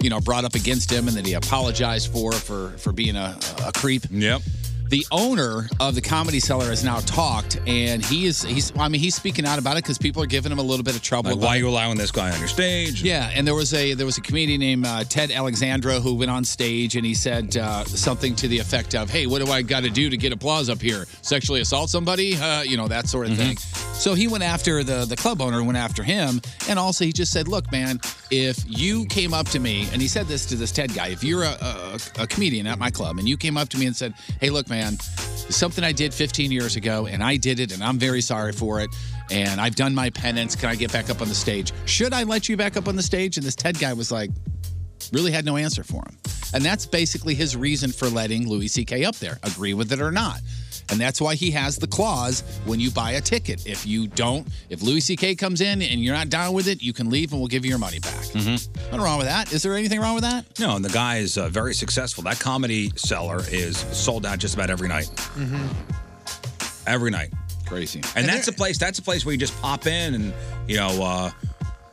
E: You know, brought up against him, and that he apologized for for for being a, a creep.
D: Yep.
E: The owner of the Comedy Cellar has now talked, and he is he's I mean he's speaking out about it because people are giving him a little bit of trouble.
D: Like,
E: about
D: why
E: it.
D: are you allowing this guy on your stage?
E: Yeah, and there was a there was a comedian named uh, Ted Alexandra who went on stage and he said uh, something to the effect of, "Hey, what do I got to do to get applause up here? Sexually assault somebody? Uh, you know that sort of thing." So he went after the the club owner, went after him, and also he just said, "Look, man, if you came up to me and he said this to this Ted guy, if you're a, a, a comedian at my club and you came up to me and said, "Hey, look, man, something I did 15 years ago and I did it and I'm very sorry for it." and I've done my penance. Can I get back up on the stage? Should I let you back up on the stage? And this Ted guy was like, really had no answer for him. And that's basically his reason for letting Louis C.K. up there, agree with it or not. And that's why he has the clause when you buy a ticket. If you don't, if Louis C.K. comes in and you're not down with it, you can leave and we'll give you your money back. Nothing wrong with that. Is there anything wrong with that?
D: No, and the guy is uh, very successful. That comedy seller is sold out just about every night.
E: Mm-hmm.
D: Every night.
E: Crazy.
D: And, that's a place. That's a place where you just pop in, and you know, uh,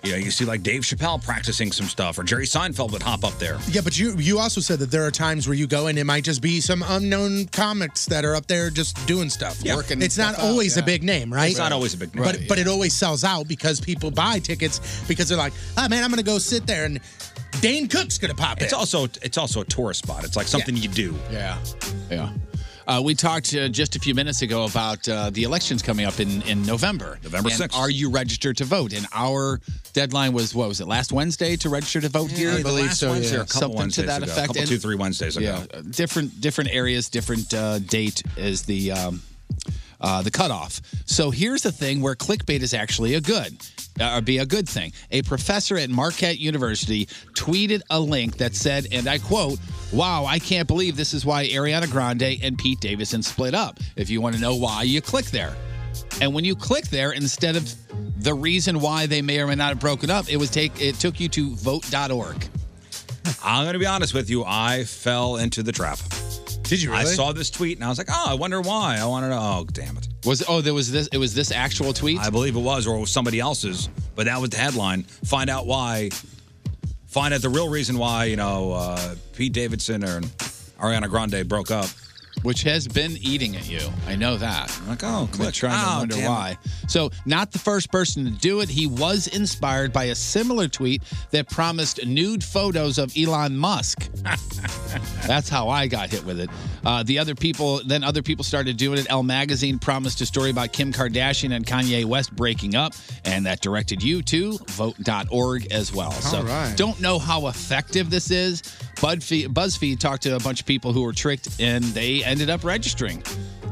D: you know, you see like Dave Chappelle practicing some stuff, or Jerry Seinfeld would hop up there.
F: Yeah, but you you also said that there are times where you go and it might just be some unknown comics that are up there just doing stuff.
D: Yeah. Working
F: It's not
D: stuff out,
F: always
D: yeah.
F: a big name, right?
D: It's not always a big name.
F: But
D: Right,
F: but it always sells out because people buy tickets because they're like, oh man, I'm gonna go sit there and Dane Cook's gonna pop
D: It's
F: in.
D: also it's also a tourist spot. It's like something you do.
E: Yeah. Yeah. Uh, we talked uh, just a few minutes ago about uh, the elections coming up in, in November.
D: November
E: And
D: 6th.
E: Are you registered to vote? And our deadline was, what was it, last Wednesday to register to vote here?
D: Yeah, the last Wednesday, a couple
E: Something
D: Wednesdays
E: to that
D: ago, a
E: effect.
D: couple,
E: And-
D: two, three Wednesdays ago.
E: Yeah. Uh, Different, different areas, different uh, date is the. Um, uh, the cutoff. So here's the thing where clickbait is actually a good, uh, be a good thing. A professor at Marquette University tweeted a link that said, and I quote, "Wow, I can't believe this is why Ariana Grande and Pete Davidson split up. If you want to know why, you click there." And when you click there, instead of the reason why they may or may not have broken up, it was take it took you to vote.org.
D: I'm going to be honest with you. I fell into the trap.
F: Did you?
D: I
E: really?
D: saw this tweet and I was like, oh, I wonder why. I want to know. Oh, damn it.
E: Was oh there was this? It was this actual tweet.
D: I believe it was, or it was somebody else's. But that was the headline. Find out why. Find out the real reason why you know uh, Pete Davidson and Ariana Grande broke up.
E: Which has been eating at you. I know that.
D: I'm like, oh,
E: I've been
D: click.
E: trying
D: Oh,
E: to wonder
D: damn it.
E: why. So, not the first person to do it. He was inspired by a similar tweet that promised nude photos of Elon Musk. That's how I got hit with it. Uh, the other people, then other people started doing it. Elle Magazine promised a story about Kim Kardashian and Kanye West breaking up, and that directed you to vote.org as well. so,
F: All right.
E: don't know how effective this is. Budfe- BuzzFeed talked to a bunch of people who were tricked, and they ended up registering.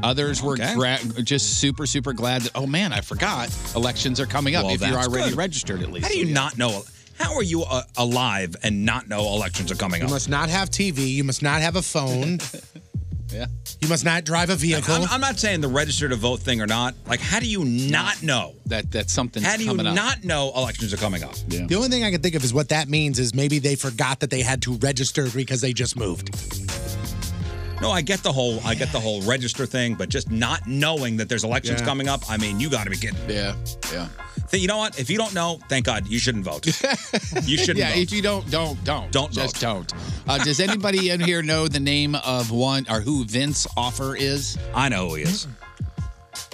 E: Others were gra- just super, super glad that, oh man, I forgot elections are coming up
D: Well,
E: if you're
D: that's
E: already
D: good.
E: registered at least.
D: How do you not know? How are you uh, alive and not know elections are coming
F: You
D: up?
F: must not have TV. You must not have a phone.
E: yeah.
F: You must not drive a vehicle.
D: I'm, I'm not saying the register to vote thing or not. Like, how do you not know
E: that that's something?
D: How do you
F: coming up?
D: not know elections are coming up? Yeah.
F: The only thing I can think of is what that means is maybe they forgot that they had to register because they just moved.
D: No, I get the whole I get the whole register thing, but just not knowing that there's elections
F: Yeah.
D: coming up, I mean, you got to be kidding.
E: Yeah, yeah.
D: you know what? If you don't know, thank God you shouldn't vote. you shouldn't.
E: yeah,
D: vote.
E: if you don't, don't, don't,
D: Don't
E: just don't. Uh, does anybody in here know the name of one or who Vince Offer is?
D: I know who he is.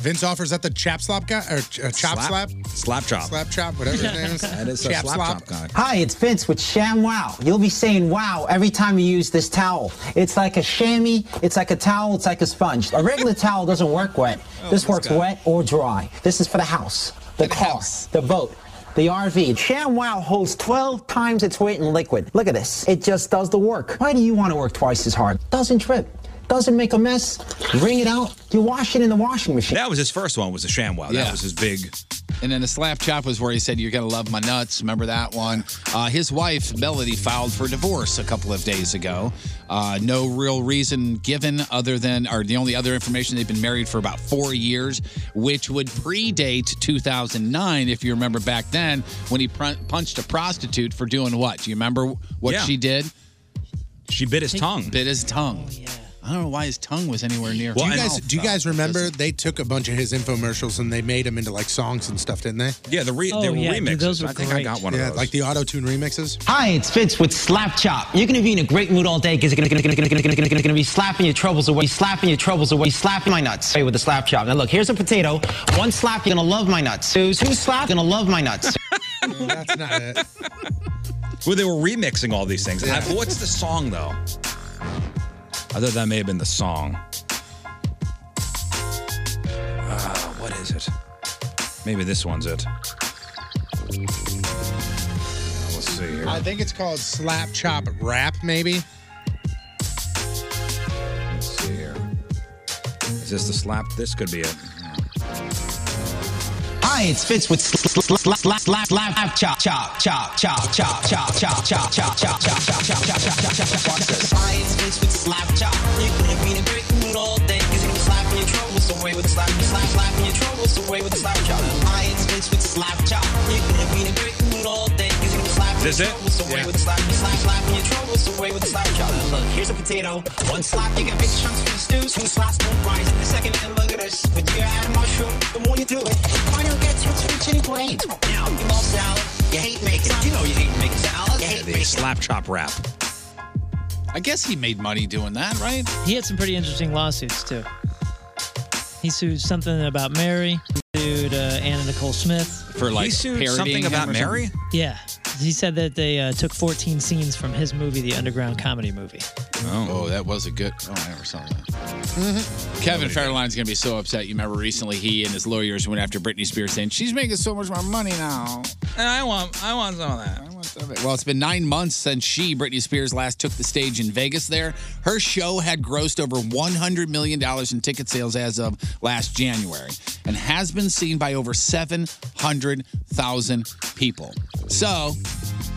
F: Vince offers that the chap slop guy or ch- uh, chop slap,
D: slap chop,
F: slap chop, whatever his name is.
D: That is a slap chop guy.
T: Hi, it's Vince with Sham Wow. You'll be saying wow every time you use this towel. It's like a chamois, it's like a towel, it's like a sponge. A regular towel doesn't work wet. Oh, this works wet or dry. This is for the house, the, car, the boat. The RV. Sham Wow holds 12 times its weight in liquid. Look at this. It just does the work. Why do you want to work twice as hard? Doesn't trip. Doesn't make a mess. Wring it out. You wash it in the washing machine.
D: That was his first one. Was a ShamWow. That was his big
E: And then the slap chop was where he said, You're going to love my nuts. Remember that one? Uh, his wife, Melody, filed for divorce a couple of days ago. Uh, no real reason given other than, or the only other information, they've been married for about four years, which would predate 2009, if you remember back then, when he pr- punched a prostitute for doing what? Do you remember what
D: Yeah.
E: she did?
D: She bit his tongue.
E: Bit his tongue. I don't know why his tongue was anywhere near.
F: do you
E: her
F: guys
E: mouth,
F: do you
E: though.
F: guys remember they took a bunch of his infomercials and they made them into like songs and stuff, didn't they?
D: Yeah, the re-
E: Oh, they were yeah, dude, remixes. those were I think I great. got one of
F: yeah,
E: those.
F: like the auto tune remixes.
T: Hi, it's Fitz with Slap Chop. You're gonna be in a great mood all day because you're gonna, gonna, gonna, gonna, gonna, gonna, gonna, gonna be slapping your troubles away, slapping your troubles away, slapping my nuts away with the Slap Chop. Now look, here's a potato. One slap, you're gonna love my nuts. Who's who's slap? Gonna love my nuts.
F: That's not it.
D: Well, they were remixing all these things. I- what's the song though? I thought that may have been the song. Uh, what is it? Maybe this one's it. Uh, Let's see here.
F: I think it's called Slap Chop Rap, maybe.
D: Let's see here. Is this the slap? This could be it.
T: Hi, it's Fitz with Slap Slap Slap Slap Slap Chop Chop Chop Chop Chop Chop Chop Chop Chop Chop Chop Chop Chop Chop Chop Chop Chop Chop. Watch this. Hi, it's Fitz with Slap Chop. You're gonna be in a great mood all day because you're gonna be slapping your troubles away with a slap slap slapping your troubles away with a slap chop. Hi, it's Fitz with Slap Chop. You're gonna be in a great mood all day because you're gonna be slapping
D: Is this it?
T: your troubles away
D: Yeah.
T: with a slap slap slapping your troubles away with a slap chop. Look, here's a potato. One slap, you got big chunks for the stew. Two slaps, no fries. And the second, and look at this. With your add a mushroom, the more you do it, the more you'll get to switch anyway. Now, you love salad. You hate making You know you hate making salad. You hate
D: The slap chop rap.
E: I guess he made money doing that, right?
C: He had some pretty interesting lawsuits too. He sued something about Mary. Sued uh, Anna Nicole Smith
E: For, like, He sued parodying something him about or something? Mary?
C: Yeah, he said that they uh, took 14 scenes from his movie, the underground comedy movie.
E: Oh. that was a good. Oh, I never saw that. Mm-hmm. Kevin Federline's going to be so upset. You remember recently he and his lawyers went after Britney Spears saying she's making so much more money now.
D: I want, I want some of that.
E: Well, it's been nine months since she, Britney Spears, last took the stage in Vegas there. Her show had grossed over $100 million in ticket sales as of last January and has been seen by over 700,000 people. So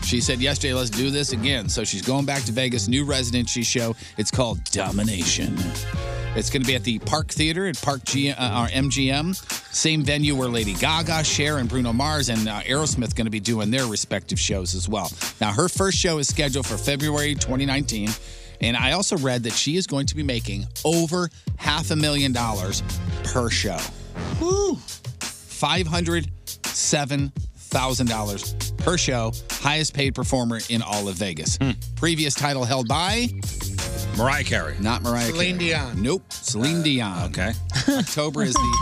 E: she said yesterday, let's do this again. So she's going back to Vegas, new residency show. It's called Domination. It's going to be at the Park Theater at Park G- uh, or MGM, same venue where Lady Gaga, Cher, and Bruno Mars and uh, Aerosmith going to be doing their respective shows as well. Now, her first show is scheduled for February 2019, and I also read that she is going to be making over half a million dollars per show. Woo! Five hundred seven thousand dollars per show, highest paid performer in all of Vegas. Previous title held by
D: Hmm. Mariah Carey.
E: Not Mariah
F: Celine
E: Carey.
F: Dion.
E: Nope. Celine Dion.
D: Okay.
E: October is the.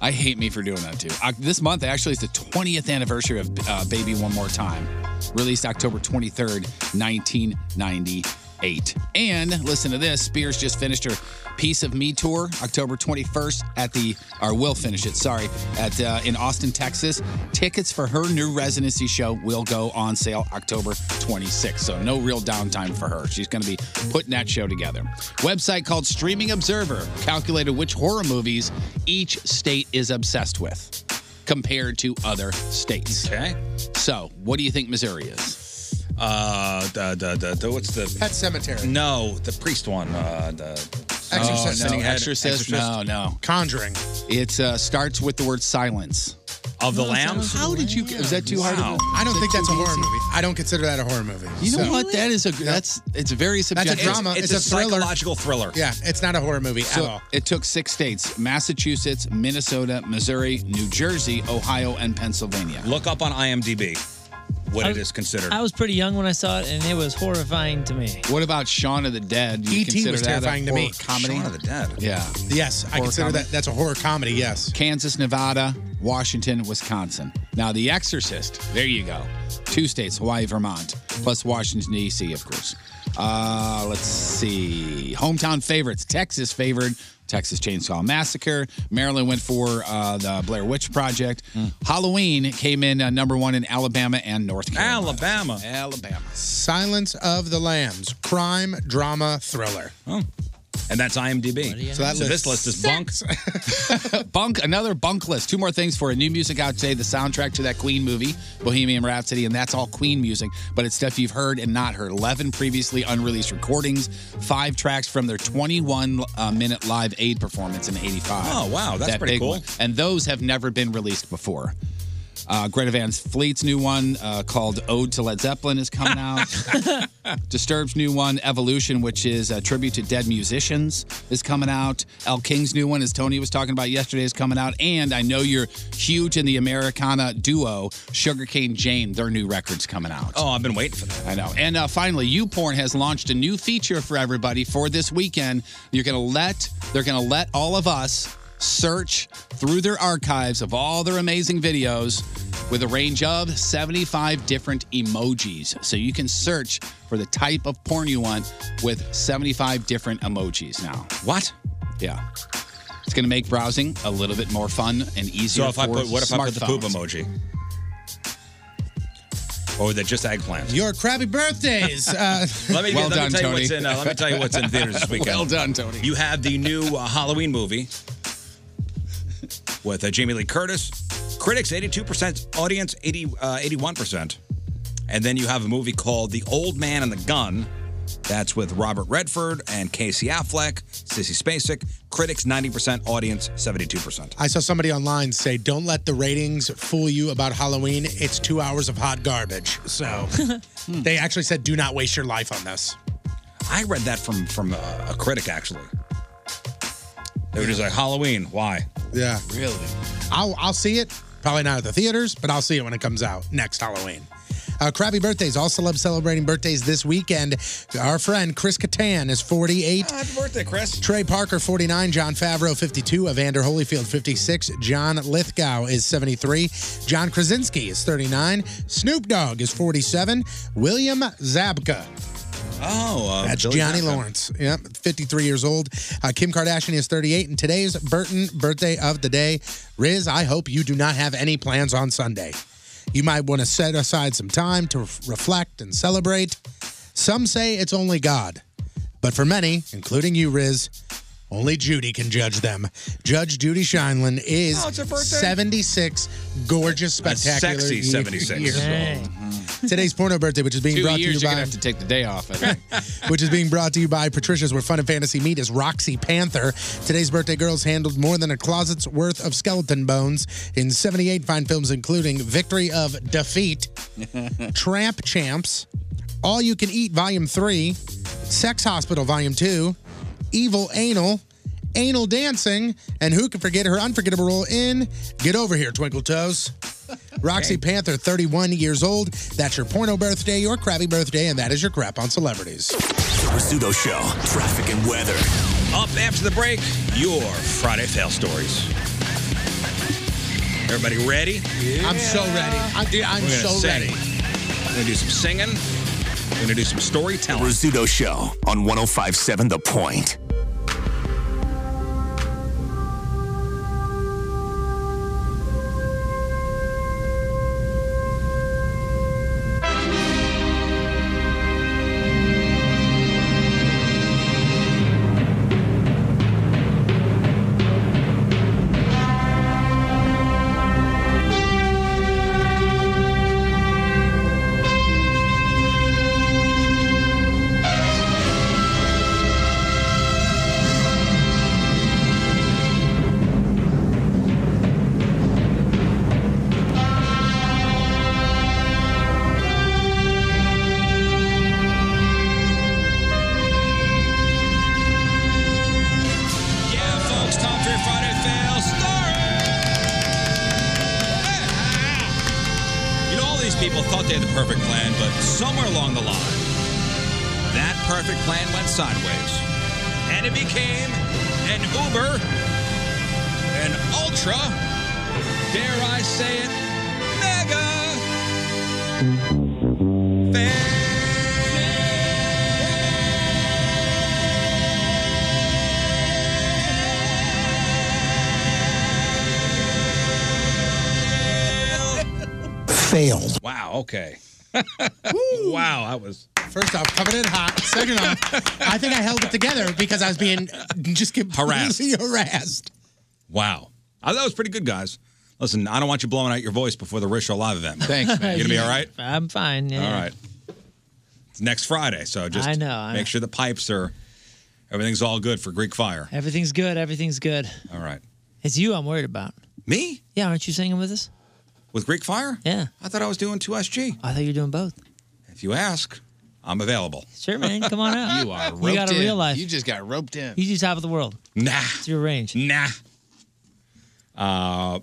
E: I hate me for doing that too. Oc- this month actually is the 20th anniversary of uh, Baby One More Time, released October 23rd, 1998. And listen to this: Spears just finished her "Piece of Me" tour, October 21st at the, or will finish it. Sorry, at uh, in Austin, Texas. Tickets for her new residency show will go on sale October 26th. So no real downtime for her. She's going to be putting that show together. Website called Streaming Observer calculated which horror movies each state is obsessed with compared to other states.
D: Okay.
E: So what do you think Missouri is?
D: Uh, duh, duh, duh, duh, what's the
F: Pet Cemetery.
D: No, the priest one. Uh, the
E: Exorcist.
D: Sinning Head.
E: Oh, Exorcist. No, no.
F: Conjuring.
E: It uh, starts with the word silence.
D: Of
F: the No, it's not lambs?
E: How did you? Is that too hard?
F: Wow. I don't think that's a horror movie. I don't consider that a horror movie.
E: You know
F: So-
E: what? That is a. That's it's very subjective.
F: That's a drama. It's, a, thriller.
D: thriller.
F: Yeah, it's not a horror movie
E: So
F: at all.
E: it took six states: Massachusetts, Minnesota, Missouri, New Jersey, Ohio, and Pennsylvania.
D: Look up on IMDb what it is considered.
C: I was pretty young when I saw it, and it was horrifying to me.
E: What about Shaun of the Dead? You
F: E.T.
E: consider
F: E was
E: that a
F: terrifying to
E: horror
F: me.
E: Comedy.
F: Shaun of the
D: Dead.
E: Yeah.
F: Yes, I
E: Horror
F: consider
E: comedy.
F: that. That's a horror comedy. Yes.
E: Kansas, Nevada, Washington, Wisconsin. Now, The Exorcist. There you go. Two states: Hawaii, Vermont, plus Washington D.C. Of course. Uh, let's see. Hometown favorites: Texas favored. Texas Chainsaw Massacre. Maryland went for uh, the Blair Witch Project.
D: Hmm.
E: Halloween came in uh, number one in Alabama and North Carolina.
D: Alabama.
E: Alabama.
F: Silence of the Lambs, crime, drama, thriller.
D: Oh. And that's IMDb. So, this list is bunk.
E: bunk, another bunk list. Two more things for a new music out today the soundtrack to that Queen movie, Bohemian Rhapsody, and that's all Queen music, but it's stuff you've heard and not heard. 11 previously unreleased recordings, five tracks from their 21 uh, minute live aid performance in 85.
D: Oh, wow, that's pretty
E: big
D: cool.
E: And those have never been released before. Uh, Greta Van Fleet's new one uh, called Ode to Led Zeppelin is coming out. Disturbed's new one, Evolution, which is a tribute to dead musicians, is coming out. El King's new one, as Tony was talking about yesterday, is coming out. And I know you're huge in the Americana duo, Sugarcane Jane, their new record's coming out.
D: Oh, I've been waiting for that.
E: I know. And uh, finally, YouPorn has launched a new feature for everybody for this weekend. You're gonna let they're gonna let all of us search through their archives of all their amazing videos with a range of 75 different emojis. So you can search for the type of porn you want with 75 different emojis now.
D: What?
E: Yeah. It's going to make browsing a little bit more fun and easier.
D: So if I
E: for
D: put, what if I put the poop
E: smartphones.
D: emoji? Or the just eggplant?
F: Your crappy birthdays. Uh,
D: Let me, let me tell you what's in. Uh, let me tell you what's in theaters this weekend.
E: Well done, Tony.
D: You have the new uh, Halloween movie with uh, Jamie Lee Curtis. Critics 82%, audience 80, uh, 81%. And then you have a movie called The Old Man and the Gun. That's with Robert Redford and Casey Affleck, Sissy Spacek. Critics 90%, audience 72%.
F: I saw somebody online say, "Don't let the ratings fool you about Halloween. It's two hours of hot garbage." So they actually said, "Do not waste your life on this."
D: Hmm. I read that from from a, a critic actually. They were just like, Halloween, why?
F: Yeah,
E: really.
F: I'll I'll see it. Probably not at the theaters, but I'll see it when it comes out next Halloween. Uh, crappy birthdays. All celebs celebrating birthdays this weekend. Our friend Chris Kattan is 48.
D: happy birthday, Chris.
F: Trey Parker, 49. John Favreau, 52. Evander Holyfield, 56. John Lithgow is 73. John Krasinski is 39. Snoop Dogg is 47. William Zabka.
D: Oh, uh,
F: That's
D: Billy
F: Johnny
D: Madison.
F: Lawrence. Yep, 53 years old. Uh, Kim Kardashian is 38. And today's Burton birthday of the day. Riz, I hope you do not have any plans on Sunday. You might want to set aside some time to ref- reflect and celebrate. Some say it's only God, but for many, including you, Riz, only Judy can judge them. Judge Judy Shineland is
D: Oh, it's her birthday?
F: 76, gorgeous, spectacular,
D: sexy
F: year-
D: 76.
F: years old.
D: Dang.
F: Today's porno birthday, which is being
E: Two
F: brought
E: years,
F: to you
E: you're
F: by
E: gonna have to take the day off. I think.
F: which is being brought to you by Patricia's Where Fun and Fantasy Meet is Roxy Panther. Today's birthday girls handled more than a closet's worth of skeleton bones in 78 fine films, including Victory of Defeat, Tramp Champs, All You Can Eat Volume 3, Sex Hospital Volume 2, Evil Anal, Anal Dancing, and who can forget her unforgettable role in Get Over Here, Twinkle Toes? Roxy Panther, 31 years old. That's your porno birthday, your crabby birthday, and that is your crap on celebrities.
A: The Rizzuto Show, traffic and weather.
D: Up after the break, your Friday fail stories. Everybody ready?
F: I'm so ready. I'm, dude, I'm
D: We're gonna
F: so
D: sing.
F: ready.
D: We're gonna do some singing. We're gonna do some storytelling.
A: Rizzuto Show on 1057 The Point.
D: Yeah, folks, top three Friday fail stories. You know, all these people thought they had the perfect plan, but somewhere along the line, that perfect plan went sideways, and it became an Uber, an ultra, dare I say it, mega
F: Failed.
D: Wow. Okay. wow, I was.
F: First off, coming in hot. Second off, I think I held it together because I was being just completely
D: Harassed.
F: harassed.
D: Wow. I thought it was pretty good, guys. Listen, I don't want you blowing out your voice before the Risho Live event. Thanks, man. You gonna be all right?
C: I'm fine. Yeah.
D: All right. It's next Friday, so just
C: I know, I-
D: make sure the pipes are, everything's all good for Greek Fire.
C: Everything's good. Everything's good.
D: All right.
C: It's you I'm worried about.
D: Me?
C: Yeah, aren't you singing with us?
D: With Greek Fire?
C: Yeah.
D: I thought I was doing 2SG.
C: I thought you were doing both.
D: If you ask, I'm available.
C: Sure, man. Come on out.
D: You are
C: We got
D: roped
C: a
D: in.
C: real life.
D: You
E: just got roped in.
C: You do top of the world.
D: Nah.
C: It's your range.
D: Nah. Uh,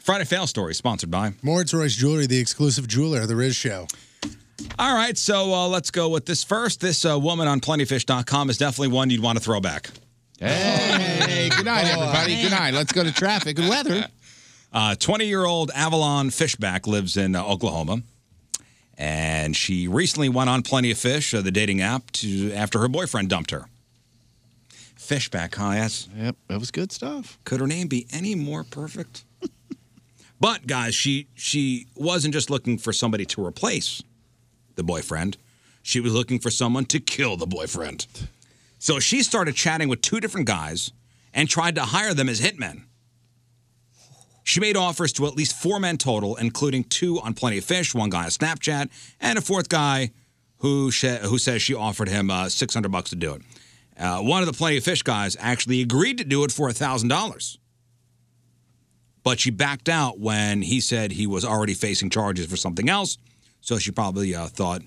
D: Friday Fail Story, sponsored by.
F: Moritz Royce Jewelry, the exclusive jeweler of the Riz Show.
D: All right, so uh, let's go with this first. This uh, woman on plentyfish.com is definitely one you'd want to throw back.
E: Hey, good night, everybody. Good night. Let's go to traffic and weather.
D: Uh, 20 year old Avalon Fishback lives in uh, Oklahoma. And she recently went on Plenty of Fish, uh, the dating app, to after her boyfriend dumped her. Fishback, huh? Yes.
E: Yep, that was good stuff.
D: Could her name be any more perfect? but guys, she she wasn't just looking for somebody to replace the boyfriend. She was looking for someone to kill the boyfriend. So she started chatting with two different guys and tried to hire them as hitmen. She made offers to at least four men total, including two on Plenty of Fish, one guy on Snapchat, and a fourth guy who sha who says she offered him uh, six hundred bucks to do it. Uh, one of the Plenty of Fish guys actually agreed to do it for thousand dollars, but she backed out when he said he was already facing charges for something else. So she probably uh, thought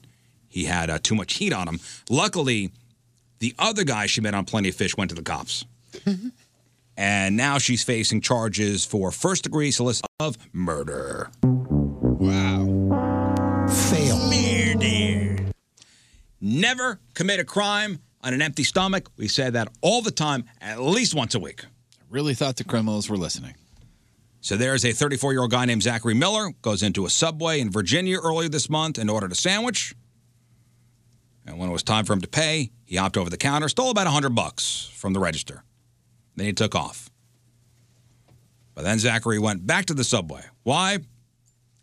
D: he had uh, too much heat on him. Luckily, the other guy she met on Plenty of Fish went to the cops. and now she's facing charges for first degree solicitation of murder. Wow. Fail. Murder. Never commit a crime on an empty stomach. We say that all the time, at least once a week. I
E: really thought the criminals were listening.
D: So there is a 34 year old guy named Zachary Miller goes into a subway in Virginia earlier this month and ordered a sandwich. And when it was time for him to pay, he hopped over the counter, stole about 100 bucks from the register. Then he took off. But then Zachary went back to the subway. Why?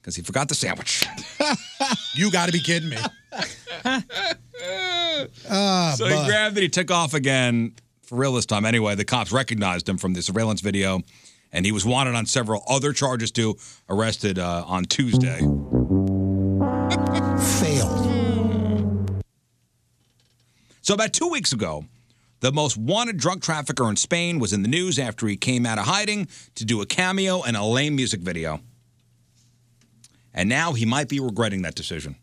D: Because he forgot the sandwich. you got to be kidding me.
F: Ah,
D: so
F: bud.
D: he grabbed it, he took off again for real this time. Anyway, the cops recognized him from the surveillance video, and he was wanted on several other charges too. Arrested uh, on Tuesday. Failed. Hmm. So about two weeks ago, the most wanted drug trafficker in Spain was in the news after he came out of hiding to do a cameo in a lame music video. And now he might be regretting that decision.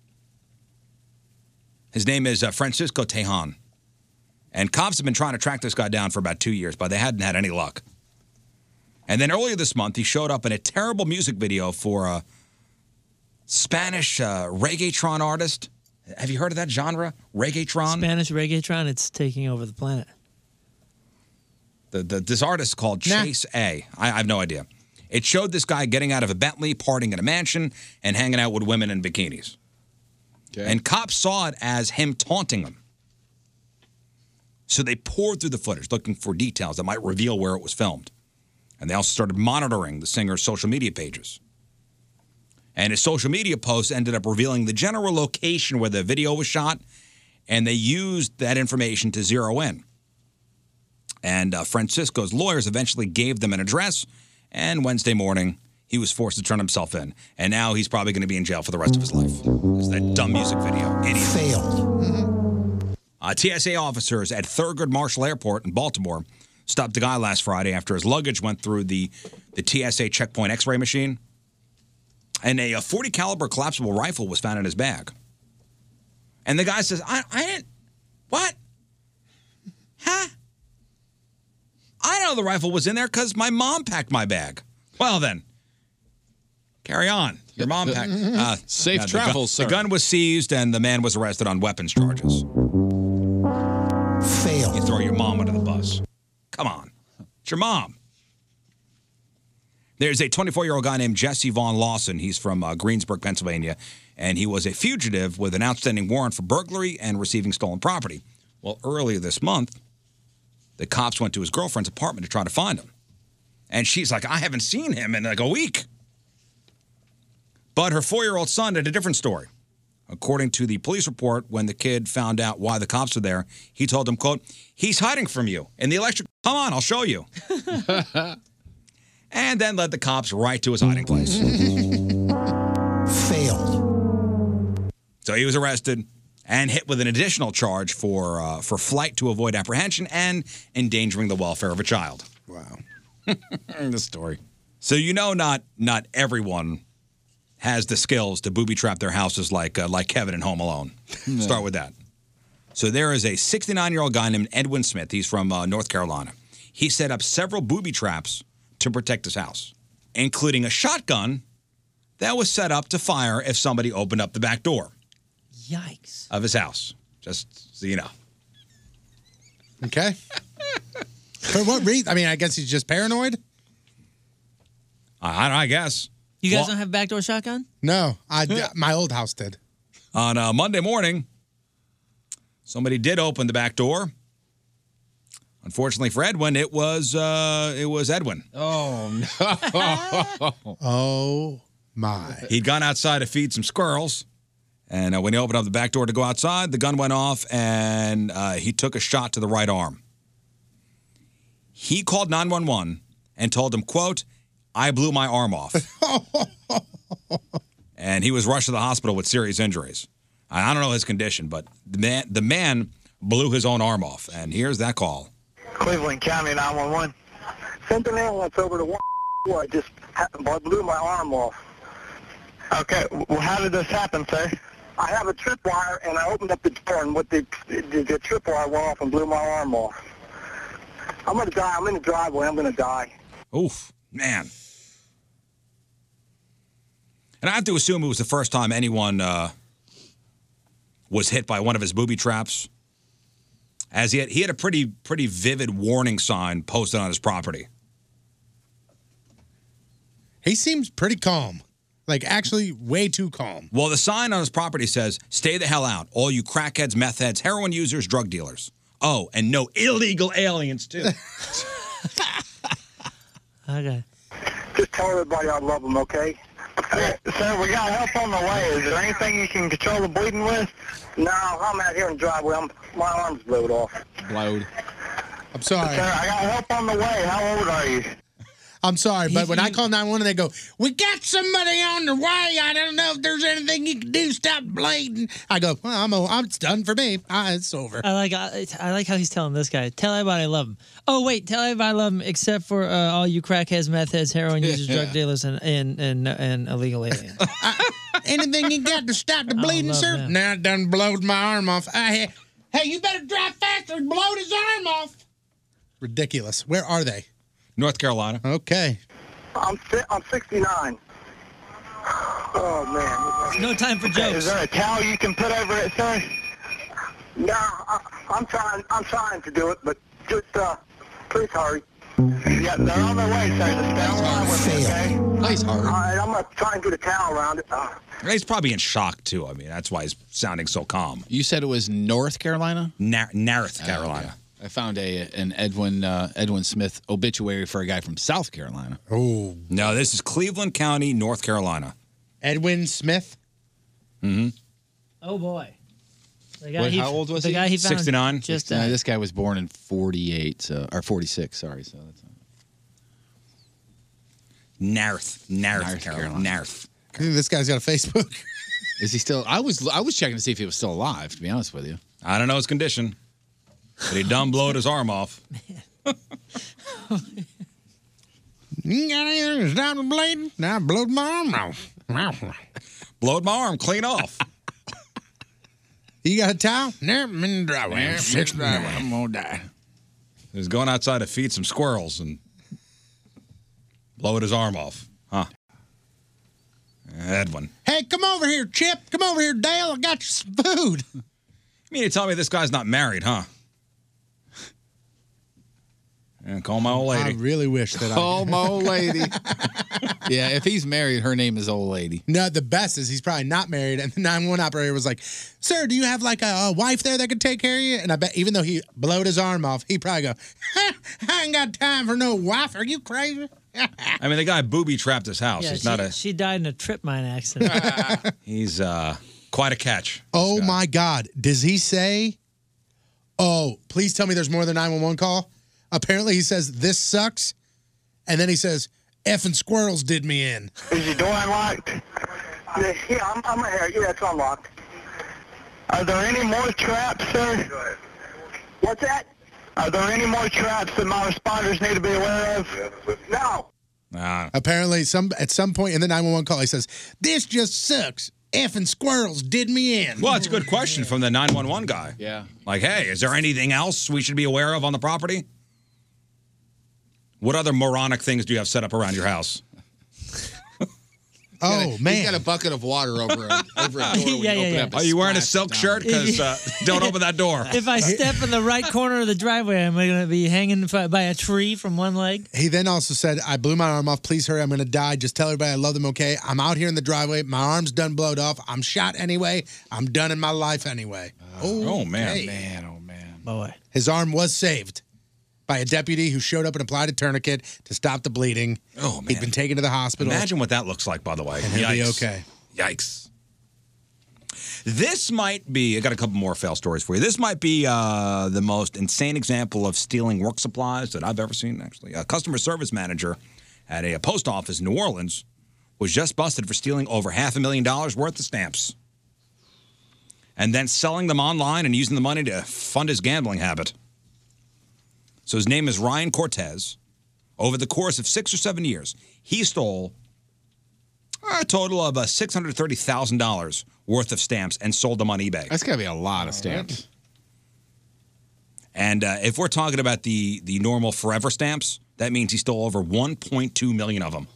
D: His name is uh, Francisco Tejan. And cops have been trying to track this guy down for about two years, but they hadn't had any luck. And then earlier this month, he showed up in a terrible music video for a Spanish uh, reggaetron artist. Have you heard of that genre? Reggaetron?
C: Spanish reggaeton, it's taking over the planet.
D: The, the, this artist called Chase A. I, I have no idea. It showed this guy getting out of a Bentley, partying in a mansion, and hanging out with women in bikinis. And cops saw it as him taunting them. So they poured through the footage looking for details that might reveal where it was filmed. And they also started monitoring the singer's social media pages. And his social media posts ended up revealing the general location where the video was shot, and they used that information to zero in. And uh, Francisco's lawyers eventually gave them an address. And Wednesday morning, he was forced to turn himself in. And now he's probably going to be in jail for the rest of his life. Because that dumb music video. Idiot. Failed. Uh, TSA officers at Thurgood Marshall Airport in Baltimore stopped a guy last Friday after his luggage went through the, the TSA checkpoint x ray machine. And a, uh 40 caliber collapsible rifle was found in his bag. And the guy says, I, I didn't, what? I know the rifle was in there because my mom packed my bag. Well, then, carry on. Your mom packed. Uh,
E: Safe
D: no, the gun-
E: travels, sir.
D: The gun was seized, and the man was arrested on weapons charges. Fail. You throw your mom under the bus. Come on, it's your mom. There's a 24 year old guy named Jesse Vaughn Lawson. He's from uh, Greensburg, Pennsylvania, and he was a fugitive with an outstanding warrant for burglary and receiving stolen property. Well, earlier this month, the cops went to his girlfriend's apartment to try to find him. And she's like, I haven't seen him in like a week. But her four year old son had a different story. According to the police report, when the kid found out why the cops are there, he told them, quote, he's hiding from you. And the electric, come on, I'll show you. and then led the cops right to his hiding place. Failed. So he was arrested and hit with an additional charge for, uh, for flight to avoid apprehension and endangering the welfare of a child. Wow. the story. So you know not not everyone has the skills to booby trap their houses like uh, like Kevin in Home Alone. Start with that. So there is a 69 year old guy named Edwin Smith. He's from uh, North Carolina. He set up several booby traps to protect his house, including a shotgun that was set up to fire if somebody opened up the back door
C: Yikes.
D: of his house. Just so you know.
F: Okay. For what reason? I mean, I guess he's just paranoid.
D: I, I guess.
C: You guys
D: Well-
C: don't have backdoor shotgun?
F: No, I my old house did.
D: on uh, Monday morning, somebody did open the back door. Unfortunately for Edwin, it was uh, it was Edwin. Oh no! oh my! He'd gone outside to feed some squirrels, and uh, when he opened up the back door to go outside, the gun went off, and uh, he took a shot to the right arm. He called nine one one and told them, "quote I blew my arm off."
F: Oh,
D: and he was rushed to the hospital with serious injuries. I I don't know his condition, but the man, the man blew his own arm off. And here's that call.
U: Cleveland County 911. Sent an ambulance over to one. I just happened, I blew my arm off. Okay, well, how did this happen, sir? I have a tripwire, and I opened up the door, and with the, the, the tripwire went off and blew my arm off. I'm going to die. I'm in the driveway. I'm going to die.
D: Oof, man. And I have to assume it was the first time anyone uh, was hit by one of his booby traps. As he had, he had a pretty pretty vivid warning sign posted on his property.
F: He seems pretty calm. Like actually, way too calm.
D: Well, the sign on his property says, "Stay the hell out, all you crackheads, meth heads, heroin users, drug dealers." Oh, and no illegal aliens too.
C: Okay.
U: Just tell everybody I love them, okay? Sir, we got help on the way. Is there anything you can control the bleeding with? No, I'm out here in the driveway. I'm, my arm's blowed off.
F: Blowed. I'm sorry.
U: Sir, I got help on the way. How old are you?
F: I'm sorry, but when I call 911 and they go, "We got somebody on the way. I don't know if there's anything you can do. Stop bleeding." I go, well, "I'm, I'm it's done for me. Ah, it's over."
C: I like I, I like how he's telling this guy. Tell everybody I love him. Oh wait, tell everybody I love him except for uh, all you crackheads, meth heads, heroin users, drug
F: Yeah.
C: dealers, and and and, and illegal aliens.
F: anything you got to stop the
C: I
F: bleeding,
C: love
F: sir?
C: that.
F: Now it done blowed my arm off. I had, hey, you better drive faster and blowed his arm off. Ridiculous. Where are they?
D: North Carolina.
F: Okay.
U: I'm si- I'm 69. Oh man.
C: No time for
U: jokes. Is there a towel you can put over it, sir? No, I, I'm trying. I'm trying to do it, but just uh, please hurry. Yeah, they're on their way, sir. Just stay on line with me, okay? Please hurry. All right, I'm gonna try and get a towel around it. Uh,
D: He's probably in shock too. I mean, that's why he's sounding so calm.
E: You said it was North Carolina?
D: Nar-
F: Oh,
D: Narth Carolina.
E: I found a an Edwin uh, Edwin Smith obituary for a guy from South Carolina.
F: Oh.
D: No, this is Cleveland County, North Carolina.
F: Edwin Smith.
D: Mm-hmm.
C: oh boy. The
E: What, how old was
C: the
E: he?
C: guy he found Just uh,
E: this guy was born in 48 so, or 46, sorry. So that's
D: Narth, Narth, Carolina. Narth.
F: You think this guy's got a Facebook?
E: Is he still I was I was checking to see if he was still alive, to be honest with you.
D: I don't know his condition, but he done blowed his arm off.
F: You got anything to stop the bleeding? Now I blowed my arm off.
D: blowed my arm clean off.
F: you got a towel? Nah, I'm in the driveway.
D: Nah, I'm in the driveway.
F: I'm gonna die.
D: He was going outside to feed some squirrels and blowed his arm off. Huh. That one.
F: Hey, come over here, Chip. Come over here, Dale. I got you some food.
D: You mean to tell me this guy's not married, huh? And call my old lady.
F: I really wish that
E: Call
F: I
E: my old lady. yeah, if he's married, her name is old lady.
F: No, the best is he's probably not married, and the 911 operator was like, "Sir, do you have like a, a wife there that could take care of you?" And I bet even though he blowed his arm off, he probably go, "Ha, "I ain't got time for no wife. Are you crazy?"
D: I Oh, mean, the guy booby trapped his house.
C: yeah,
D: he's
C: she,
D: not a.
C: she died in a trip mine accident.
D: He's uh. Quite a catch.
F: Oh my God. Does he say, Oh, please tell me there's more than 911 call? Apparently he says, This sucks. And then he says, Effing squirrels did me in.
U: Is your door unlocked? Yeah, yeah I'm, I'm right here. Yeah, it's unlocked. Are there any more traps, sir? What's that? Are there any more traps that my responders need to be aware of? No.
F: Apparently, some at some point in the 911 call, he says, This just sucks. Effing squirrels did me in.
D: Well, it's a good question from the 911 guy.
E: Yeah.
D: Like, hey, is there anything else we should be aware of on the property? What other moronic things do you have set up around your house?
F: Oh man,
E: he's got a bucket of water over a, over a door. When
C: Yeah,
E: you
C: yeah,
E: open
C: yeah.
E: Up
D: Are you wearing a silk shirt? Because uh, don't open that door.
C: If I step in the right corner of the driveway, am I going to be hanging fi- by a tree from one leg?
F: He then also said, I blew my arm off. Please hurry. I'm going to die. Just tell everybody I love them, okay? I'm out here in the driveway. My arm's done blowed off. I'm shot anyway. I'm done in my life anyway.
D: oh, man.
F: Man,
E: oh, man.
C: Boy.
F: His arm was saved by a deputy who showed up and applied a tourniquet to stop the bleeding.
D: Oh,
F: He'd been taken to the hospital.
D: Imagine what that looks like, by the way.
F: And he'll be
D: Yikes.
F: okay.
D: Yikes. This might be, I got a couple more fail stories for you. This might be uh, the most insane example of stealing work supplies that I've ever seen, actually. A customer service manager at a, post office in New Orleans was just busted for stealing over half a million dollars worth of stamps and then selling them online and using the money to fund his gambling habit. So his name is Ryan Cortez. Over the course of six or seven years, he stole a total of uh, $630,000 worth of stamps and sold them on eBay. That's
E: got to be a lot of stamps.
D: And uh, if we're talking about the, the normal forever stamps, that means he stole over 1.2 million of them.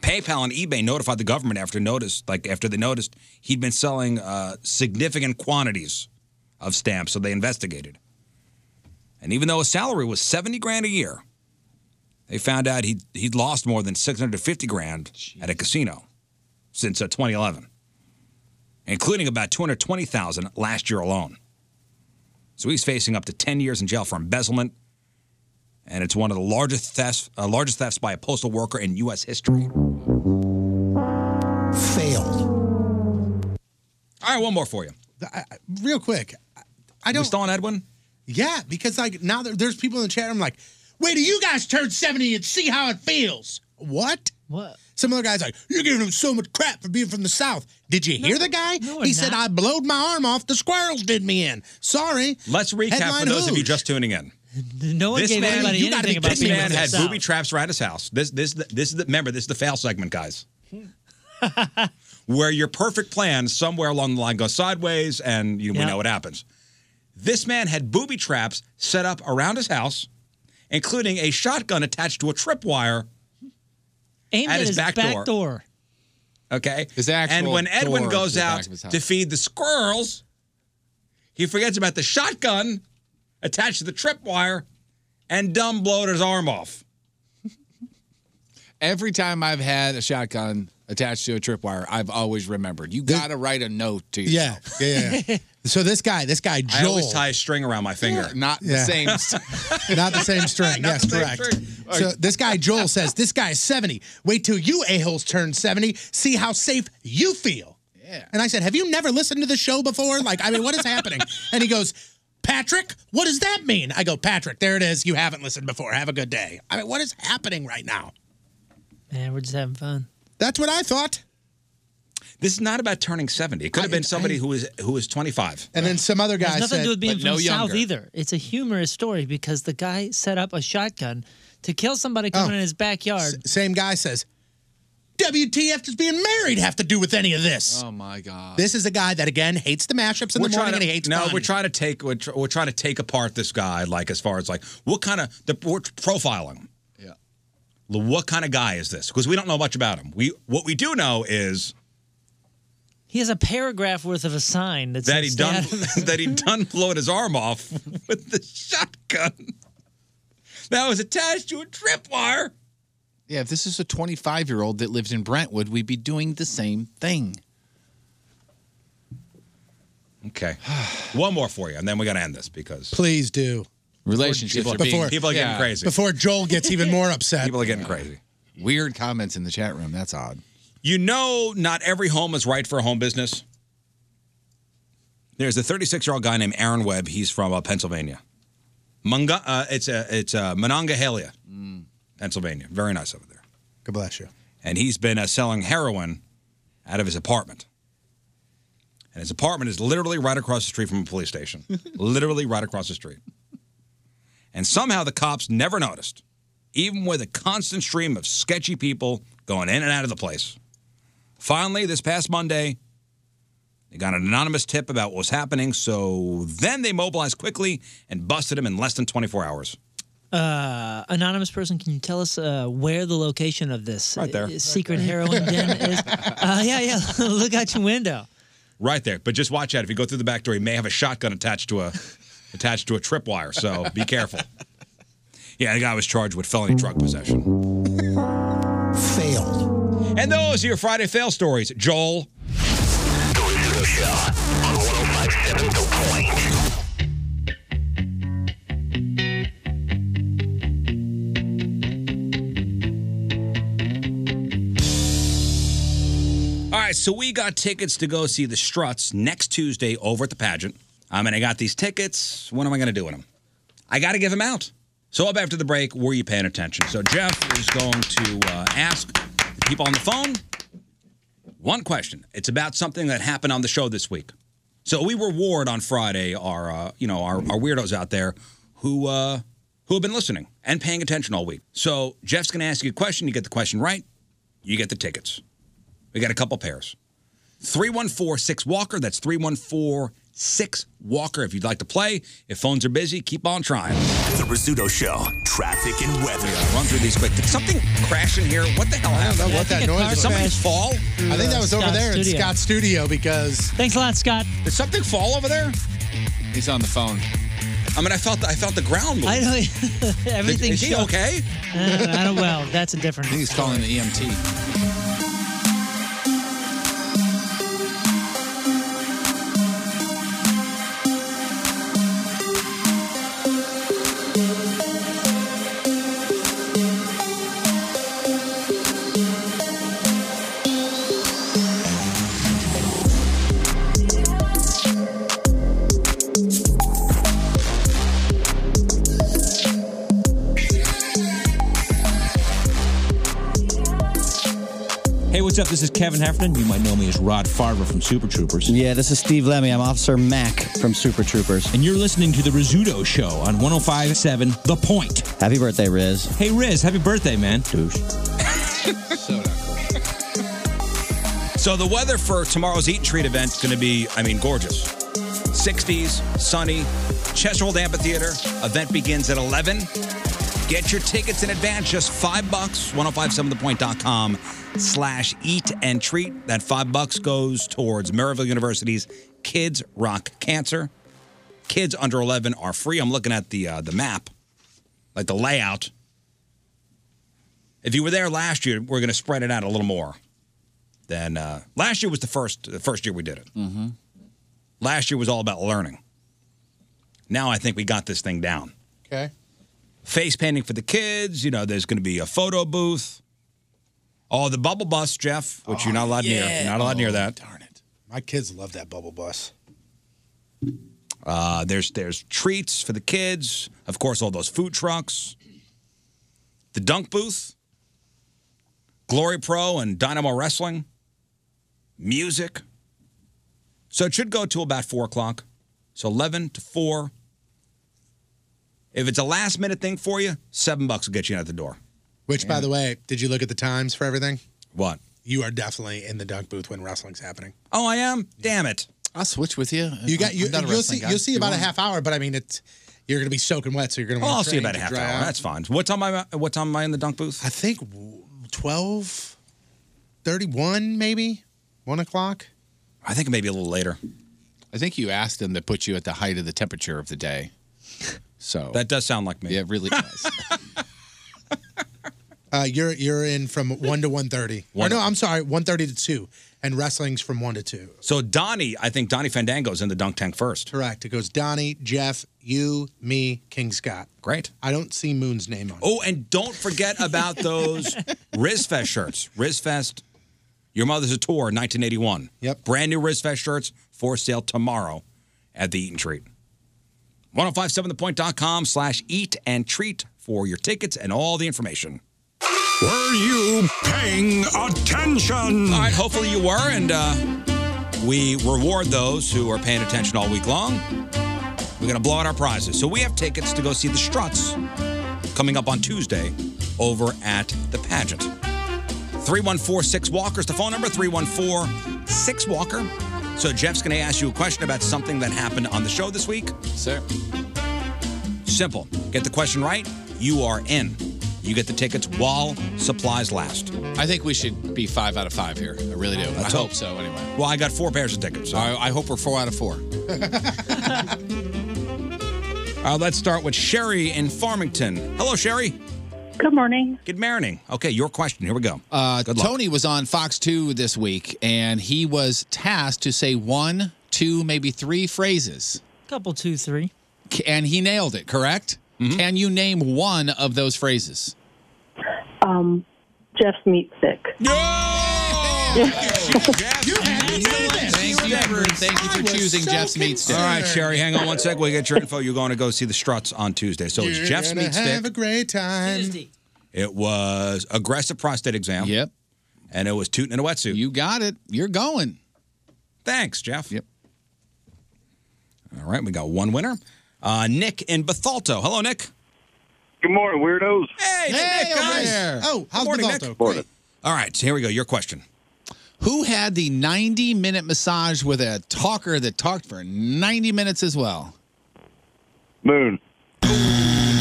D: PayPal and eBay notified the government after noticed, like after they noticed he'd been selling uh, significant quantities of stamps, so they investigated. And even though his salary was seventy grand a year, they found out he he'd lost more than six hundred fifty grand at a casino since uh, 2011, including about two hundred twenty thousand last year alone. So he's facing up to ten years in jail for embezzlement, and it's one of the largest thefts uh, largest thefts by a postal worker in U.S. history.
F: Failed.
D: All right, one more for you.
F: Real quick. I- I don't.
D: still on Edwin?
F: Yeah, because like now there, there's people in the chat. I'm like, wait, do you guys turn 70 and see how it feels? What?
C: What?
F: Some other guy's like, you're giving him so much crap for being from the South. Did you hear the guy?
C: no,
F: he
C: we're
F: said,
C: not.
F: I blowed my arm off. The squirrels did me in. Sorry.
D: Let's recap
F: Headline
D: for those
F: who?
D: of you just tuning in.
C: No one
D: this
C: gave
D: man,
C: anybody
D: you gotta
C: anything
D: be
C: about
D: this
C: being
D: man
C: from
D: had
C: the South.
D: booby traps around his house. This, this, this is the, remember, this is the fail segment, guys. Where your perfect plan somewhere along the line goes sideways, and you, we
V: Yeah.
D: know what happens. This man had booby traps set up around his house, including a shotgun attached to a tripwire
C: Aimed
D: at
C: at
D: his back door.
C: door.
D: Okay.
E: actual
D: and when Edwin
E: door
D: goes
E: to the back
D: out
E: of his house.
D: to feed the squirrels, he forgets about the shotgun attached to the tripwire and dumb blowed his arm off.
E: Every time I've had a shotgun attached to a tripwire, I've always remembered you got to write a note to
F: Yeah,
E: yourself.
F: yeah, yeah. so this guy, this guy,
D: I
F: Joel.
D: always tie a string around my finger.
E: Not
F: Yeah. Not the same string. yes,
D: the same
F: correct.
D: string.
F: So this guy Joel says, "This guy's 70. Wait till you a-holes turn 70. See how safe you feel." Yeah. And I said, "Have you never listened to the show before? Like, I mean, what is happening?" And he goes, "Patrick, what does that mean?" I go, "Patrick, there it is. You haven't listened before. Have a good day." I mean, what is happening right now?
C: Man, we're just having fun.
F: That's what I thought.
D: This is not about turning 70. It could have been somebody who is who is 25.
F: And then some other guy
C: It has nothing
F: said,
C: to do with being from the South either. It's a humorous story because the guy set up a shotgun to kill somebody coming in his backyard.
F: Oh. same guy says, "WTF does being married have to do with any of this?"
E: Oh my god.
F: This is a guy that again hates the mashups in
D: We're
F: the
D: trying
F: morning
D: to,
F: and he hates
D: no,
F: fun.
D: we're trying to take we're, tr- we're trying to take apart this guy like as far as like what kind of the we're profiling him.
E: Yeah.
D: Well, What kind of guy is this? Because we don't know much about him. We what we do know is
C: He has a paragraph worth of a sign that
D: that he
C: says,
D: done
C: "Stay out of-"
D: that he done blowed his arm off with the shotgun that was attached to a tripwire.
E: Yeah, if this is a 25 year old that lives in Brentwood, we'd be doing the same thing.
D: Okay, one more for you, and then we got to end this because
F: Please do.
E: Relationships
D: People
E: are
D: are
E: being,
D: being- people are getting crazy.
F: Before Joel gets even more upset.
D: People are getting crazy.
E: Weird comments in the chat room. That's odd.
D: You know, not every home is right for a home business. There's a 36 year old guy named Aaron Webb. He's from uh, Pennsylvania. Munga, uh, it's a, it's uh, Monongahela, Pennsylvania. Very nice over there.
F: God bless you.
D: And he's been uh, selling heroin out of his apartment. And his apartment is literally right across the street from a police station, literally right across the street. And somehow the cops never noticed, even with a constant stream of sketchy people going in and out of the place. Finally, this past Monday, they got an anonymous tip about what was happening, so then they mobilized quickly and busted him in less than 24 hours.
C: Uh, anonymous person, can you tell us uh, where the location of this
D: Right there.
C: uh, secret heroin den is? Uh, yeah, yeah. Look out your window.
D: Right there. But just watch out. If you go through the back door, he may have a shotgun attached to a attached to a tripwire. So be careful. Yeah, the guy was charged with felony drug possession. Failed. And those are your Friday fail stories, Joel. All right, so we got tickets to go see the Struts next Tuesday over at the pageant. I mean, I got these tickets. What am I going to do with them? I got to give them out. So up after the break, were you paying attention? So Jeff is going to uh, ask the people on the phone one question. It's about something that happened on the show this week. So we reward on Friday our uh, you know our, our weirdos out there who uh, who have been listening and paying attention all week. So Jeff's going to ask you a question. You get the question right, you get the tickets. We got a couple pairs. 3146 Walker. That's 3146 Walker. If you'd like to play, if phones are busy, keep on trying. The Rizzuto Show. Traffic and weather. Run through these quick. Did something crash in here? What the hell
F: I don't
D: happened?
F: know what that noise
D: Did
F: was.
D: something fall?
F: I think that was over there in Scott's studio because.
C: Thanks a lot, Scott.
D: Did something fall over there?
E: He's on the phone.
D: I mean, I felt the, I felt the ground move.
C: I know. Everything.
D: Is he
C: shook.
D: okay?
C: Uh, I don't. Well, that's a different.
E: I think he's calling the E EMT.
V: Hey, what's up? This is Kevin Heffernan. You might know me as Rod Farber from Super Troopers.
P: Yeah, this is Steve Lemmy. I'm Officer Mac from Super Troopers.
V: And you're listening to The Rizzuto Show on 1057 The Point.
P: Happy birthday, Riz.
V: Hey, Riz, happy birthday, man.
D: So the weather for tomorrow's Eat and Treat event is going to be, I mean, gorgeous. 60s, sunny, Chesterfield Amphitheater. Event begins at 11. Get your tickets in advance, just five bucks, 1057thepoint.com slash eat and treat. That five bucks goes towards Maryville University's Kids Rock Cancer. Kids under 11 are free. I'm looking at the uh, the map, like the layout. If you were there last year, we're going to spread it out a little more than uh, last year was the first the first year we did it.
V: Mm-hmm.
D: Last year was all about learning. Now I think we got this thing down.
F: Okay.
D: Face painting for the kids. You know, there's going to be a photo booth. Oh, the bubble bus, Jeff, which you're not allowed near. You're not allowed near that. Darn
F: it. My kids love that bubble bus.
D: Uh, there's there's treats for the kids. Of course, all those food trucks. The dunk booth. Glory Pro and Dynamo Wrestling. Music. So it should go to about four o'clock. So eleven to four. If it's a last minute thing for you, seven bucks will get you out the door.
F: Which, by the way, did you look at the times for everything?
D: What?
F: You are definitely in the dunk booth when wrestling's happening.
D: Oh, I am. Damn it!
E: I'll switch with you.
F: You got you.
E: I'm not a
F: You'll
E: wrestling
F: see.
E: guy.
F: You'll see
E: You
F: about a
E: want-
F: half hour, but I mean, it's you're going to be soaking wet, so you're going to.
D: Well, I'll see about a half hour. That's fine. What time am I? What time am I in the dunk booth?
F: I think w- 12, 31 maybe, one o'clock.
D: I think maybe a little later.
E: I think you asked him to put you at the height of the temperature of the day. So
D: that does sound like me.
E: Yeah, it really does.
F: Uh, you're you're in from one to one thirty. Or
D: One-
F: no, I'm sorry, one thirty to two, and wrestling's from one to two.
D: So Donnie, I think Donnie Fandango's in the dunk tank first.
F: Correct. It goes Donnie, Jeff, you, me, King Scott.
D: Great.
F: I don't see Moon's name on. it.
D: Oh, and don't forget about those RizFest shirts. RizFest Your Mother's a Tour, 1981. Yep. Brand new Riz Fest shirts for sale tomorrow at the Eat and Treat. 1057thepoint.com slash eat and treat for your tickets and all the information.
N: Were you paying attention?
D: All right, hopefully you were, and uh, we reward those who are paying attention all week long. We're going to blow out our prizes. So we have tickets to go see the Struts coming up on Tuesday over at the pageant. 314 6 Walker's the phone number, 314 6 Walker. So Jeff's going to ask you a question about something that happened on the show this week. Sir. Simple. Get the question right, you are in. You get the tickets while supplies last.
E: I think we should be five out of five here. I really do. I
D: Let's
E: hope
D: hope.
E: so, anyway.
D: Well, I got four pairs of tickets.
E: I, I hope we're four out of four.
D: Uh, let's start with Sherry in Farmington. Hello, Sherry.
B: Good morning.
D: Good morning. Okay, your question. Here we go.
E: Uh, Tony was on Fox 2 this week, and he was tasked to say one, two, maybe three phrases.
C: Couple, two, three.
E: C- And he nailed it, correct? Can you name one of those phrases?
B: Um, Jeff's meat sick.
E: Thank you for, thank you for choosing Jeff's meat stick.
D: All right, Sherry, hang on one sec. We get your info. You're going to go see the Struts on Tuesday. So it's
F: You're
D: Jeff's
F: gonna
D: meat
F: Have
D: stick.
F: a great time.
D: It was aggressive prostate exam.
E: Yep.
D: And it was tooting in a wetsuit. You
E: got it. You're going.
D: Thanks, Jeff.
E: Yep.
D: All right, we got one winner. Uh, Nick in Bethalto. Hello, Nick.
W: Good morning, weirdos.
D: Hey,
E: Hey,
D: Nick,
E: over
D: guys.
E: there. Oh, how's
D: Good morning,
E: Bethalto?
D: Nick. All right, so here we go. Your question.
E: Who had the 90 minute massage with a talker that talked for 90 minutes as well?
W: Moon.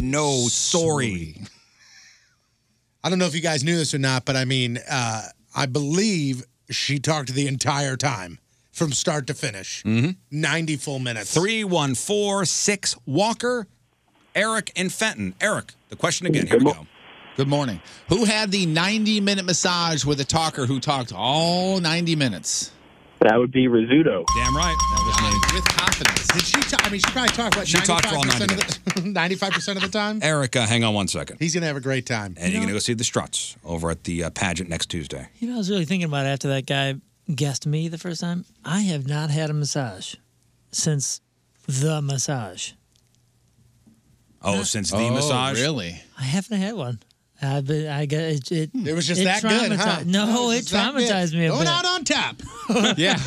D: No, sorry.
F: I don't know if you guys knew this or not, but I mean, uh, I believe she talked the entire time from start to finish. Mm-hmm. 90 full minutes.
D: 3146 Walker, Eric in Fenton. Eric, the question again. Here we go.
E: Good morning. Who had the 90 minute massage with a talker who talked all 90 minutes?
W: That would be Rizzuto.
D: Damn right. That
E: was me. With confidence.
F: Did she ta- I mean, she probably talked, what,
D: She talked for all
F: 95% of the, 95% of the time?
D: Eric, uh, hang on one second.
F: He's going to have a great time.
D: And you're going to go see the Struts over at the uh, pageant next Tuesday.
C: You know, I was really thinking about it after that guy guessed me the first time. I have not had a massage since the massage.
D: Oh, since the
E: Oh,
D: massage?
E: really?
C: I haven't had one. I've been. I got it. It,
F: It was just
C: it
F: that good, huh?
C: traumati- No,
F: It
C: it
F: was just that good.
C: traumatized me a
F: Going
C: bit.
F: out on top.
E: yeah.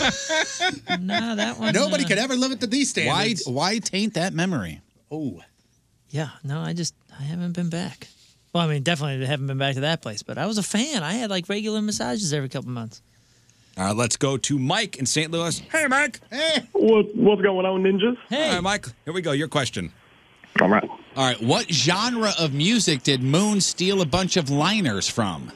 C: no, that one.
F: Nobody
C: uh,
F: could ever live up to these
E: Why,
F: standards.
E: why taint that memory? Oh.
C: Yeah, no, I just I haven't been back. Well, I mean, definitely haven't been back to that place, but I was a fan. I had like regular massages every couple months.
D: All right, Uh, let's go to Mike in St. Louis. Hey, Mike.
F: Hey.
W: What, what's going on, ninjas?
C: Hey.
D: All right, Mike, here we go. Your question.
W: All right.
E: All right. What genre of music did Moon steal a bunch of liners from?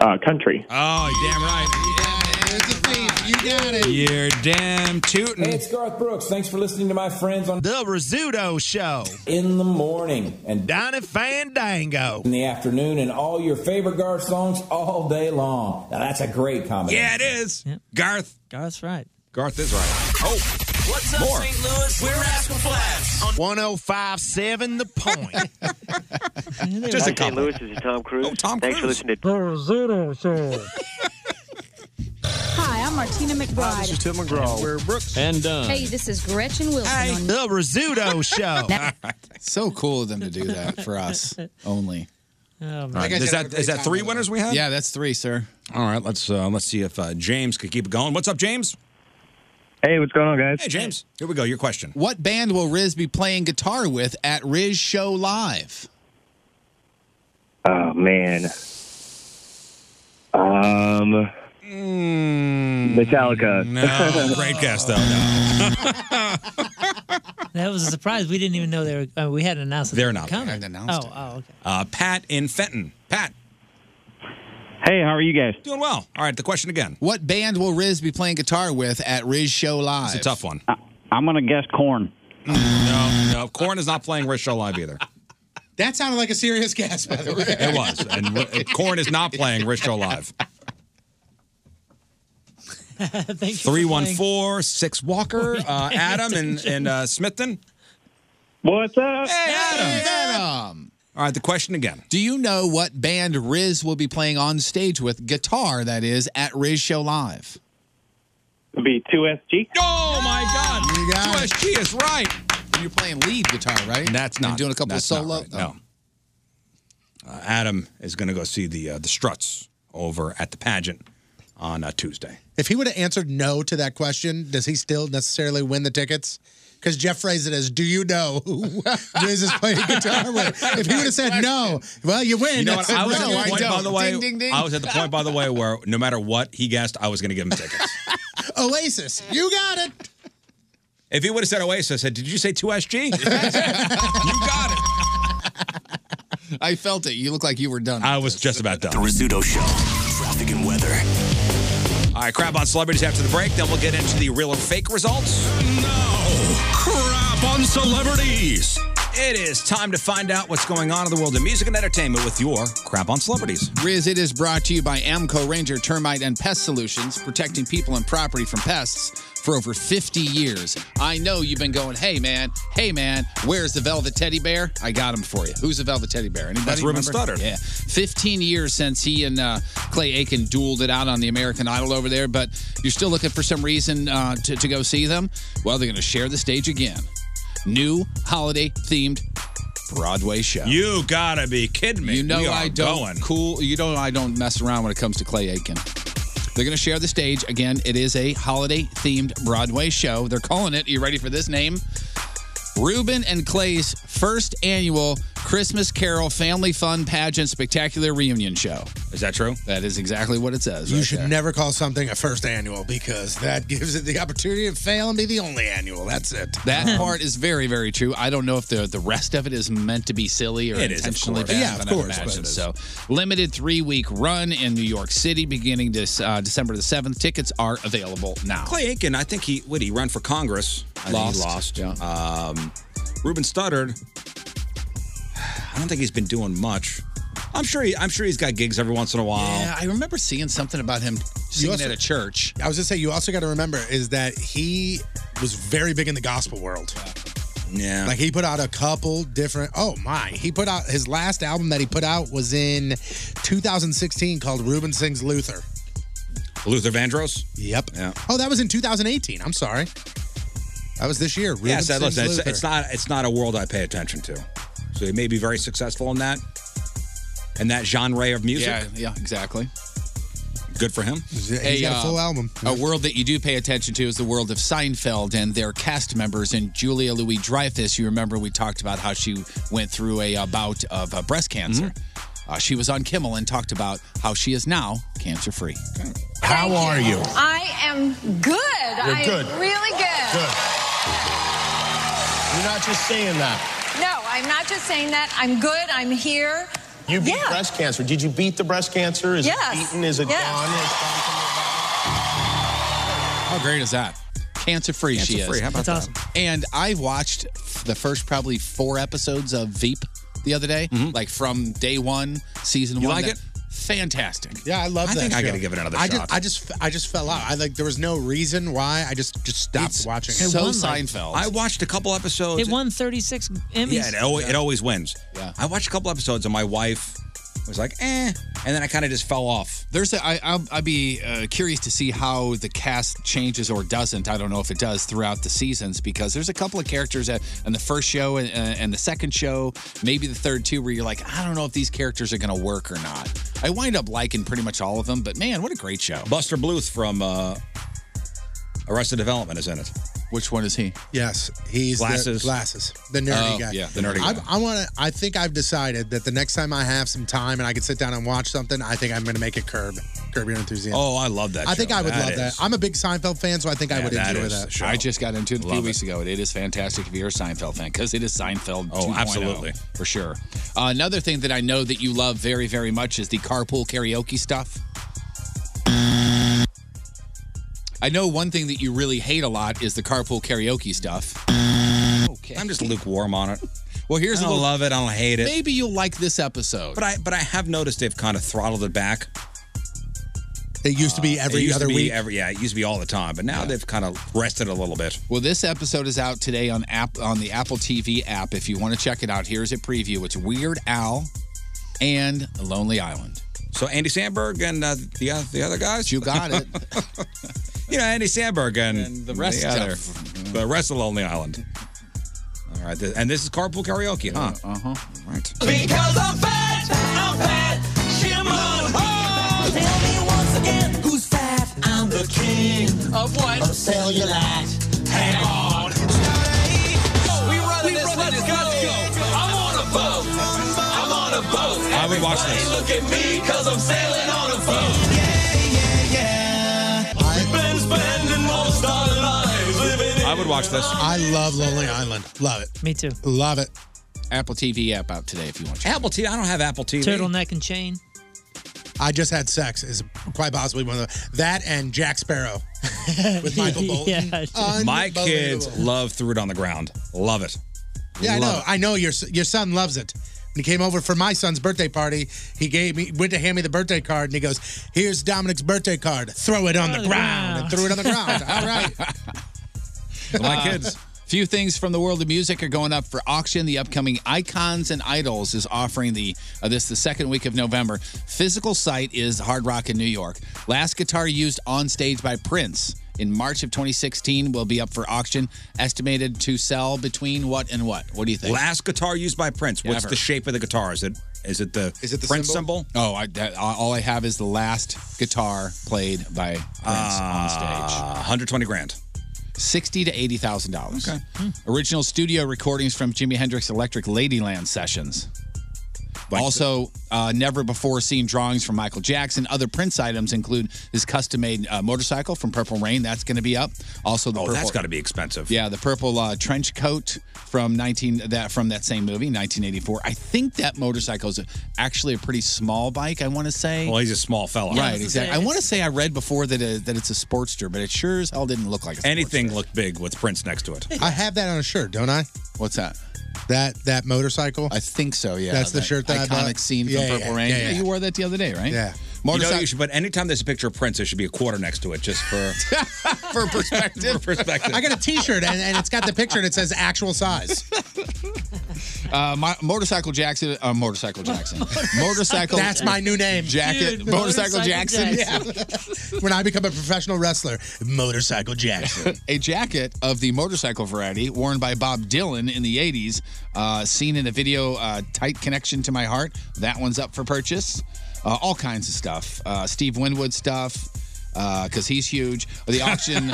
W: Uh, country.
D: Oh, you're damn right.
F: You got it.
D: You're damn tootin'.
X: Hey, it's Garth Brooks. Thanks for listening to my friends on The Rizzuto Show. In the morning. And Donnie Fandango. In the afternoon. And all your favorite Garth songs all day long. Now, that's a great combination.
D: Yeah, it is. Garth.
C: Garth's right.
D: Garth is right.
X: Oh,
A: What's up,
X: More.
A: St. Louis? We're Rascal Flats.
X: 1057 The Point.
D: Just a
X: couple.
Y: Louis, this is Tom Cruise. Oh, Tom Thanks for
X: Cruise.
Y: listening to
Z: Hi, I'm Martina McBride.
X: Tim McGraw. We're Brooks. And
C: uh,
X: Dunn.
Z: Hey, this is Gretchen Wilson. on-
X: The Rizzuto Show.
E: So cool of them to do that Oh. for us only.
C: Oh,
D: All right, is that is that three winners we have?
E: Yeah, that's three, sir.
D: All right, let's uh, let's see if uh, James could keep it going. What's up, James?
W: Hey, what's going on, guys?
D: Hey, James. Here we go. Your question.
E: What band will Riz be playing guitar with at Riz Show Live?
W: Oh, man. Um. Metallica.
D: Mm, No, great guess though. No.
C: That was a surprise. We didn't even know they were. Uh, we hadn't announced. that
D: They're
C: they were
D: not.
C: coming.
D: They hadn't announced
C: oh, oh, okay.
D: Uh, Pat in Fenton. Pat,
W: Hey, how are you guys?
D: doing well. All right, the question again.
E: What band will Riz be playing guitar with at Riz Show Live?
D: It's a tough one.
W: I'm going to guess corn.
D: No, no, Corn is not playing Rich Show Live either.
F: That sounded like a serious guess, by the way.
D: It was, and Corn is not playing Rich Show Live.
C: Thank you.
D: Three one four six Walker, uh, Adam, and and uh, Smithton.
W: What's up?
D: Hey, Adam.
E: Adam.
D: All right, the question again.
E: Do you know what band Riz will be playing on stage with guitar? That is at Riz Show Live.
G: It'd be 2SG.
D: Oh my God! You got USG is right.
E: You're playing lead guitar, right?
D: That's not
E: You're doing a couple of
D: that's not
E: solo.
D: right, no. Uh, Adam is going to go see the uh, the Struts over at the pageant on uh, Tuesday.
F: If he would have answered no to that question, does he still necessarily win the tickets? Because Jeff phrased it as, "Do you know who Riz is playing guitar with?" If he would have said no, well, you win.
D: You know what?
F: That's it.
D: I was
F: no,
D: at the
F: I
D: point, by
F: don't.
D: the way.
F: Ding, ding, ding.
D: I was at the point, by the way, where no matter what he guessed, I was going to give him tickets.
F: Oasis. You got it.
D: if he would have said Oasis, I said, "Did you say 2SG?" you got it.
E: I felt it. You look like you were done.
D: I was just about done.
A: The Rizzuto Show. Traffic and weather.
D: All right, crap on celebrities after the break. Then we'll get into the real or fake results.
N: Crap on celebrities.
D: It is time to find out what's going on in the world of music and entertainment with your crap on celebrities.
E: Riz, it is brought to you by Amco Ranger Termite and Pest Solutions, protecting people and property from pests for over 50 years. I know you've been going, hey man, hey man, where's the velvet teddy bear? I got him for you. Who's the velvet teddy bear? Anybody?
D: That's Ruben
E: remember?
D: Studdard.
E: Yeah, 15 years since he and uh, Clay Aiken dueled it out on the American Idol over there, but you're still looking for some reason uh, to, to go see them. Well, they're going to share the stage again. New holiday themed Broadway show.
D: You gotta be kidding me.
E: You know
D: We are
E: I don't
D: going.
E: cool. You know I don't mess around when it comes to Clay Aiken. They're going to share the stage again. It is a holiday themed Broadway show. They're calling it. Are you ready for this name? Ruben and Clay's first annual Christmas Carol Family Fun Pageant Spectacular Reunion Show.
D: Is that true?
E: That is exactly what it says.
F: You
E: right
F: should
E: there.
F: never call something a first annual because that gives it the opportunity to fail and be the only annual. That's it.
E: That part is very, very true. I don't know if the the rest of it is meant to be silly or
F: It is, of
E: intentionally
F: course.
E: bad.
F: Yeah,
E: but
F: of course,
E: I
F: but it
E: imagine.
F: is.
E: So, limited three week run in New York City beginning this uh, December the seventh. Tickets are available now.
D: Clay Aiken, I think he would he run for Congress. I
E: Lost.
D: Think he lost. Um, Ruben Studdard, I don't think he's been doing much. I'm sure he, I'm sure he's got gigs every once in a while.
E: Yeah, I remember seeing something about him singing at a church.
F: I was gonna say you also got to remember is that he was very big in the gospel world.
D: Yeah.
F: Like he put out a couple different. Oh my! He put out his last album that he put out was in 2016 called Ruben Sings Luther.
D: Luther Vandross.
F: Yep.
D: Yeah.
F: Oh, that was in 2018. I'm sorry. That was this year. Ruben
D: yeah, so
F: Sings
D: listen, it's,
F: Luther.
D: it's not it's not a world I pay attention to. So he may be very successful in that in that genre of music.
E: Yeah, yeah, exactly.
D: Good for him.
F: He's got a full album.
E: uh, A world that you do pay attention to is the world of Seinfeld and their cast members and Julia Louis Dreyfus. You remember we talked about how she went through a, uh bout of uh, breast cancer.
F: Mm-hmm.
E: Uh, she was on Kimmel and talked about how she is now cancer free.
N: How are you?
H: I am good.
E: You're
H: I
E: good.
H: am really good.
N: You're not just saying that.
H: No, I'm not just saying that. I'm good. I'm here.
N: You beat breast cancer. Did you beat the breast cancer? Is
H: Yes.
N: it beaten? Is it
H: Yes.
N: gone?
E: How great is that? Cancer free she is.
N: Cancer-free, how about That's
E: And I watched the first probably four episodes of Veep the other day,
N: Mm-hmm.
E: like from day one, season
F: You
E: one.
F: like
E: That- Fantastic.
F: Yeah, I love
E: I
F: that.
E: think I
F: show.
E: gotta give it another
F: I
E: shot.
F: Just, I just, I just fell out. I like there was no reason why. I just, just stopped watching.
E: so It won, like- Seinfeld.
D: I watched Oh, a couple episodes.
C: It won 36 Emmys.
D: Yeah, it, al- it always wins. Yeah. I watched a couple episodes and my wife was like, eh. And then I kind of just fell off.
E: There's a, I, I'll, I'd be uh, curious to see how the cast changes or doesn't. I don't know if it does throughout the seasons because there's a couple of characters that, in the first show and, uh, and the second show, maybe the third too, where you're like, I don't know if these characters are going to work or not. I wind up liking pretty much all of them, but man, what a great show.
D: Buster Bluth from uh, Arrested Development is in it.
E: Which one is he?
F: Yes, he's
D: Glasses.
F: The, glasses. The nerdy
D: Oh,
F: guy.
D: yeah, the nerdy guy.
F: I've- I, want to. I think I've decided that the next time I have some time and I can sit down and watch something, I think I'm going to make it curb. Curb your enthusiasm.
D: Oh, I love that
F: I think
D: show.
F: I would
D: That
F: love that.
D: is-
F: I'm a big Seinfeld fan, so I think I would enjoy that.
E: I just got into it a few
F: Love it.
E: weeks ago, and it is fantastic if you're a Seinfeld fan because it is Seinfeld.
D: Oh,
E: 2.0,
D: absolutely.
E: for sure. Uh, another thing that I know that you love very, very much is the carpool karaoke stuff. I know one thing that you really hate a lot is the carpool karaoke stuff. Okay.
D: I'm just lukewarm on it.
E: Well, here's
D: I
E: a
D: don't
E: little-
D: love it. I don't hate it.
E: Maybe you'll like this episode.
D: But I but I have noticed they've kind of throttled it back.
F: It used to be
D: Uh,
F: every
D: it used
F: other
D: to be
F: week.
D: Every, yeah, it used to be all the time, but now they've kind of rested a little bit.
E: Well, this episode is out today on app on the Apple TV app. If you want to check it out, here's a preview. It's Weird Al and Lonely Island.
D: So Andy Sandberg and uh, the oth- the other guys. You
E: got it.
D: you know Andy Sandberg and,
E: the rest of-
D: other, the rest of Lonely Island. All right, th- and this is carpool karaoke, huh? Uh huh. All right.
N: Because I'm fat, I'm fat, shimmer hard. Tell me once again who's fat. I'm the king of what? Of cellulite. Hang on. Johnny, We run this, let's, go. I'm on a boat. I'm on a boat.
D: How we watch this?
N: Look at me, cause I'm sailing on a boat. Yeah, yeah, yeah. We've been spending most our lives living in
D: I would watch this.
F: I love Lonely Island. Love it.
C: Me too.
F: Love it.
E: Apple TV app out today if you want.
D: Apple TV. I don't have Apple TV.
C: Turtleneck and chain.
F: I just had sex is quite possibly one of the, that and Jack Sparrow with Michael Bolton.
D: My kids
F: Unbelievable.
D: love threw it on the ground. Love it.
F: Yeah, I
D: Love
F: know. I know your s- your son loves it. When he came over for my son's birthday party, he gave me went to hand me the birthday card, and he goes, "Here's Dominic's birthday card. Throw it
E: Oh,
F: on the, ground." And threw it on the ground. All right.
E: Uh, Few things from the world of music are going up for auction. The upcoming Icons and Idols is offering the uh, this the second week of November. Physical site is Hard Rock in New York. Last guitar used on stage by Prince in March of 2016 will be up for auction. Estimated to sell between what and what? What do you think?
D: Last guitar used by Prince. What's
E: Ever.
D: the shape of the guitar? Is it is it the
E: Is it the
D: Prince
E: symbol?
D: symbol?
E: Oh, I, that, all I have is the last guitar played by Prince on stage.
D: 120 grand.
E: Sixty to eighty thousand dollars. Okay. Original studio recordings from Jimi Hendrix Electric Ladyland sessions. also, uh, never before seen drawings from Michael Jackson. Other Prince items include his custom made uh, motorcycle from Purple Rain. That's going to be up. Also, the
D: Oh,
E: purple,
D: that's got to be expensive.
E: yeah, the purple uh, trench coat from nineteen that from that same movie, nineteen eighty four. I think that motorcycle is actually a pretty small bike. I want to say.
D: Well, he's a small fella.
E: right, exactly. I want to say I read before that uh that it's a Sportster, but it sure as hell didn't look like a
D: Anything looked big with Prince next to it.
F: I have that on a shirt, don't I?
E: What's that?
F: That that motorcycle.
E: I think so. Yeah,
F: That's the
E: that
F: shirt that I
E: iconic
F: bought.
E: scene from
F: Yeah,
E: Purple
F: yeah,
E: Rain.
F: yeah,
E: Yeah,
F: yeah.
E: you wore that the other day, right?
F: Yeah.
D: you know,
E: Motorcycle-
D: you should, but anytime there's a picture of Prince, there should be a quarter next to it, just for
E: for perspective.
D: perspective.
F: I got a T-shirt and, and it's got the picture and it says actual size.
E: uh, my, motorcycle Jackson. Uh, motorcycle Jackson. motorcycle.
F: That's my new name.
E: Jacket. motorcycle, Jackson.
F: Yeah. when I become a professional wrestler, motorcycle Jackson.
E: a jacket of the motorcycle variety worn by Bob Dylan in the 80s, uh, seen in the video uh, Tight Connection to My Heart. That one's up for purchase. Uh, all kinds of stuff. Uh, Steve Winwood stuff. Because Uh, he's huge. The auction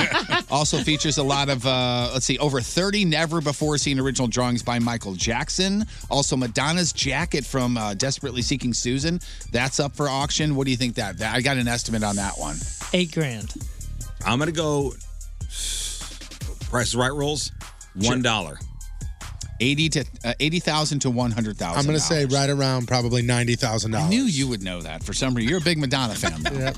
E: also features a lot of, uh, let's see, over 30 never before seen original drawings by Michael Jackson. Also, Madonna's jacket from uh, Desperately Seeking Susan. That's up for auction. What do you think that? that I got an estimate on that one.
C: Eight grand.
D: I'm gonna go. Price is Right rules. One dollar.
E: Eighty to uh, eighty thousand to one hundred thousand.
F: I'm going to say right around probably ninety thousand
E: I
F: dollars.
E: knew you would know that for some reason. You're a big Madonna fan. though.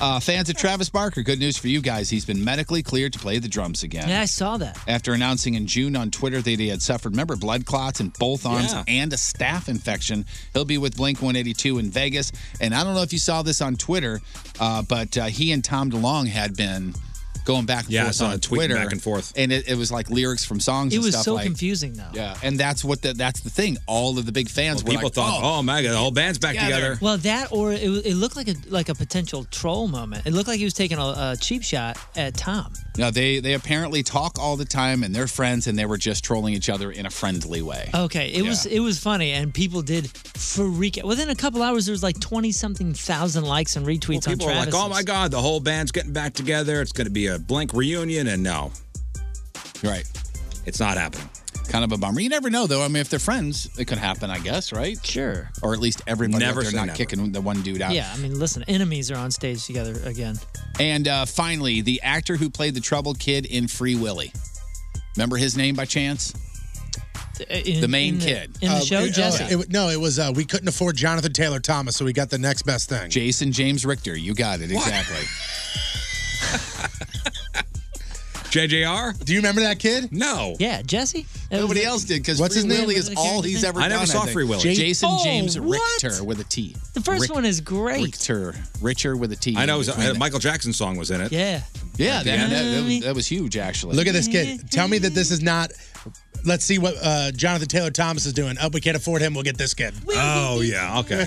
E: Uh, fans of Travis Barker, good news for you guys. He's been medically cleared to play the drums again.
C: Yeah, I saw that.
E: After announcing in June on Twitter that he had suffered, remember, blood clots in both arms
C: Yeah.
E: and a staph infection. He'll be with Blink 182 in Vegas. And I don't know if you saw this on Twitter, uh, but uh, he and Tom DeLong had been going back and
D: Yeah, I
E: forth
D: saw
E: on
D: it tweeting
E: Twitter.
D: back and forth.
E: And it, it was like lyrics from songs
C: It
E: and
C: was
E: stuff
C: so
E: like
C: confusing though.
E: yeah, and that's what the, that's the thing. All of the big fans were
D: People
E: like,
D: thought,
E: "Oh,
D: oh, my God, the whole band's back together.
C: Well, that or it, it looked like a like a potential troll moment. It looked like he was taking a, a cheap shot at Tom.
E: No, they they apparently talk all the time and they're friends and they were just trolling each other in a friendly way.
C: Okay, it was
E: Yeah.
C: it was funny, and people did freak. out. Within a couple hours, there was like twenty something thousand likes and retweets
D: People
C: on
D: are like,
C: Travis.
D: oh my God, the whole band's getting back together. It's going to be a blank reunion. And no.
E: Right.
D: It's not happening.
E: Kind of a bummer. You never know though. I mean, if they're friends, it could happen, I guess, right?
C: Sure.
E: Or at least everybody
D: Never
E: if they're
D: say
E: not
D: never.
E: kicking the one dude out.
C: Yeah, I mean, listen, enemies are on stage together again.
E: And uh, finally, the actor who played the troubled kid in Free Willy. Remember his name by chance?
C: In-
E: the main
C: uh, in
E: kid
C: in the
D: Oh,
C: show,
F: Uh, it- oh,
C: Jesse.
F: it- no, it was uh, we couldn't afford Jonathan Taylor Thomas, so we got the next best thing.
E: Jason James Richter. You got it exactly.
D: JJR?
F: Do you remember that kid?
D: No.
C: Yeah, Jesse.
E: Nobody else did because Free Willy is all he's ever
D: I
E: done.
D: never saw
E: think.
D: Free Willy.
E: Jason
D: Oh,
E: James
D: what?
E: Richter with a T.
C: The first
E: Rick-
C: one is great.
E: Richter. Richer with a T.
D: I know. It was,
E: between
D: uh,
E: the-
D: Michael Jackson's song was in it.
C: Yeah.
E: Yeah,
D: At the
E: that,
D: end.
E: that- that was, that was huge, actually.
F: Look at this kid. Tell me that this is not. Let's see what uh, Jonathan Taylor Thomas is doing. Oh, we can't afford him. We'll get this kid.
D: Oh, yeah. Okay.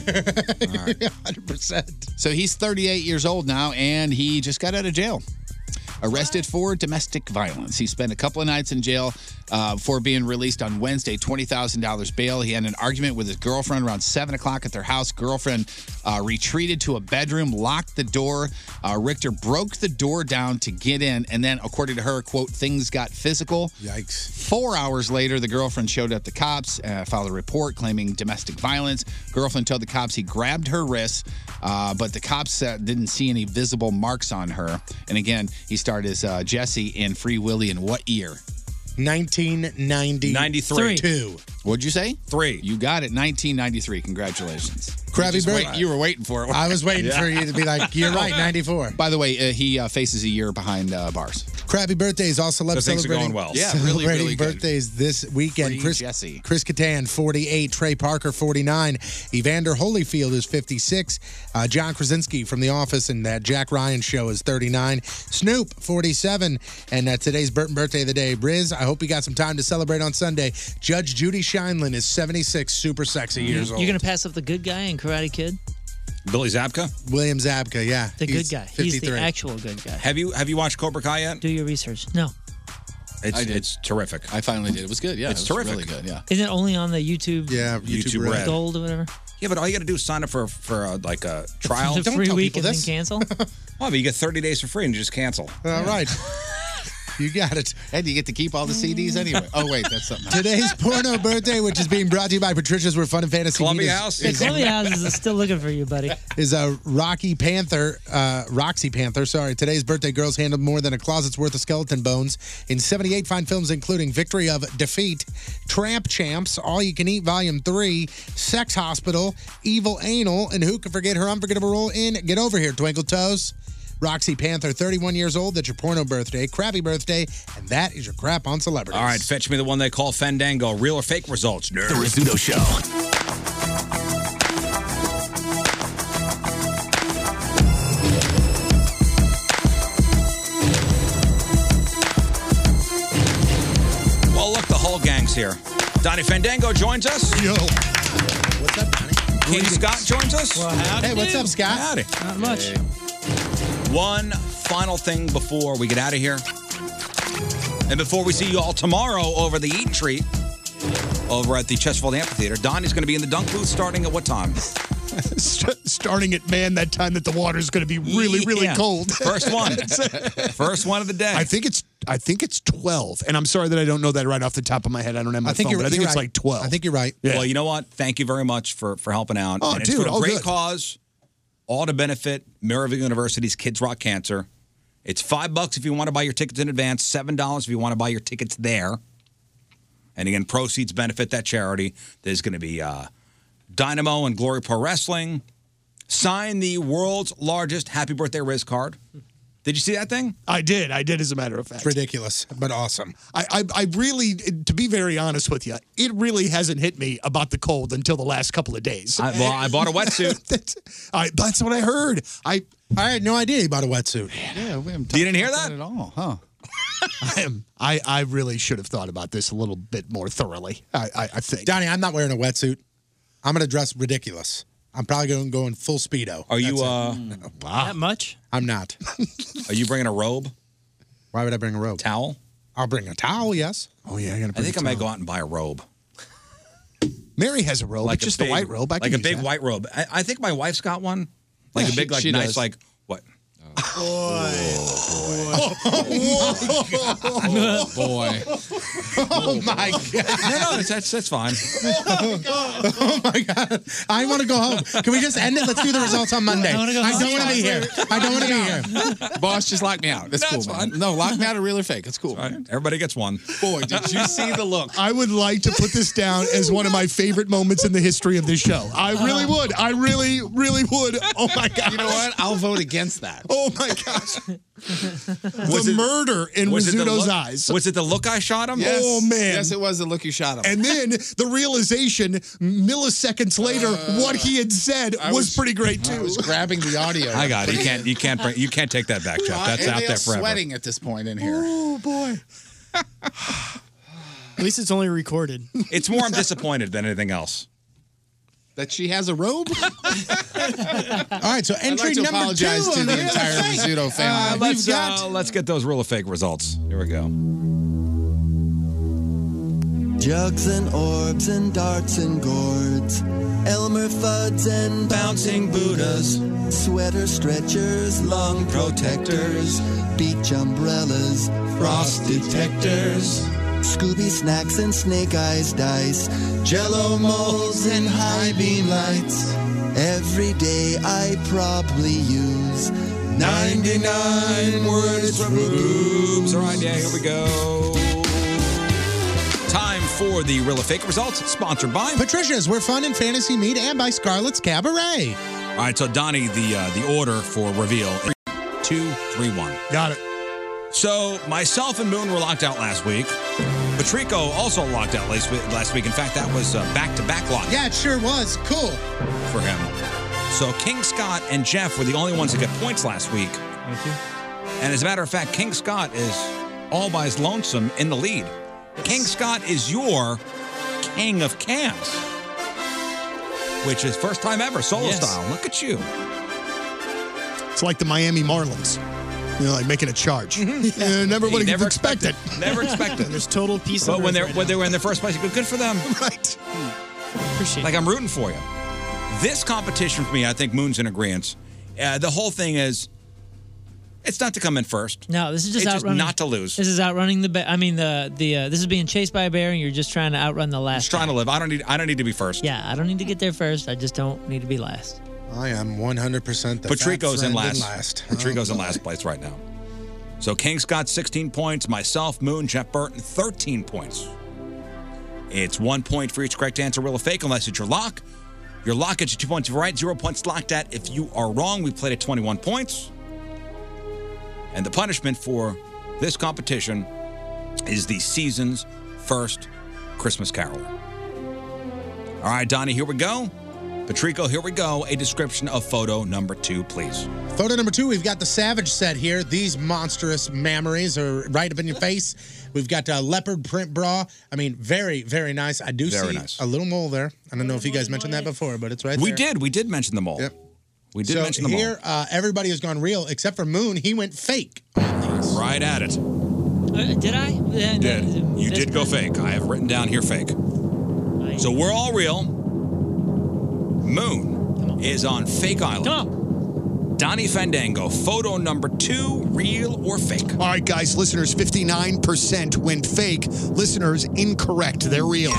E: Hundred percent. So he's 38 years old now, and he just got out of jail. Arrested for domestic violence. He spent a couple of nights in jail uh, before being released on Wednesday, $20,000 bail. He had an argument with his girlfriend around 7 o'clock at their house. Girlfriend uh, retreated to a bedroom, locked the door. Uh, Richter broke the door down to get in. And then, according to her, quote, things got physical.
F: Yikes.
E: Four hours later, the girlfriend showed up. The cops uh, filed a report claiming domestic violence. Girlfriend told the cops he grabbed her wrists, uh, but the cops uh, didn't see any visible marks on her. And again, he starred as uh, Jesse in Free Willy in what year?
F: 1990.
E: 93.
F: Two.
E: What'd you say?
D: Three.
E: You got it. 1993. Congratulations.
F: Krabby
E: You just
F: Bird.
E: wait- you were waiting for it.
F: I was waiting for you to be like, "You're right, 94.
E: By the way, uh, he uh, faces a year behind uh, bars.
F: Crappy birthdays. All celebs
E: So things are
F: celebrating.
E: going well. Yeah, really,
F: celebrating
E: really good.
F: birthdays this weekend.
E: Free
F: Chris
E: Jesse.
F: Chris Kattan, 48. Trey Parker, 49. Evander Holyfield is 56. Uh, John Krasinski from The Office and that Jack Ryan show is 39. Snoop, 47. And uh, today's Burton birthday of the day. Briz, I hope you got some time to celebrate on Sunday. Judge Judy Shineland is 76, super sexy years old.
C: You're gonna pass up the good guy in Karate Kid,
D: Billy Zabka.
F: William Zabka, yeah.
C: the
F: He's
C: good guy. He's
F: 53.
C: the actual good guy.
D: Have you have you watched Cobra Kai yet? Do
C: your research. No.
D: It's
E: I did.
D: it's terrific.
E: I finally did. It was good. Yeah,
D: it's
E: it was
D: terrific.
E: really good. Yeah.
C: Isn't it only on the YouTube?
F: Yeah,
D: YouTube Red. Red.
C: Gold or whatever.
D: Yeah, but all you got to do is sign up for for uh, like a trial.
C: The free week and then cancel.
D: Oh, but you get 30 days for free and you just cancel.
F: All right. You Mm. got it.
E: And you get to keep all the CDs anyway. Oh, wait, that's something. else.
F: Today's porno birthday, which is being brought to you by Patricia's We're Fun and Fantasy.
E: Columbia
F: Meet is-
E: House?
C: Yeah,
F: is-
C: Columbia House is still looking for you, buddy.
F: is a Rocky Panther, uh, Roxy Panther, sorry. Today's birthday girls handled more than a closet's worth of skeleton bones in 78 fine films, including Victory of Defeat, Tramp Champs, All You Can Eat Volume 3, Sex Hospital, Evil Anal, and who can forget her unforgettable role in Get Over Here, Twinkle Toes? Roxy Panther, 31 years old. That's your porno birthday, crappy birthday, and that is your crap on
E: Uh,
F: celebrities.
D: All right, fetch me the one they call Fandango. Real or fake results? Nerd.
F: The Rizzuto
D: Show. Well, look, the whole gang's here. Donnie Fandango joins us. Yo.
F: What's up, Donnie?
D: King Scott joins us.
F: Hey, what's up, Scott?
D: Howdy.
C: Not much.
D: One final thing before we get out of here. And before we see you all tomorrow over the Eat Treat over at the Chesterfield Amphitheater, Donnie's going to be in the dunk booth starting at what time?
I: St- starting at man that time that the water's going to be really
C: E
I: really
D: Yeah.
I: cold.
D: First one. First one of the day.
I: I think it's I think it's 12 and I'm sorry that I don't know that right off the top of my head. I don't have my
D: I think
I: phone,
D: you're-
I: but I think
D: you're
I: it's
D: right.
I: like 12. I think
F: you're right.
D: Well, you know what? Thank you very much for for helping out.
I: Oh,
D: and it's
I: dude,
D: for a
I: all
D: great
I: good.
D: cause, all to benefit Maryville University's Kids Rock Cancer. It's five bucks if you want to buy your tickets in advance, seven dollars if you want to buy your tickets there. And again, proceeds benefit that charity. There's going to be uh, Dynamo and Glory Pro Wrestling. Sign the world's largest Happy Birthday Riz card. Did you see that thing?
I: I did. I did, as a matter of fact.
F: ridiculous, but awesome.
I: I, I, I really, to be very honest with you, it really hasn't hit me about the cold until the last couple of days.
D: I, well, I bought a wetsuit.
I: that's, I, that's what I heard. I
F: I had no idea he bought a wetsuit.
I: Yeah, we haven't
D: You didn't hear
I: that?
D: at
E: all, huh?
I: I am. I, I really should have thought about this a little bit more thoroughly. I, I, I think.
F: Donnie, I'm not wearing a wetsuit. I'm gonna dress ridiculous. I'm probably gonna go in full speedo.
D: Are you?
F: That's it.
D: Uh,
I: wow.
C: That much?
F: I'm not.
D: Are you bringing a robe?
F: Why would I bring a robe?
D: Towel.
F: I'll bring a towel. Yes.
I: Oh yeah, I gotta.
D: I think I might go out and buy a robe.
I: Mary has a robe,
D: Like
I: but just
D: big-
I: a white robe. I
D: like
I: can
D: a
I: use
D: big
I: that.
D: white robe. I, I think my wife's got one. Like
I: Yeah,
D: a big,
I: she-
D: like
I: she
D: nice,
I: does.
D: like what?
I: Oh,
E: boy.
F: Oh my
D: no,
F: god.
D: no, that's, that's that's fine.
F: Oh my god. I want to go home. Can we just end it? Let's do the results on Monday. I,
E: wanna go
F: don't
E: home.
F: want to be here. I don't want to be here.
E: Boss, just lock me out. That's cool. man. No, lock me out of real or fake. It's cool. man.
D: Everybody gets one.
E: Boy, did you see the look?
I: I would like to put this down as one of my favorite moments in the history of this
E: Uh.
I: show. I really would. I really, really would. Oh my god.
E: You know what? I'll vote against that.
I: Oh my gosh.
E: Was
I: the
E: it-
I: murder in
E: was it the
I: Rizzuto's
E: look-
I: eyes.
E: was it the look I shot him? Yes.
I: Oh, man.
E: Yes, it was the look you shot him.
I: And then the realization milliseconds later what he had said
E: Uh. I
I: was,
E: was-
I: pretty great, too. I was
E: grabbing the audio.
D: I got it. You can't. You can't bring. You can't take that back, Jeff. That's out there forever.
E: sweating at this point in here.
J: Oh boy.
E: At least it's only recorded.
D: It's more. I'm disappointed than anything else.
E: That she has a robe?
F: All right, so entry
E: I'd like to
F: number
E: apologize
F: two
E: to
F: on
E: the
F: the
E: entire
F: other side.
E: Rizzuto
D: Uh,
E: family.
D: let's uh, let's get those real of fake results. Here we go.
N: Jugs and orbs and darts and gourds. Elmer Fuds and bouncing Buddhas. Sweater stretchers, lung protectors. Beach umbrellas, frost detectors. Scooby snacks and snake eyes dice. Jello molds and high beam lights. Every day I probably use 99 words from boobs.
D: All right, yeah, here we go. Time for the real of fake results, sponsored by.
F: Patricia's, where fun and fantasy meet, and by Scarlett's Cabaret.
D: All right, so Donnie, the uh, the order for reveal: is two, three, one.
I: Got it.
D: So myself and Moon were locked out last week. Patrico also locked out last week. Last week, in fact, that was back to back lock
F: Yeah, it sure was. Cool.
D: for him. So King Scott and Jeff were the only ones that got points last week.
K: Thank you.
D: And as a matter of fact, King Scott is all by his lonesome in the lead. King Scott is your king of cans, which is first time ever solo
I: Yes.
D: style. Look at you.
I: It's like the Miami Marlins. You know, like making a charge. And everybody
D: never
I: expect it.
D: Never expected.
I: There's total peace
D: But when they're when they were in the first place, you go, good for them.
I: Right.
D: Appreciate like I'm rooting for you. This competition for me, I think Moon's in agreement. Uh, the whole thing is, it's not to come in first.
C: No, this is just
D: it's
C: outrunning.
D: not to lose.
C: This is outrunning the bear. I mean, the the uh, this is being chased by a bear, and you're just trying to outrun the last.
D: Just trying to live. I don't need. I don't need to be first.
C: Yeah, I don't need to get there first. I just don't need to be last.
F: I am 100% the
D: Patrico's
F: fat
D: in
F: friend
D: last. Patrico's in last place right now. So King's got 16 points. Myself, Moon, Jeff Burton, 13 points. It's one point for each correct answer, real or fake, unless it's your lock. Your lock gets you two points if you're right, zero points locked at if you are wrong. We played at 21 points. And the punishment for this competition is the season's first Christmas Carol. All right, Donnie, here we go. Patrico, here we go. A description of photo number two, please.
F: Photo number two, we've got the Savage set here. These monstrous mammaries are right up in your face. We've got a leopard print bra. I mean, very, very nice. I do
D: Very
F: see
D: nice.
F: a little mole there. I don't know if you guys mentioned that before, but it's right
D: we
F: there.
D: did. We did mention them all. Yep. We did
F: so
D: mention them
F: here, uh, everybody has gone real except for Moon. He went fake.
D: all. Right at it.
C: Uh, did I?
D: You did. You did go fake. I have written down here fake. So we're all real. Moon is on Fake Island. Donnie Fandango, photo number two, real or fake?
I: All right, guys, listeners, 59% went fake. Listeners, incorrect. They're real.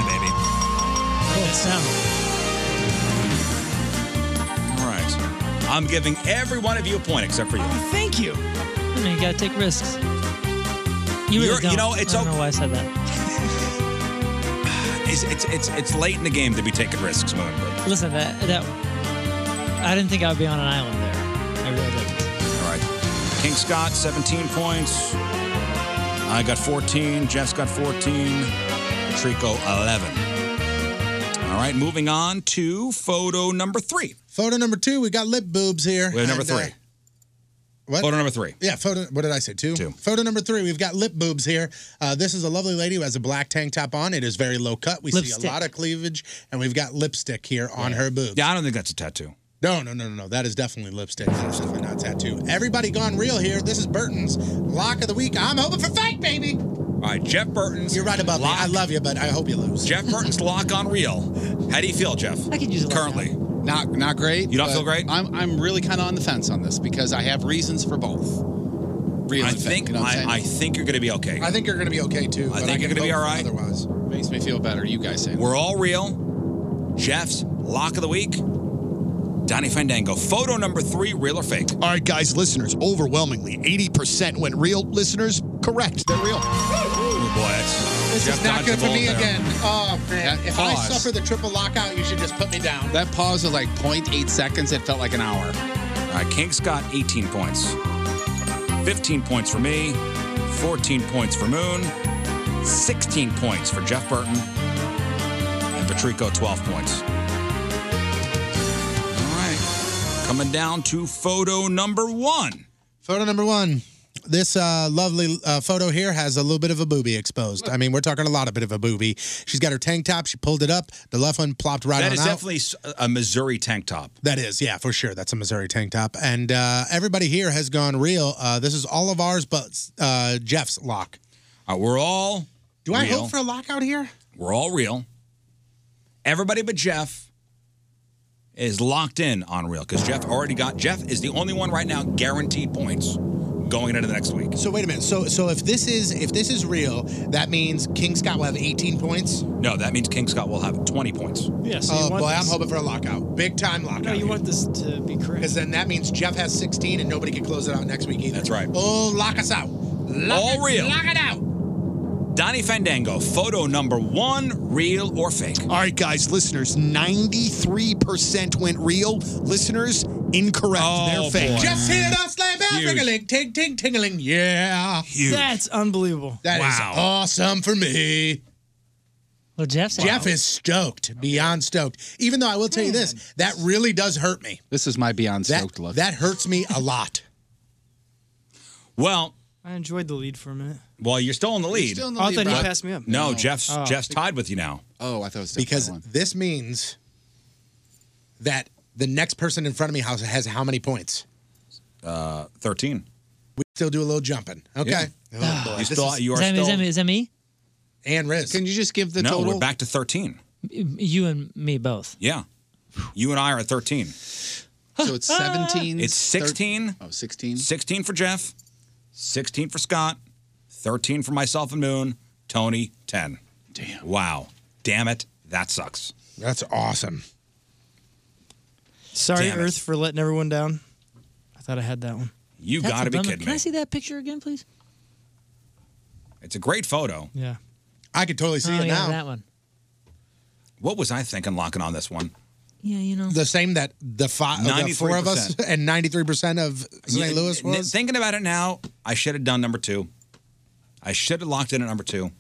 D: All right. I'm giving every one of you a point except for you.
C: Thank you. I mean, you gotta take risks. You really
D: You're- you
C: don't.
D: know, it's
C: I don't
D: o-
C: know why I said that.
D: It's, it's, it's, it's late in the game to be taking risks, Moon. but-
C: Listen, that that I didn't think I would be on an island there. I really didn't.
D: All right. King Scott, 17 points. I got 14. Jeff's got 14. Trico, 11. All right, moving on to photo number three.
F: Photo number two, we got lip boobs here.
D: We have number
F: And, uh,
D: three. Photo number three.
F: Yeah, photo. What did I say? Two. Two. Photo number three. We've got lip boobs here. Uh, this is a lovely lady who has a black tank top on. It is very low cut. We see
D: Lipstick.
F: a lot of cleavage, and we've got lipstick here on her boob.
D: Yeah, I don't think that's a tattoo.
F: No, no, no, no, no. That is definitely lipstick. That is definitely not tattoo. Everybody gone real here. This is Burton's lock of the week. I'm hoping for fake, baby.
D: All right, Jeff Burton's.
F: You're right about
D: lock.
F: me. I love you, but I hope you lose.
D: Jeff Burton's lock on real. How do you feel, Jeff?
F: I could use a lock
D: Currently.
E: Not not great.
D: You don't
E: but
D: feel great?
E: I'm I'm really kind of on the fence on this because I have reasons for both. Real
D: I
E: and fake,
D: think
E: you know what I'm saying?
D: I, I think you're going to be okay.
E: I think you're going to be okay too.
D: I think you're going to be all right.
E: Otherwise, makes me feel better. You guys say
D: We're all real. Jeff's lock of the week. Donnie Fandango. Photo number three, real or fake?
I: All right, guys, listeners, overwhelmingly, 80% went real. Listeners, correct. They're real.
D: Oh boy, that's,
F: This
D: Jeff
F: is not
D: dodged
F: good
D: the
F: for
D: bullet
F: me
D: there.
F: again. Oh man,
E: That
F: if I
E: pause.
F: suffer the triple lockout, you should just put me down.
E: that pause was like 0.8 seconds. It felt like an hour.
D: All right, King's got 18 points. 15 points for me, 14 points for Moon, 16 points for Jeff Burton, and Patrico 12 points. All right, coming down to photo number one.
F: Photo number one. This uh, lovely uh, photo here has a little bit of a boobie exposed. I mean, we're talking a lot of bit of a boobie. She's got her tank top. She pulled it up. The left one plopped right
D: That
F: on
D: is
F: out.
D: definitely s- a Missouri tank top.
F: That is, yeah, for sure. That's a Missouri tank top. And uh, everybody here has gone real. Uh, this is all of ours, but uh, Jeff's lock.
D: Uh, we're all.
F: Do I
D: real.
F: hope for a lockout here?
D: We're all real. Everybody but Jeff is locked in on real because Jeff already got. Jeff is the only one right now guaranteed points going into the next week.
F: So wait a minute. So so if this is if this is real, that means King Scott will have 18 points.
D: No, that means King Scott will have 20 points.
F: Yes.
D: you
F: oh
D: want
F: boy,
D: this-
F: I'm hoping for a lockout, big time lockout. No, you want
J: this to be correct.
F: Because then that means Jeff has 16, and nobody can close it out next week either. That's
D: right.
F: Oh, lock us out. Lock
D: All
F: it-
D: real.
F: Lock it out.
D: Donnie Fandango, photo number one, real or fake?
I: All right, guys, listeners, 93% went real. Listeners, incorrect. They're
D: Oh,
I: fake.
F: Just hit it up, slam bell,
I: Huge.
F: ring a ling, ting, ting, tingling. Yeah.
I: Huge.
J: That's unbelievable.
F: That is
J: Wow.
F: awesome for me.
C: Well, Jeff's
F: Jeff is stoked, beyond stoked. Even though I will tell you
C: Hmm.
F: this, that really does hurt me.
E: This is my beyond
F: That,
E: stoked look.
F: that hurts me a lot.
D: Well,
J: I enjoyed the lead for a minute.
D: well, you're still in the lead.
J: still in the Oh, I lead, thought he Rob. passed me up.
D: No,
J: No.
D: Jeff's
J: Oh.
D: Jeff's tied with you now.
E: Oh, I thought it was
F: because this means that the next person in front of me has, has how many points?
D: Uh, 13.
F: We still do a little jumping. Okay.
D: Yeah.
F: Oh, boy.
D: You
F: This
D: still-
F: is-
D: you are Is that- is still- that-
C: Is that me?
F: And Riz.
E: Can you just give
D: no, we're back to 13.
C: You and me both.
D: Yeah. You and I are at 13.
E: So it's 17.
D: It's 16.
E: oh, 16.
D: 16 for Jeff, 16 for Scott, 13 for myself and Moon, Tony, 10. Damn. Wow. Damn it. That sucks.
F: That's awesome.
J: Sorry,
D: Damn it.
J: Earth, for letting everyone down. I thought I had that one.
D: You
J: That's
D: got to
J: a
D: be
J: bummer.
D: kidding
J: Can I
D: me.
C: see that picture again, please?
D: It's a great photo.
J: Yeah.
F: I could totally
C: oh, yeah, that one.
D: What was I thinking locking on this one?
C: Yeah, you know.
F: The same that the, fi- the four of us
D: 93%.
F: and 93% of
D: Yeah,
F: St. Louis
D: n-
F: was?
D: Thinking about it now, I should have done number two. I should have locked in at number two.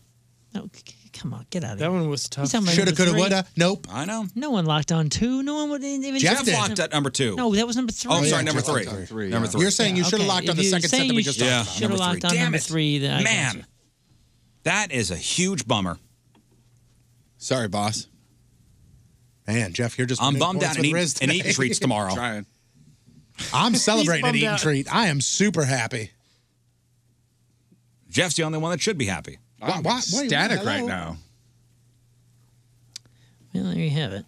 C: Come on, get out of
J: That one was tough.
C: He's talking about number three.
F: Nope.
D: I know.
C: No one locked on two. No one would even.
D: Jeff, locked at number two.
C: No, that was number three.
D: Oh, I'm sorry, number three. Number three.
F: You're saying you should have locked on the second set that we just
D: yeah.
F: talked about.
C: Should have
D: Number three.
C: locked on
D: Damn
C: number
D: it.
C: three. Then I got you.
D: Man, that is a huge bummer.
E: Sorry, boss.
F: Man, Jeff, you're just
D: I'm
F: winning
D: bummed
F: points
D: out and
F: with
D: eating-
F: Riz
D: and
F: today.
D: eating treats tomorrow. Trying.
F: I'm celebrating an
D: bummed
F: eating
D: out.
F: treat. I am super happy.
D: Jeff's the only one that should be happy.
F: Why- why- why-
D: Static
F: hello? Uh,
D: right now.
C: Well, there you have it.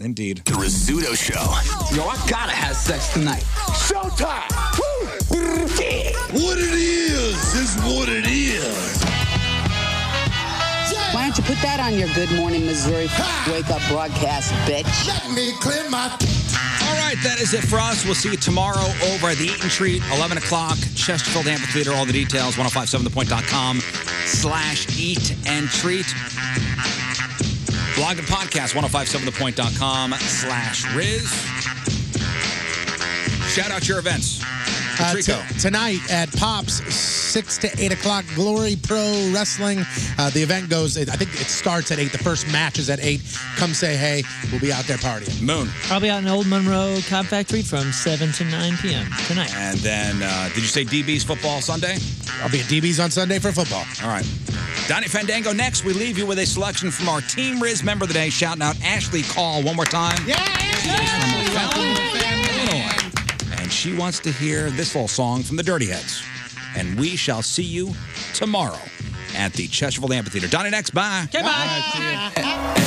D: Indeed.
A: The Rizzuto Show. Yo, I gotta have sex tonight. Showtime!
N: What it is is what it is.
K: Why don't you put that on your Good Morning Missouri wake up broadcast, bitch? Let me clear my.
D: All right, that is it for us. We'll see you tomorrow over at the Eat and Treat, 11 o'clock, Chesterfield Amphitheater. All the details, 1057thepoint.com slash eat and treat. Blog and podcast, 1057thepoint.com slash Riz. Shout out your events.
F: Uh,
D: Patrico.
F: t- tonight at Pops, 6 to 8 o'clock, Glory Pro Wrestling. Uh, the event goes, I think it starts at 8. The first match is at 8. Come say hey. We'll be out there partying.
D: Moon.
C: I'll be out in Old Monroe Cobb Factory from 7 to 9 p.m. tonight.
D: And then, uh, did you say DB's football Sunday?
F: I'll be at DB's on Sunday for football.
D: All right. Donnie Fandango next. We leave you with a selection from our Team Riz member of the day, shouting out Ashley Call one more time. Yeah, And she wants to hear this little song from the Dirty Heads. And we shall see you tomorrow at the Chesterfield Amphitheater. Donnie next. Bye.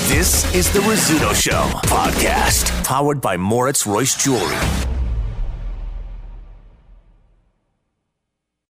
A: This is the Rizzuto Show podcast, powered by Moritz Royce Jewelry.